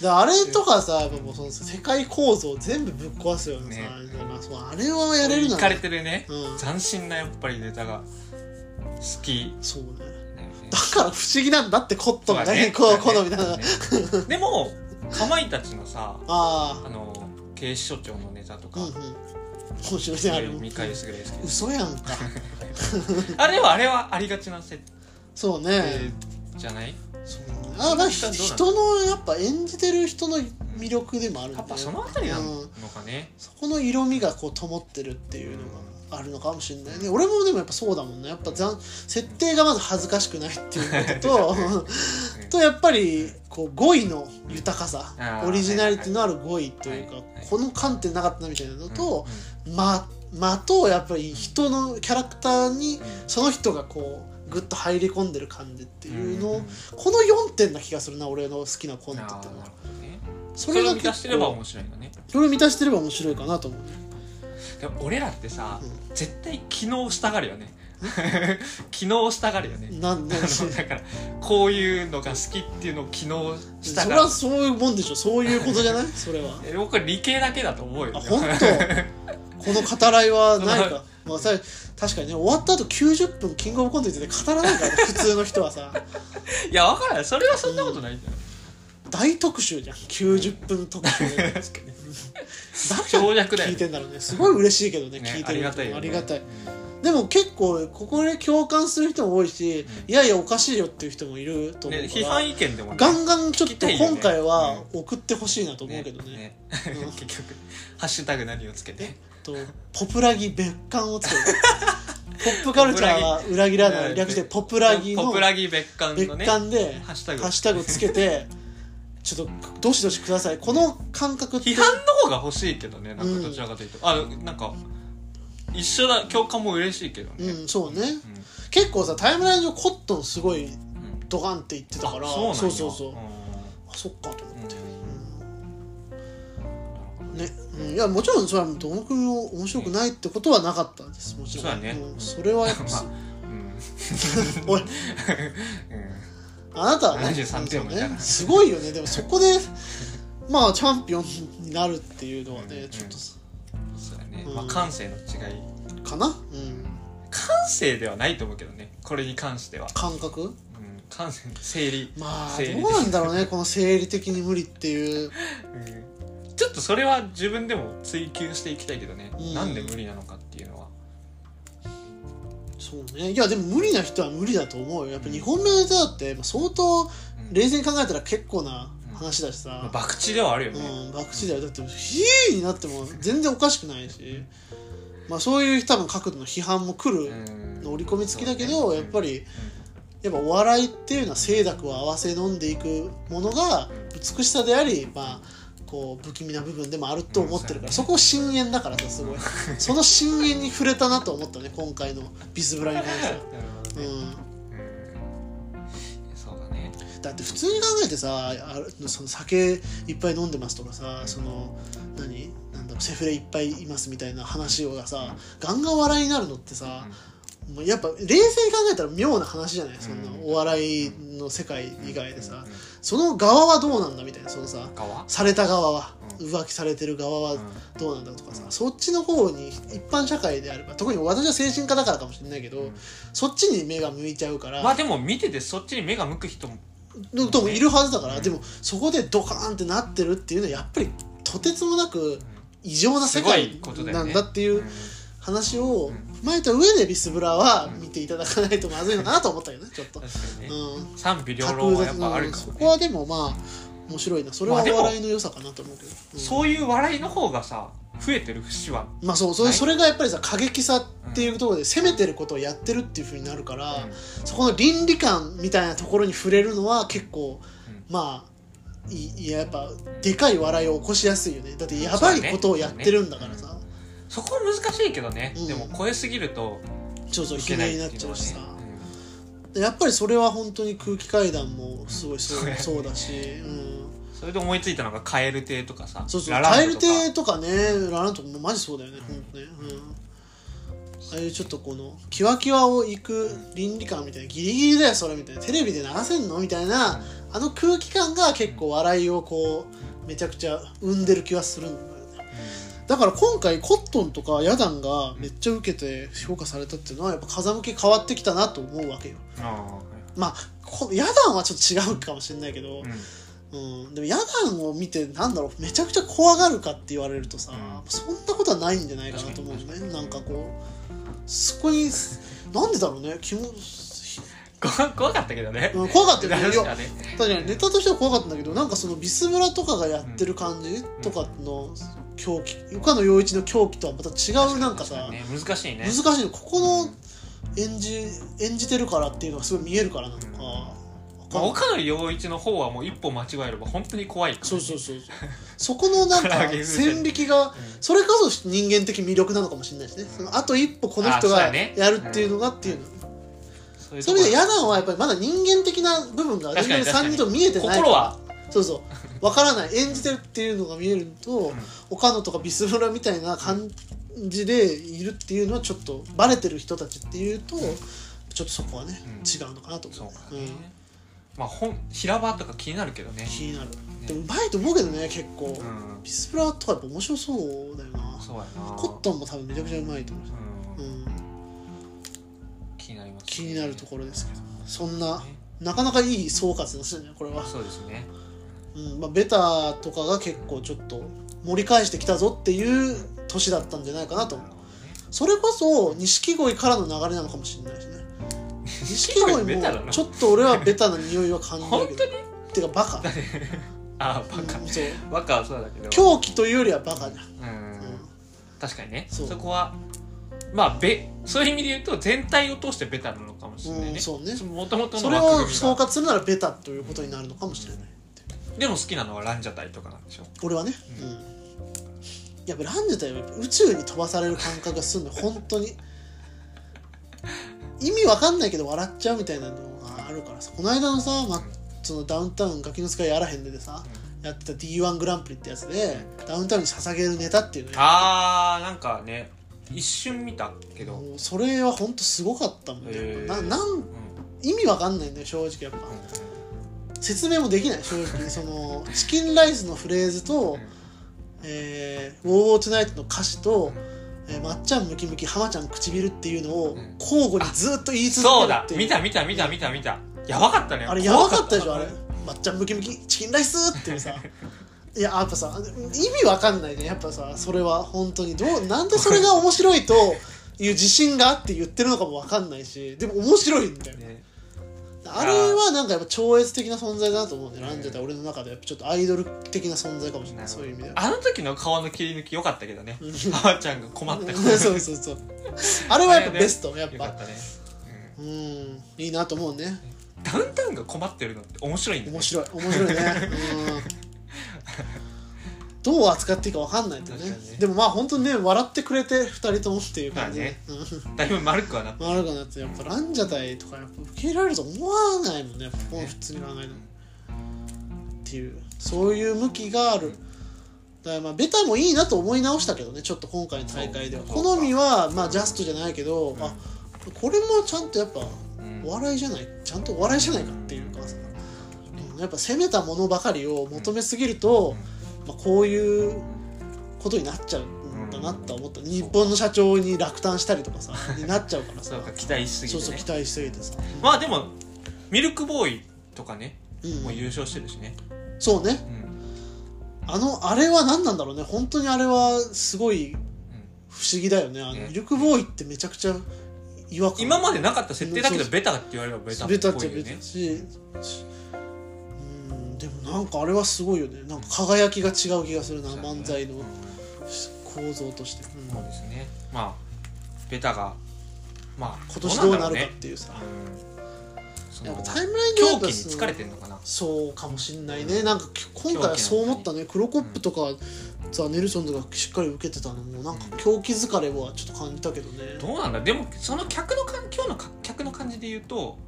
であれとかさやっぱもうその世界構造全部ぶっ壊すよね
ね
さあれだからそうあれはやれるな
かれてるね、
うん
斬新なやっぱりネタが好き
そうね
だよね
だから不思議なんだってコットンが
そうだ
ね
ね
こう
そう
好
だ
み
ね
なの
でもかまいたちのさ
あ
あ
あ
の警視庁長のネタと
う
か、
んうん面白いねあれも
見返すぐらいですけど
嘘やんか
あれはあれはありがちな設
そうね
定じゃない、
そうねあだ
どうなの
人のやっぱ演じてる人の魅力でもあるん
や
だ
っ
ね
ぱそのあたりな
う
の
ん
かね、
そこの色味がこう灯ってるっていうのがあるのかもしれないね俺もでもやっぱそうだもんねやっぱざん設定がまず恥ずかしくないっていう ことととやっぱりこう語彙の豊かさ
あー
オリジナリティのある語彙というか、
はいはい
この観点なかったなみたいなの
うん
と、間間とやっぱり人のキャラクターにその人がこうグッと入り込んでる感じっていう
ん
の、
ん
この4点な気がするな俺の好きなコント
あ
って
ー
の
な
は
るほどね
そ
それ
れ
を
が
満たし
結
てれば
構
面白いのね
それを満たしてれば面白いかなと思う
でも俺らってさ、
う
絶対機能したがるよね 機能したがるよね、
なんで
あの だからこういうのが好きっていうのを機能し
そ
た
れ
が
は
る
そういうもんでしょそういうことじゃないそれは
え僕は理系だけだと思うよ
あ本当この語らいはない
そ
か、まあ、さ確かにね終わった後90分キングオブコントについて語らないからね普通の人はさ
いや分からないそれはそんなことないんじゃない
大特集じゃん90分特集だから
省略だよ
聞い
ね
てんだろうねすごい嬉しいけどね
ね
聞いてる
ありがたいよね
ありがたいでも結構ここで共感する人も多いし、いやいやおかしいよっていう人もいると思う
ね、
か
批
ら、
判意見でもね
ガンガンちょっ
聞き
と
たいよね
今回は送ってほしいなと思うけどね
ね
うん
結局ハッシュタグ何をつけて
とポプラギ別館をつ けるポップカルチャーは裏切らない略してポプラギ
ポ
の
プラギ別館
別
のね
館で
ハ
ハ
ッシュタグ
ッシュタグつけてちょっとどしどしくださいこの感覚って
批判の方が欲しいけどねなん
うん
かどちらかというと、あなんか一緒だ共感も嬉しいけどね、
うんそうね
うん
結構さタイムライン上コットンすごい
うん
ドカンって言ってたから
あそうなんや
そうそうそう、
ん
あそっかと思って
うん
ね、うん、いやもちろんそれはどの君も面白くないってことはなかったんですもちろん
そうだね
んそれはやっぱ、
まあうん
おい
うん
あなたはね
73点もいたから
ねすごいよねでもそこで まあチャンピオンになるっていうのはね、
うん
ちょっと
そうだね、
うん
まあ感性の違い
かな、うん、
感性ではないと思うけどねこれに関しては、
感覚
うん、感性生理、
まあ
生理
どうなんだろうねこの生理的に無理っていう
うん、ちょっとそれは自分でも追求していきたいけどね、
うん
なんで無理なのかっていうのは
そうねいやでも無理な人は無理だと思うよやっぱ2本目のネタだってまあ相
う
当
ん
冷静に考えたら結構な話だしさ、
まあ博打ではあるよね、
うん、博打だよだって「ひー」になっても全然おかしくないし、まあ、そういう多分角度の批判も来
う
る
ん
の織り込み付きだけど、
そうね
やっぱり
う
やっぱお笑いっていうのは清濁を合わせ飲んでいくものが美しさでありまあこう不気味な部分でもあると思ってるから、
うん
そこを深淵だからさすごいその深淵に触れたなと思ったね今回のビスブラに関しては。
んなるほど
う
ね
ん
うんそうだね
だって普通に考えてさあその酒いっぱい飲んでますとかさその何なんだろうセフレいっぱいいますみたいな話をがさガンガン笑いになるのってさ、もうやっぱ冷静に考えたら妙な話じゃないそんな
うん
お笑いの世界以外でさ
うん
その側はどうなんだみたいなそのさ
他は
された側は
う
浮気されてる側は
うん
どうなんだとかさそっちの方に一般社会であれば特に私は精神科だからかもしれないけど、
うん
そっちに目が向いちゃうから、
まあでも見ててそっちに目が向く人も
の人もいるはずだから、
うん
でもそこでドカーンってなってるっていうのはやっぱりとてつもなく異常な世
すご
界
いことだ
な
よ
ん
ね
だっていう
う
話を
うん
踏まえた上でビスブラは見ていただかないとまずいのかなと思ったけどねちょっと。
確かにね
うん、
賛否両論
格
はやっぱある
うん
か
そ
も
こ
ね
はでもまあ面白いなそれは
まあでも
お笑いの良さかなと思うけど、うん
そういう笑いの方がさ増えてる節は
まあそうそれ
はい
それがやっぱりさ過激さっていうところで攻めてることをやってるっていうふうになるから、そこの倫理観みたいなところに触れるのは結構、
う
まあいいややっぱでかい笑いを起こしやすいよねだってやばいことをやってるんだからさ
そこは難しいけどね、
うん
でも超えすぎると
ちょっと
い
悲
けな
鳴
い
になっ
っていう
ち
の
ゃ
は
う
ね
しさ、でやっぱりそれは本当に空気階段もすごいそう,、
うん
そうだし、うん、
うんそれで思いついたのがカエル亭とかさ
そうそう
ラランド
蛙
とか
亭とかねラランとかもマジそうだよね、ほんとね、うん、ああいうちょっとこのキワキワをいく倫理観みたいなギリギリだよそれみたいなテレビで流せんのみたいなあの空気感が結構笑いをこうめちゃくちゃ生んでる気はするんだよねだから今回コットンとかヤダンがめっちゃ受けて評価されたっていうのはやっぱ風向き変わってきたなと思うわけよ
うんあ
まあこヤダンはちょっと違うかもしれないけど、
ーうん
うん、でもヤダンを見てなんだろうめちゃくちゃ怖がるかって言われるとさ、
う
そんなことはないんじゃないかなと思うよねなんかこうそこになんでだろうね気も
こ 怖かったけどね
うん怖かったよねい
確
や
かね
確かにネタとしては怖かったんだけどなんかそのビスブラとかがやってる感じとかの狂気岡野陽一の狂気とはまた違うなんか
確
さ
にね難しいね
難しいのここの演じ演じてるからっていうのがすごい見えるからなんか、
うん
わか
まあ、
んない
岡野陽一の方はもう一歩間違えれば本当に怖いからね
そうそうそうそうそこ のなんか
唐揚げ風船
線引きが
うん
それこそ人間的魅力なのかもしれないですね、そのあと一歩この人
あそう
が
だね
やるっていうのがっていうの、
そういうと
そう
こ
いう意味でヤダンはやっぱりまだ人間的な部分が
確かに
全然3人とも見えてない
心は
そうそうわからない演じてるっていうのが見えると、岡野とかビスブラみたいな感じでいるっていうのはちょっとバレてる人たちっていうとちょっとそこはね、
うん
違うのかなと
そ
思
う
うね
かね、まあ本平場とか気になるけどね
うん、気になる、でもうまいと思うけどね結構、
うん
ビスブラとかやっぱ面白そうだよな
そうやな
コットンも多分めちゃくちゃうまいと思うし、
う
うんん、
気になりますね
気になるところですけどそんな
ね
なかなかいい総括ですねこれは、
そうですね
うんまあ、ベタとかが結構ちょっと盛り返してきたぞっていう年だったんじゃないかなと思う
なるほどね
それこそ錦鯉からの流れなのかもしれないしね 錦鯉
ベタだ
も
な
ちょっと俺はベタな匂いは感じる
本
け
当
ど
に
てかバカ
あバカ
うんそう
バカはそうだけど
狂気というよりはバカじゃ
う
ん、うん
ん確かにね
そ
そうこはまあべそういう意味で言うと全体を通してベタなのかもしれない
うん
ね
そうね
もともとの
それ
枠
を
組み
総
が
括するならベタということになるのかもしれない
でも好きなのはランジャタイとかなんでしょ
俺はね、う
うんん
やっぱランジャタイはやっぱ宇宙に飛ばされる感覚がするの本当 に意味わかんないけど笑っちゃうみたいなのがあるからさこの間のさ、ま、そのダウンタウンガキの使いやらへんででさ、やってた d 1グランプリってやつでダウンタウンに捧げるネタっていうのや
あーなんかね一瞬見たけど、
もうそれは本当すごかったもんね、
へー
ななん
うん
意味わかんないんだよ正直やっぱ、
う
説明もできない正直そのチキンライスのフレーズと、
ん
えー「ウォー・トゥナイト」の歌詞と、
うん
えーまっちゃんムキムキ浜ちゃん唇っていうの
う
を
ん
交互にずっと言い続
そう
けるっ
だ
ていう
見た見た見た見た見たやばかったね
あれやばかったでしょあれまっちゃんムキムキチキンライスっていうさいややっぱさ意味わかんないねやっぱさそれは本当にどうなんでそれが面白いという自信があって言ってるのかもわかんないしでも面白いんだよ
ね
あれはなんかやっぱ超越的な存在だなと思うねランジャタイ俺の中でやっぱちょっとアイドル的な存在かもしれないそういう意味では
あの時の顔の切り抜き良かったけどね
うん
ばあちゃんが困った顔
そうそうそうあれはやっぱベストやっ
よか
ぱ
ったね
うんいいなと思うね
うんダウンタウンが困ってるのって面白いんだね
面白い面白いねうんどう扱っていいか分かんないとね
確かにね
でもまあ本当にね笑ってくれて2人ともっていう感じで、
だいぶ丸くはなっ
うん悪くなってやっぱランジャタイとかやっぱ受け入れられると思わないもんねやっぱこう普通に考えてもっていうそういう向きがあるだからまあベタもいいなと思い直したけどねちょっと今回の大会では
そうそう
好みはまあジャストじゃないけど、
ん
あこれもちゃんとやっぱ
うん
お笑いじゃないちゃんとお笑いじゃないかっていうかさ、うんやっぱ攻めたものばかりを求めすぎると、まあ、こういうことになっちゃうんだなって思った、日本の社長に落胆したりとかさになっちゃうから さ
そうか期待しすぎ
そう
て
そう
ね
期待しすぎてさ、
まあでもミルクボーイとかね
うん
もう優勝してるしね
そうね
うん
あのあれは何なんだろうね本当にあれはすごい
うん
不思議だよねあの
ね
ミルクボーイってめちゃくちゃ違和感
今までなかった設定だけど
そう
ベタって言われればベタっ
ベタっ
ぽ
ちゃ
いよ
ベタ
ね
だししうんでもなんかあれはすごいよねなんか輝きが違う気がするな、
そうだね
漫才の
うん
構造として、うん
そうですねまあベタがまあ
今年どう
ろ
なるかっ
ね
ていうさ
うんそ
やっぱ
の
タイムラインでや
狂気
っぱ
に疲れてんのかな
そうかもしんないね、なんかき今回はそう思ったねクロコップとか、ザ・ネルソンズがしっかり受けてたのもなんか狂気疲れはちょっと感じたけどね、
どうなんだでもその客の感今日のか客の感じで言うと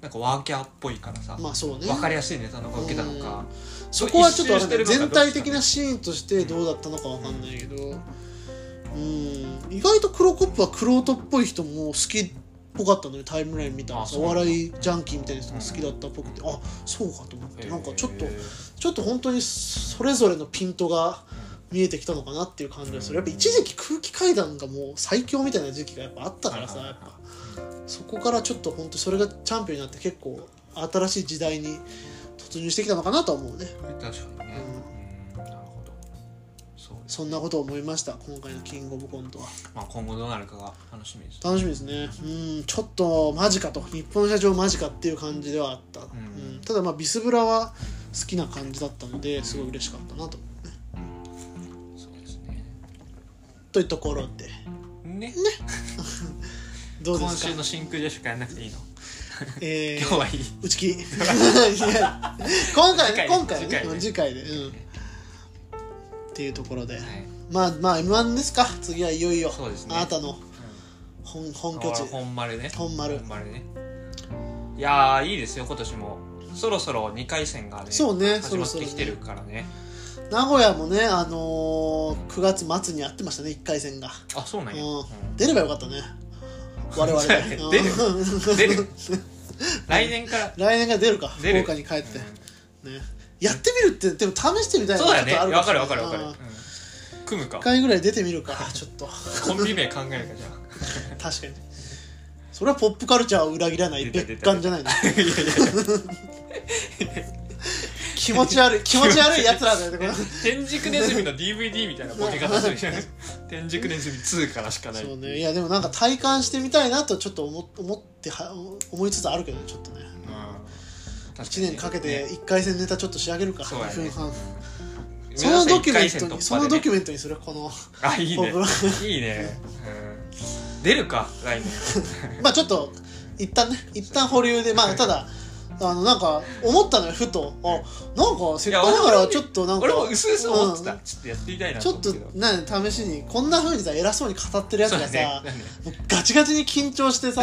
なんかワーキャーっぽいからさ、
まあそうね
分かりやすいネタの方が受けたのか、
そこはちょっとわかんない
一周してるの
全
かどうか
体的なシーンとしてどうだったのかわかんないけどうん意外とクロコップはクロートっぽい人も好きっぽかったのよタイムライン見たら
あそう
お笑いジャンキーみたいな人も好きだったっぽくて、あそうかと思って、なんかちょっと
へ
ちょっと本当にそれぞれのピントが見えてきたのかなっていう感じがするやっぱ一時期空気階段がもう最強みたいな時期がやっぱあったからさ
はい
や
はい
っ
はい
ぱそこからちょっと本当にそれがチャンピオンになって結構新しい時代に突入してきたのかなとは思うね
ー確かにね、うんなるほどそうです
そんなことを思いました今回のキングオブコントは
まあ今後どうなるかが楽しみです
楽しみですねうんちょっとマジかと日本社長マジかっていう感じではあった、
ん
うんただまあビスブラは好きな感じだったのですごい嬉しかったなと思うね
そうですね
というところで
ね
どうで
今
すか
週の真空ジェシカやんなくていいの
え
今日
ー
はいい
打ち切り いや今回
次回
ね
ね
今回ね
次回ね
次回で、うん、っていうところで、
はい
まあまあ m 1ですか次はいよいよ、
そうですね
あなたの本本拠地
あ本丸ね
本丸
本丸ねいやーいいですよ今年もそろそろ2回戦がね
そうね
始まってきて
そろそろ
る
ね
からね
名古屋もねあのー、9月末にやってましたね1回戦が
あそうなんや、
うん
うん
出ればよかったね我々
そうやね
で、うん
出る 出る来年から
来年が出るか
出る
福岡に帰って、
うん
ねやってみるってでも試してみたいな
そうだよ
ちょっ
ね
とあ
わかる
も
わ
しれ
かる
ない
わかる、うん組むか
1回ぐらい出てみるかちょっと
コンビ名考えるかじゃあ
確かにそれはポップカルチャーを裏切らない
出た出
別
た
館じゃないの 気持 ち悪い気持ち悪いやつらだよねこれ
天竺ネズミの DVD みたいなボケ方するじゃ ない天竺ネズミ2からしかない
そうねいやでもなんか体感してみたいなとちょっと思思っては思いつつあるけどねちょっとね
うん確
1年かけて1回戦ネタちょっと仕上げるか、
そうやね
2分半
うん
そのドキュメ
目
ン
指せ一回戦突破で
トに、
ね
そのドキュメントにするこの
あいいね
僕
いいね、うん、出るか来年
まあちょっと一旦ね一旦保留でまあただあのなんか思ったのよふと あなんかせっかくだからちょっとなんか
俺も薄々思ってた、
うん
ちょっとやってみたいな
ちょっと
思うけど
ね試しにこんなふうにさ偉そうに語ってるやつ
そう
が
だ
さ、
ねだね
もうガチガチに緊張し てさ、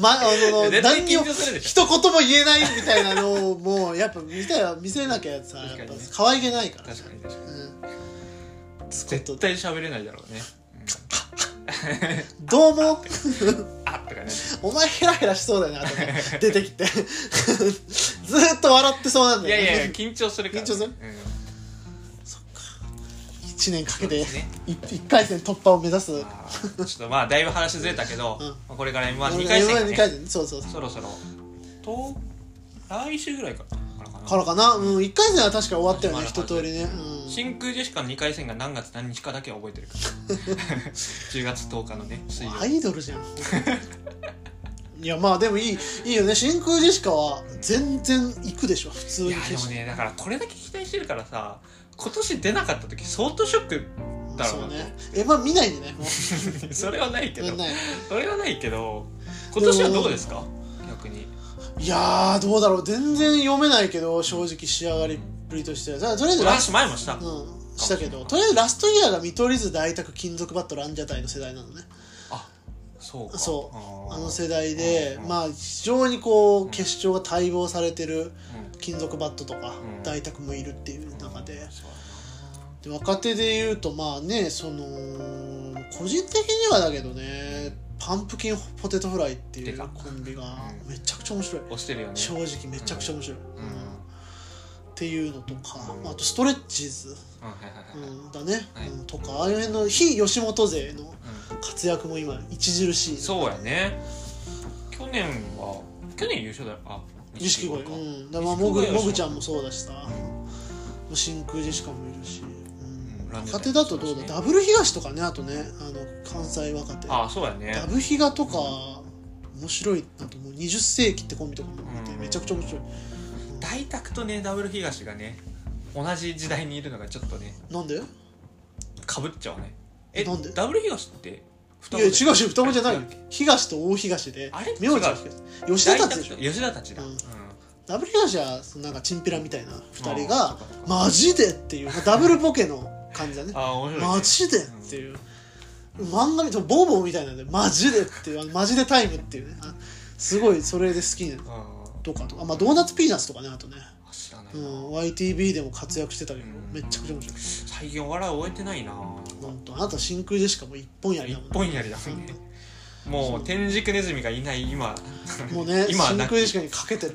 ま、あの
いや絶対
何にも
緊張するでし
一言も言えないみたいなのをもうやっぱ見たら見せなきゃさ
確か
やっ
に
ぱ
ね
可愛げないか
ょ
ら
確かに確かに
うん
絶対喋れないだろうね、
どうも
うん、あと かね
お前ヘラヘラしそうだよねあとね出て きてずーっと笑ってそうなん
い
だ
や
よ
い
ね
やいや緊張するから
緊張する
うん
1年かけて
そうですね
1回戦突破を目指 す
あーちょっとまあだいぶ話ずれたけど、
うん
まあこれから m 1 2回戦が、
二
ね、
回戦そうそうそう
そろそろと来週ぐらいからかな
からかなうん1回戦は確か終わったよね
始まる
一
はず
通りねうん
真空ジェシカの2回戦が何月何日かだけは覚えてるから 10月10日のね水曜
アイドルじゃんいやまあでもいいいいよね真空ジェシカは全然行くでしょ普通
い
に
やでもねだからこれだけ期待してるからさ今年出なかった時相当ショック だろ
そうう
な
ねエヴァ見ないでねもう
それはないけど
ない
それはないけど今年はどうですか逆に
いやーどうだろう全然読めないけど正直仕上がりっぷりとしてはとりあえずラス
私前もした
うんしたけどとりあえずラストイヤーが見取り図大宅金属バットランジャタイの世代なのね
そうか
そう
あ
あ
ー
の世代で
うん
まあ非常にこう決勝が待望されてる
うん
金属バットとか
うん
大宅もいるっていう中で、
そう
で若手で言うとまあねその個人的にはだけどねパンプキンポテトフライってい
出
う
た
コンビが
うん
めちゃくちゃ面白い、
押してるよね
正直めちゃくちゃ面白い、
うんうん
うんっていうのとか、まあ、あとストレッチーズ、
はいはいはい、うん
うん、だね、
はい
うん、とかああいう辺の非吉本勢の活躍も今著しい
そうやね去年は去年優勝だよあ
錦鯉
か、
うんだからまあ
錦
も
鯉
ぐ
は
もぐちゃんもそうだしさ真空ジェシカもいるし、うん
ランジャ
若
タイ
手だとど
そ
う
う
だ、
ですね
ダブル東とかねあとねあの関西若手
ああそうやね
ダブヒガとか面白いなと思う20世紀ってコンビとかも見て
うん
めちゃくちゃ面白い
大拓とねダブル東がね同じ時代にいるのがちょっとね
なんでい
かぶっちゃうねえ
なんで
ダブル東って双
や違う
子で
し双子じゃないよ
あれ
東と大東で
あれ
名字は
違う
東吉田達でし
大拓と
ょ
吉田たちだ、
う
うんん
ダブル東はそのなんかチンピラみたいな2人
あ
が
ーそうかそうか
マジでっ ていうダブルボケの感じだね
あー面白いね
マジでっていう漫画みたいボーボーみたいなんでマジでっていうあのマジでタイムっていうねあすごいそれで好きな
あー
とかとかあまあドーナツピーナッツとかねあとね
知らない、
うん、YTB でも活躍してたけど、
うん
めっちゃくちゃ面白い。
最近お笑い終えてないな
なんとあなた真空ジェシカも一本やり
一
だもん、
本やりだもんねもう天竺ネズミがいない今
もうね、
今は
真
な
空ジェシカにかけてる。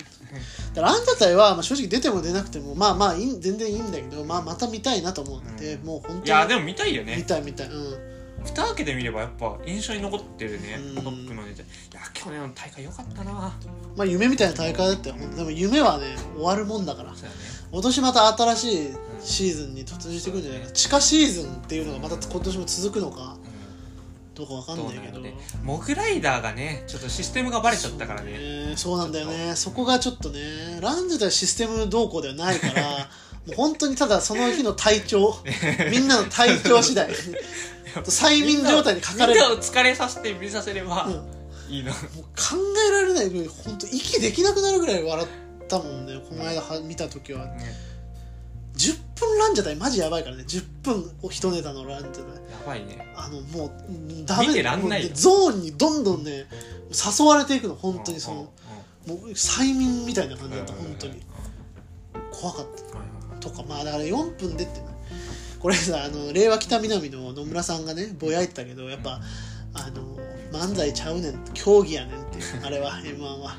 だからランジャタイは、まあ、正直出ても出なくても、まあまあいい全然いいんだけど、まあまた見たいなと思うので、
うん
もう本
いや
当
で
に
も見たいよ
見
ね
たい見たい。うん。
蓋開けてみればやっぱ印象に残ってるね
うん
トップのネタいや去年の大会良かったな
まあ夢みたいな大会だったよ。ほんとでも夢はね、終わるもんだから。
そうやね
今年また新しいシーズンに突入していくんじゃないか。地下シーズンっていうのがまた今年も続くのかどうかわかん
ど
な
う
い
な
けど。
のでモグライダーがねちょっとシステムがバレちゃったからね
ねそうなんだよねそこがちょっとねランジェタイシステム動向ではな いからもう本当にただその日の体調みんなの体調 次第催眠状態にかかれ
み
る
んなを疲れさせて見させれば
うん
いいの、
もう考えられないぐらい本当息できなくなるぐらい笑ったもんねこの間は見た時は
ね
10分ランジェタイマジやばいからね10分お一ネタのランジェタイ
やばいね
あのもううんダメ
見てらんないよ
もうねゾーンにどんどんね誘われていくの本当にそ
うん
のもう催眠みたいな感じだった
うん
本当に怖かった
うんうん
とかまあだから4分でってこれさあの令和北南の野村さんがねぼやいてたけどやっぱあの漫才ちゃうねん競技やねんっていうあれは m 1は、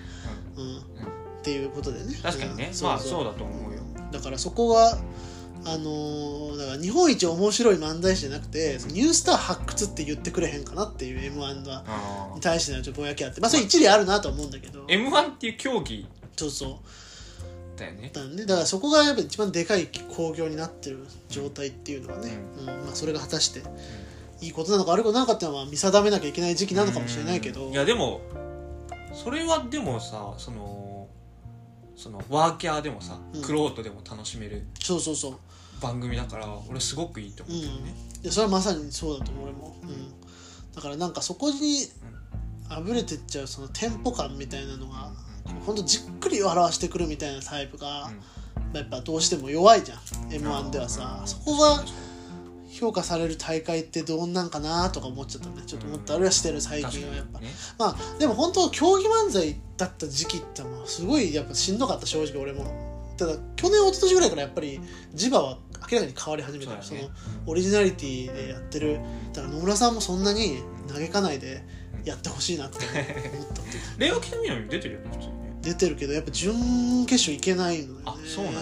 うんっていうことでね
確かにね
ん
まあそうだと思うよ
だからそこがあのーだから日本一面白い漫才師じゃなくてそのニュースター発掘って言ってくれへんかなっていう m 1は
あ
に対してのちょっとぼやきあってまあそれ一理あるなとは思うんだけど
m 1っていう競技
そうそう
だよね
だね、だからそこがやっぱ一番でかい興行になってる状態っていうのはね、うんまあ、それが果たしていいことなのか悪いことなのかっていうのは見定めなきゃいけない時期なのかもしれないけど
うんいやでもそれはでもさそのそのワーキャーでもさ、
うん
クロートでも楽しめる
そうそうそう、
番組だから俺すごくいいと
う
思
ん、
う
い
けどね、
やそれはまさにそうだと思う俺も、うんだからなんかそこにあぶれてっちゃうそのテンポ感みたいなのがほんとじっくり笑わしてくるみたいなタイプが、やっぱどうしても弱いじゃん m 1ではさ、
うん
そこが評価される大会ってどんなんかなとか思っちゃったねちょっと思ったりはしてる最近はやっ
確
ぱ
かにね
まあでも本当競技漫才だった時期ってもうすごいやっぱしんどかった正直俺もただ去年一昨年ぐらいからやっぱり磁場は明らかに変わり始めたそ,、
そうだね
のオリジナリティでやってるだから野村さんもそんなに嘆かないでやってほしいなって思ったっていう
令和北南に出てるよね普通にね
出てるけどやっぱ準決勝いけないのよね
あそうなんや、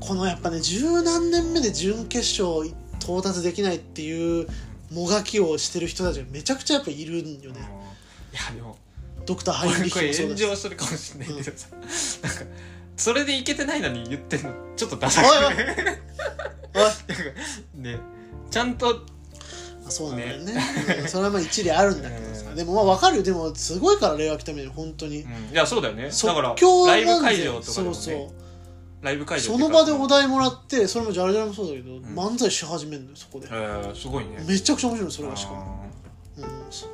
このやっぱね十何年目で準決勝到達できないっていうもがきをしてる人たちがめちゃくちゃやっぱいる
う
んよ
んい
ね
やでも
ドクターハインリッ
こ
ヒも
れ
そう
炎
だし
上するかもしれないけどさ、なんかそれでいけてないのに言ってんのちょっとダ
お
サ
いおい
くね
おい
ねちゃんと
まあそうなんだよねうんそれはまあ一理あるんだけどさ、でもまあわかるよでもすごいから令和来たみたいに本当に、
うんいやそうだよね
即
だから
興
ライ
漫
ブ
才
会場とかでもね
そう
ライブ会場
そう
ってい
そうの
か
場でお題もらってそれもジャルジャルもそうだけど、漫才し始めるのよそこで、
えーすごいね
めちゃくちゃ面白いのそれがしかも、うん、そう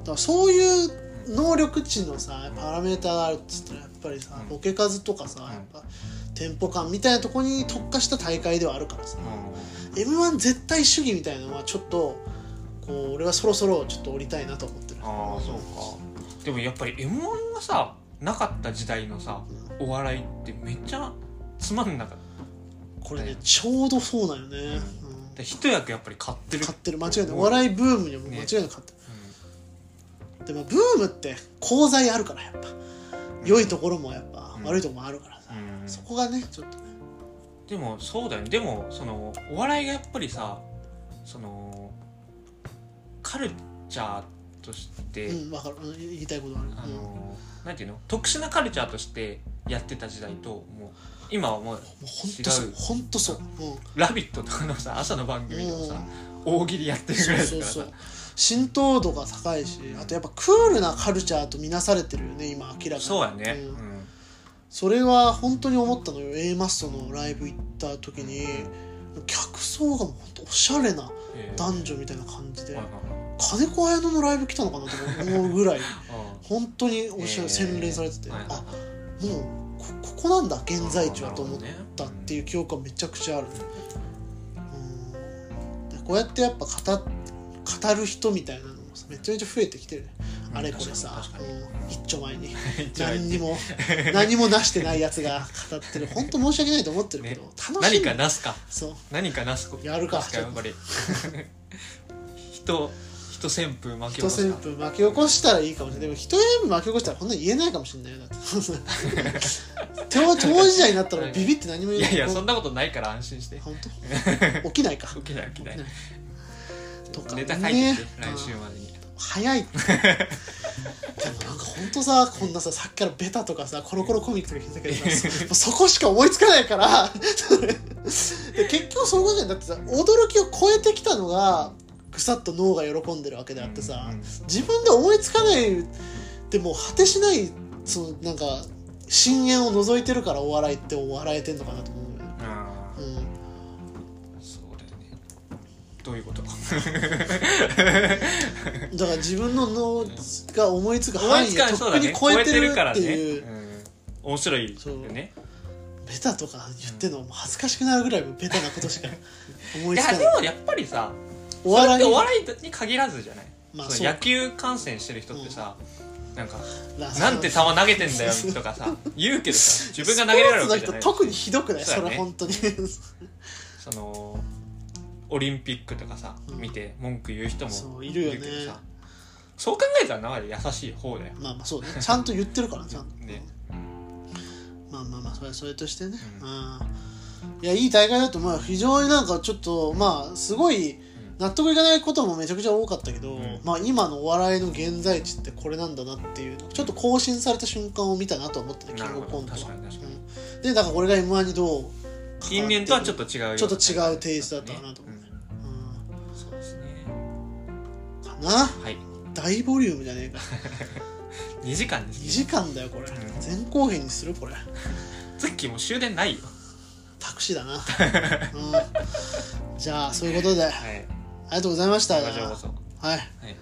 だからそういう能力値のさパラメーターがあるっつったらやっぱりさボケ数とかさやっぱテンポ感みたいなとこに特化した大会ではあるからさ、
あー
m 1絶対主義みたいなのはちょっとこう俺はそろそろちょっと降りたいなと思ってる
あーそうかでもやっぱり m 1がさなかった時代のさお笑いってめっちゃつまんなかっ
これねちょうどそうだよね、うん
たで一役やっぱり買ってる
勝ってる間違いないお笑いブームにはもう間違いなく勝ってる、でもブームって功罪あるからやっぱ良いところもやっぱ、
うん
悪いところもあるからさ、
うん
そこがねちょっとね
でもそうだよねでもそのお笑いがやっぱりさそのカルチャーとして、
うん分かるうん言いたいことはある
あ
うん
のなんていうの特殊なカルチャーとしてやってた時代ともう今はもう
もうほんとそう
違う
ほんとそう、うん、
「ラビット!」とかのさ朝の番組のさ大喜利やってるぐ
そ
らい
う
だか
そう
らさ
そう浸透度が高いしあとやっぱクールなカルチャーとみなされてるよね今明らかに
そうやね
ん
うん
それは本当に思ったのよ A マストのライブ行った時に客層がもうほんとおしゃれな
えー
男女みたいな感じで
はいはいはい
金子綾乃のライブ来たのかなと思う ぐらい
あ
本当におしゃれ
えー
洗練されてて、
ーはいはい
あ
はい
もうこここなんだ現在地はと思っ
なるほ
た
ど
っ
ね
ていう記憶がめちゃくちゃある、うん、こうやってやっぱ語っ語る人みたいなのもさめちゃめちゃ増えてきてるね、
うん
あれこれさ
確、かに
うん、一丁前に
一丁前
何
に
にも何もなしてないやつが語ってる本当申し訳ないと思ってるけど、
ね
楽し
何
い
かなすか
そう
何かなすこ
やるか
確かやっぱり人人旋風巻き起
一
こす
旋
か
風巻き起こしたらいいかもしれないでも一旋風巻き起こしたらこんなに言えないかもしれないよだって 当当事者になったらビビって何も言え
い
な
や
い
いやそんなことないから安心して
本当 起きないか
起きない 起きない
とか
ネタ書いてきて
ね
来週までに
早い でもなんか本当さこんなささっきからベタとかさコロコロコミックとか聞いてたけどさもうそこしか思いつかないから で結局そういうことじゃんだってさ驚きを超えてきたのがぐさっと脳が喜んでるわけであってさ、
うんうん
自分で思いつかないでも果てしないそのなんか深淵を覗いてるからお笑いってお笑えてんのかなと思うよね、
あ
うん
あそうだよねどういうこと
だから自分の脳が思いつく
思
範
い
囲
つ
を
かない
と
そ
っ
う
く
だ
に
ね
超えてるって
ね
いう
うん面白いよね
ベタとか言ってんのもう恥ずかしくなるぐらいベタなことしか思
い
いつ
や
か
で
ない
もやっぱりさ
お
それっ
笑
て
い
お笑いに限らずじゃない
まあ
そ
そう
の
か
野球観戦してる人ってさなんか
ラ
「なんて球投げてんだ よ」とかさ言うけどさ自分が投げられるわけじゃない
スポーツの人特にひどくない
そう
そ
だね
れ本当に
そのオリンピックとかさ
うん
見て文句言う人
そ
も
ういるよね
けどさそう考えたら生で優しい方だよ
まあまあそうねちゃんと言ってるからちゃんと
ね
まあまあまあそれはそれとしてね
う
うんいやいい大会だと思う非常になんかちょっとまあすごい納得いかないこともめちゃくちゃ多かったけど、
うん
まあ今のお笑いの現在地ってこれなんだなっていうちょっと更新された瞬間を見たなと思ったねキ
な
ン
る
グオ
ほ
ブ
ど
コントは
確かに確かに
うんでだからこれが m 1にどう
近年とはちょっと違うよ
ちょっと違うテイストだったかなと思うね
ん
うん
そうですね
かな
はい
大ボリュームじゃねえ か
2時間で
2
す
時間だよこれ
ん
前後編にするこれ
ツッキーもう終電ないよ
タクシーだな、うん、じゃあそういうことであり
はい
がとうございました
こちらこそ
は
は
い
い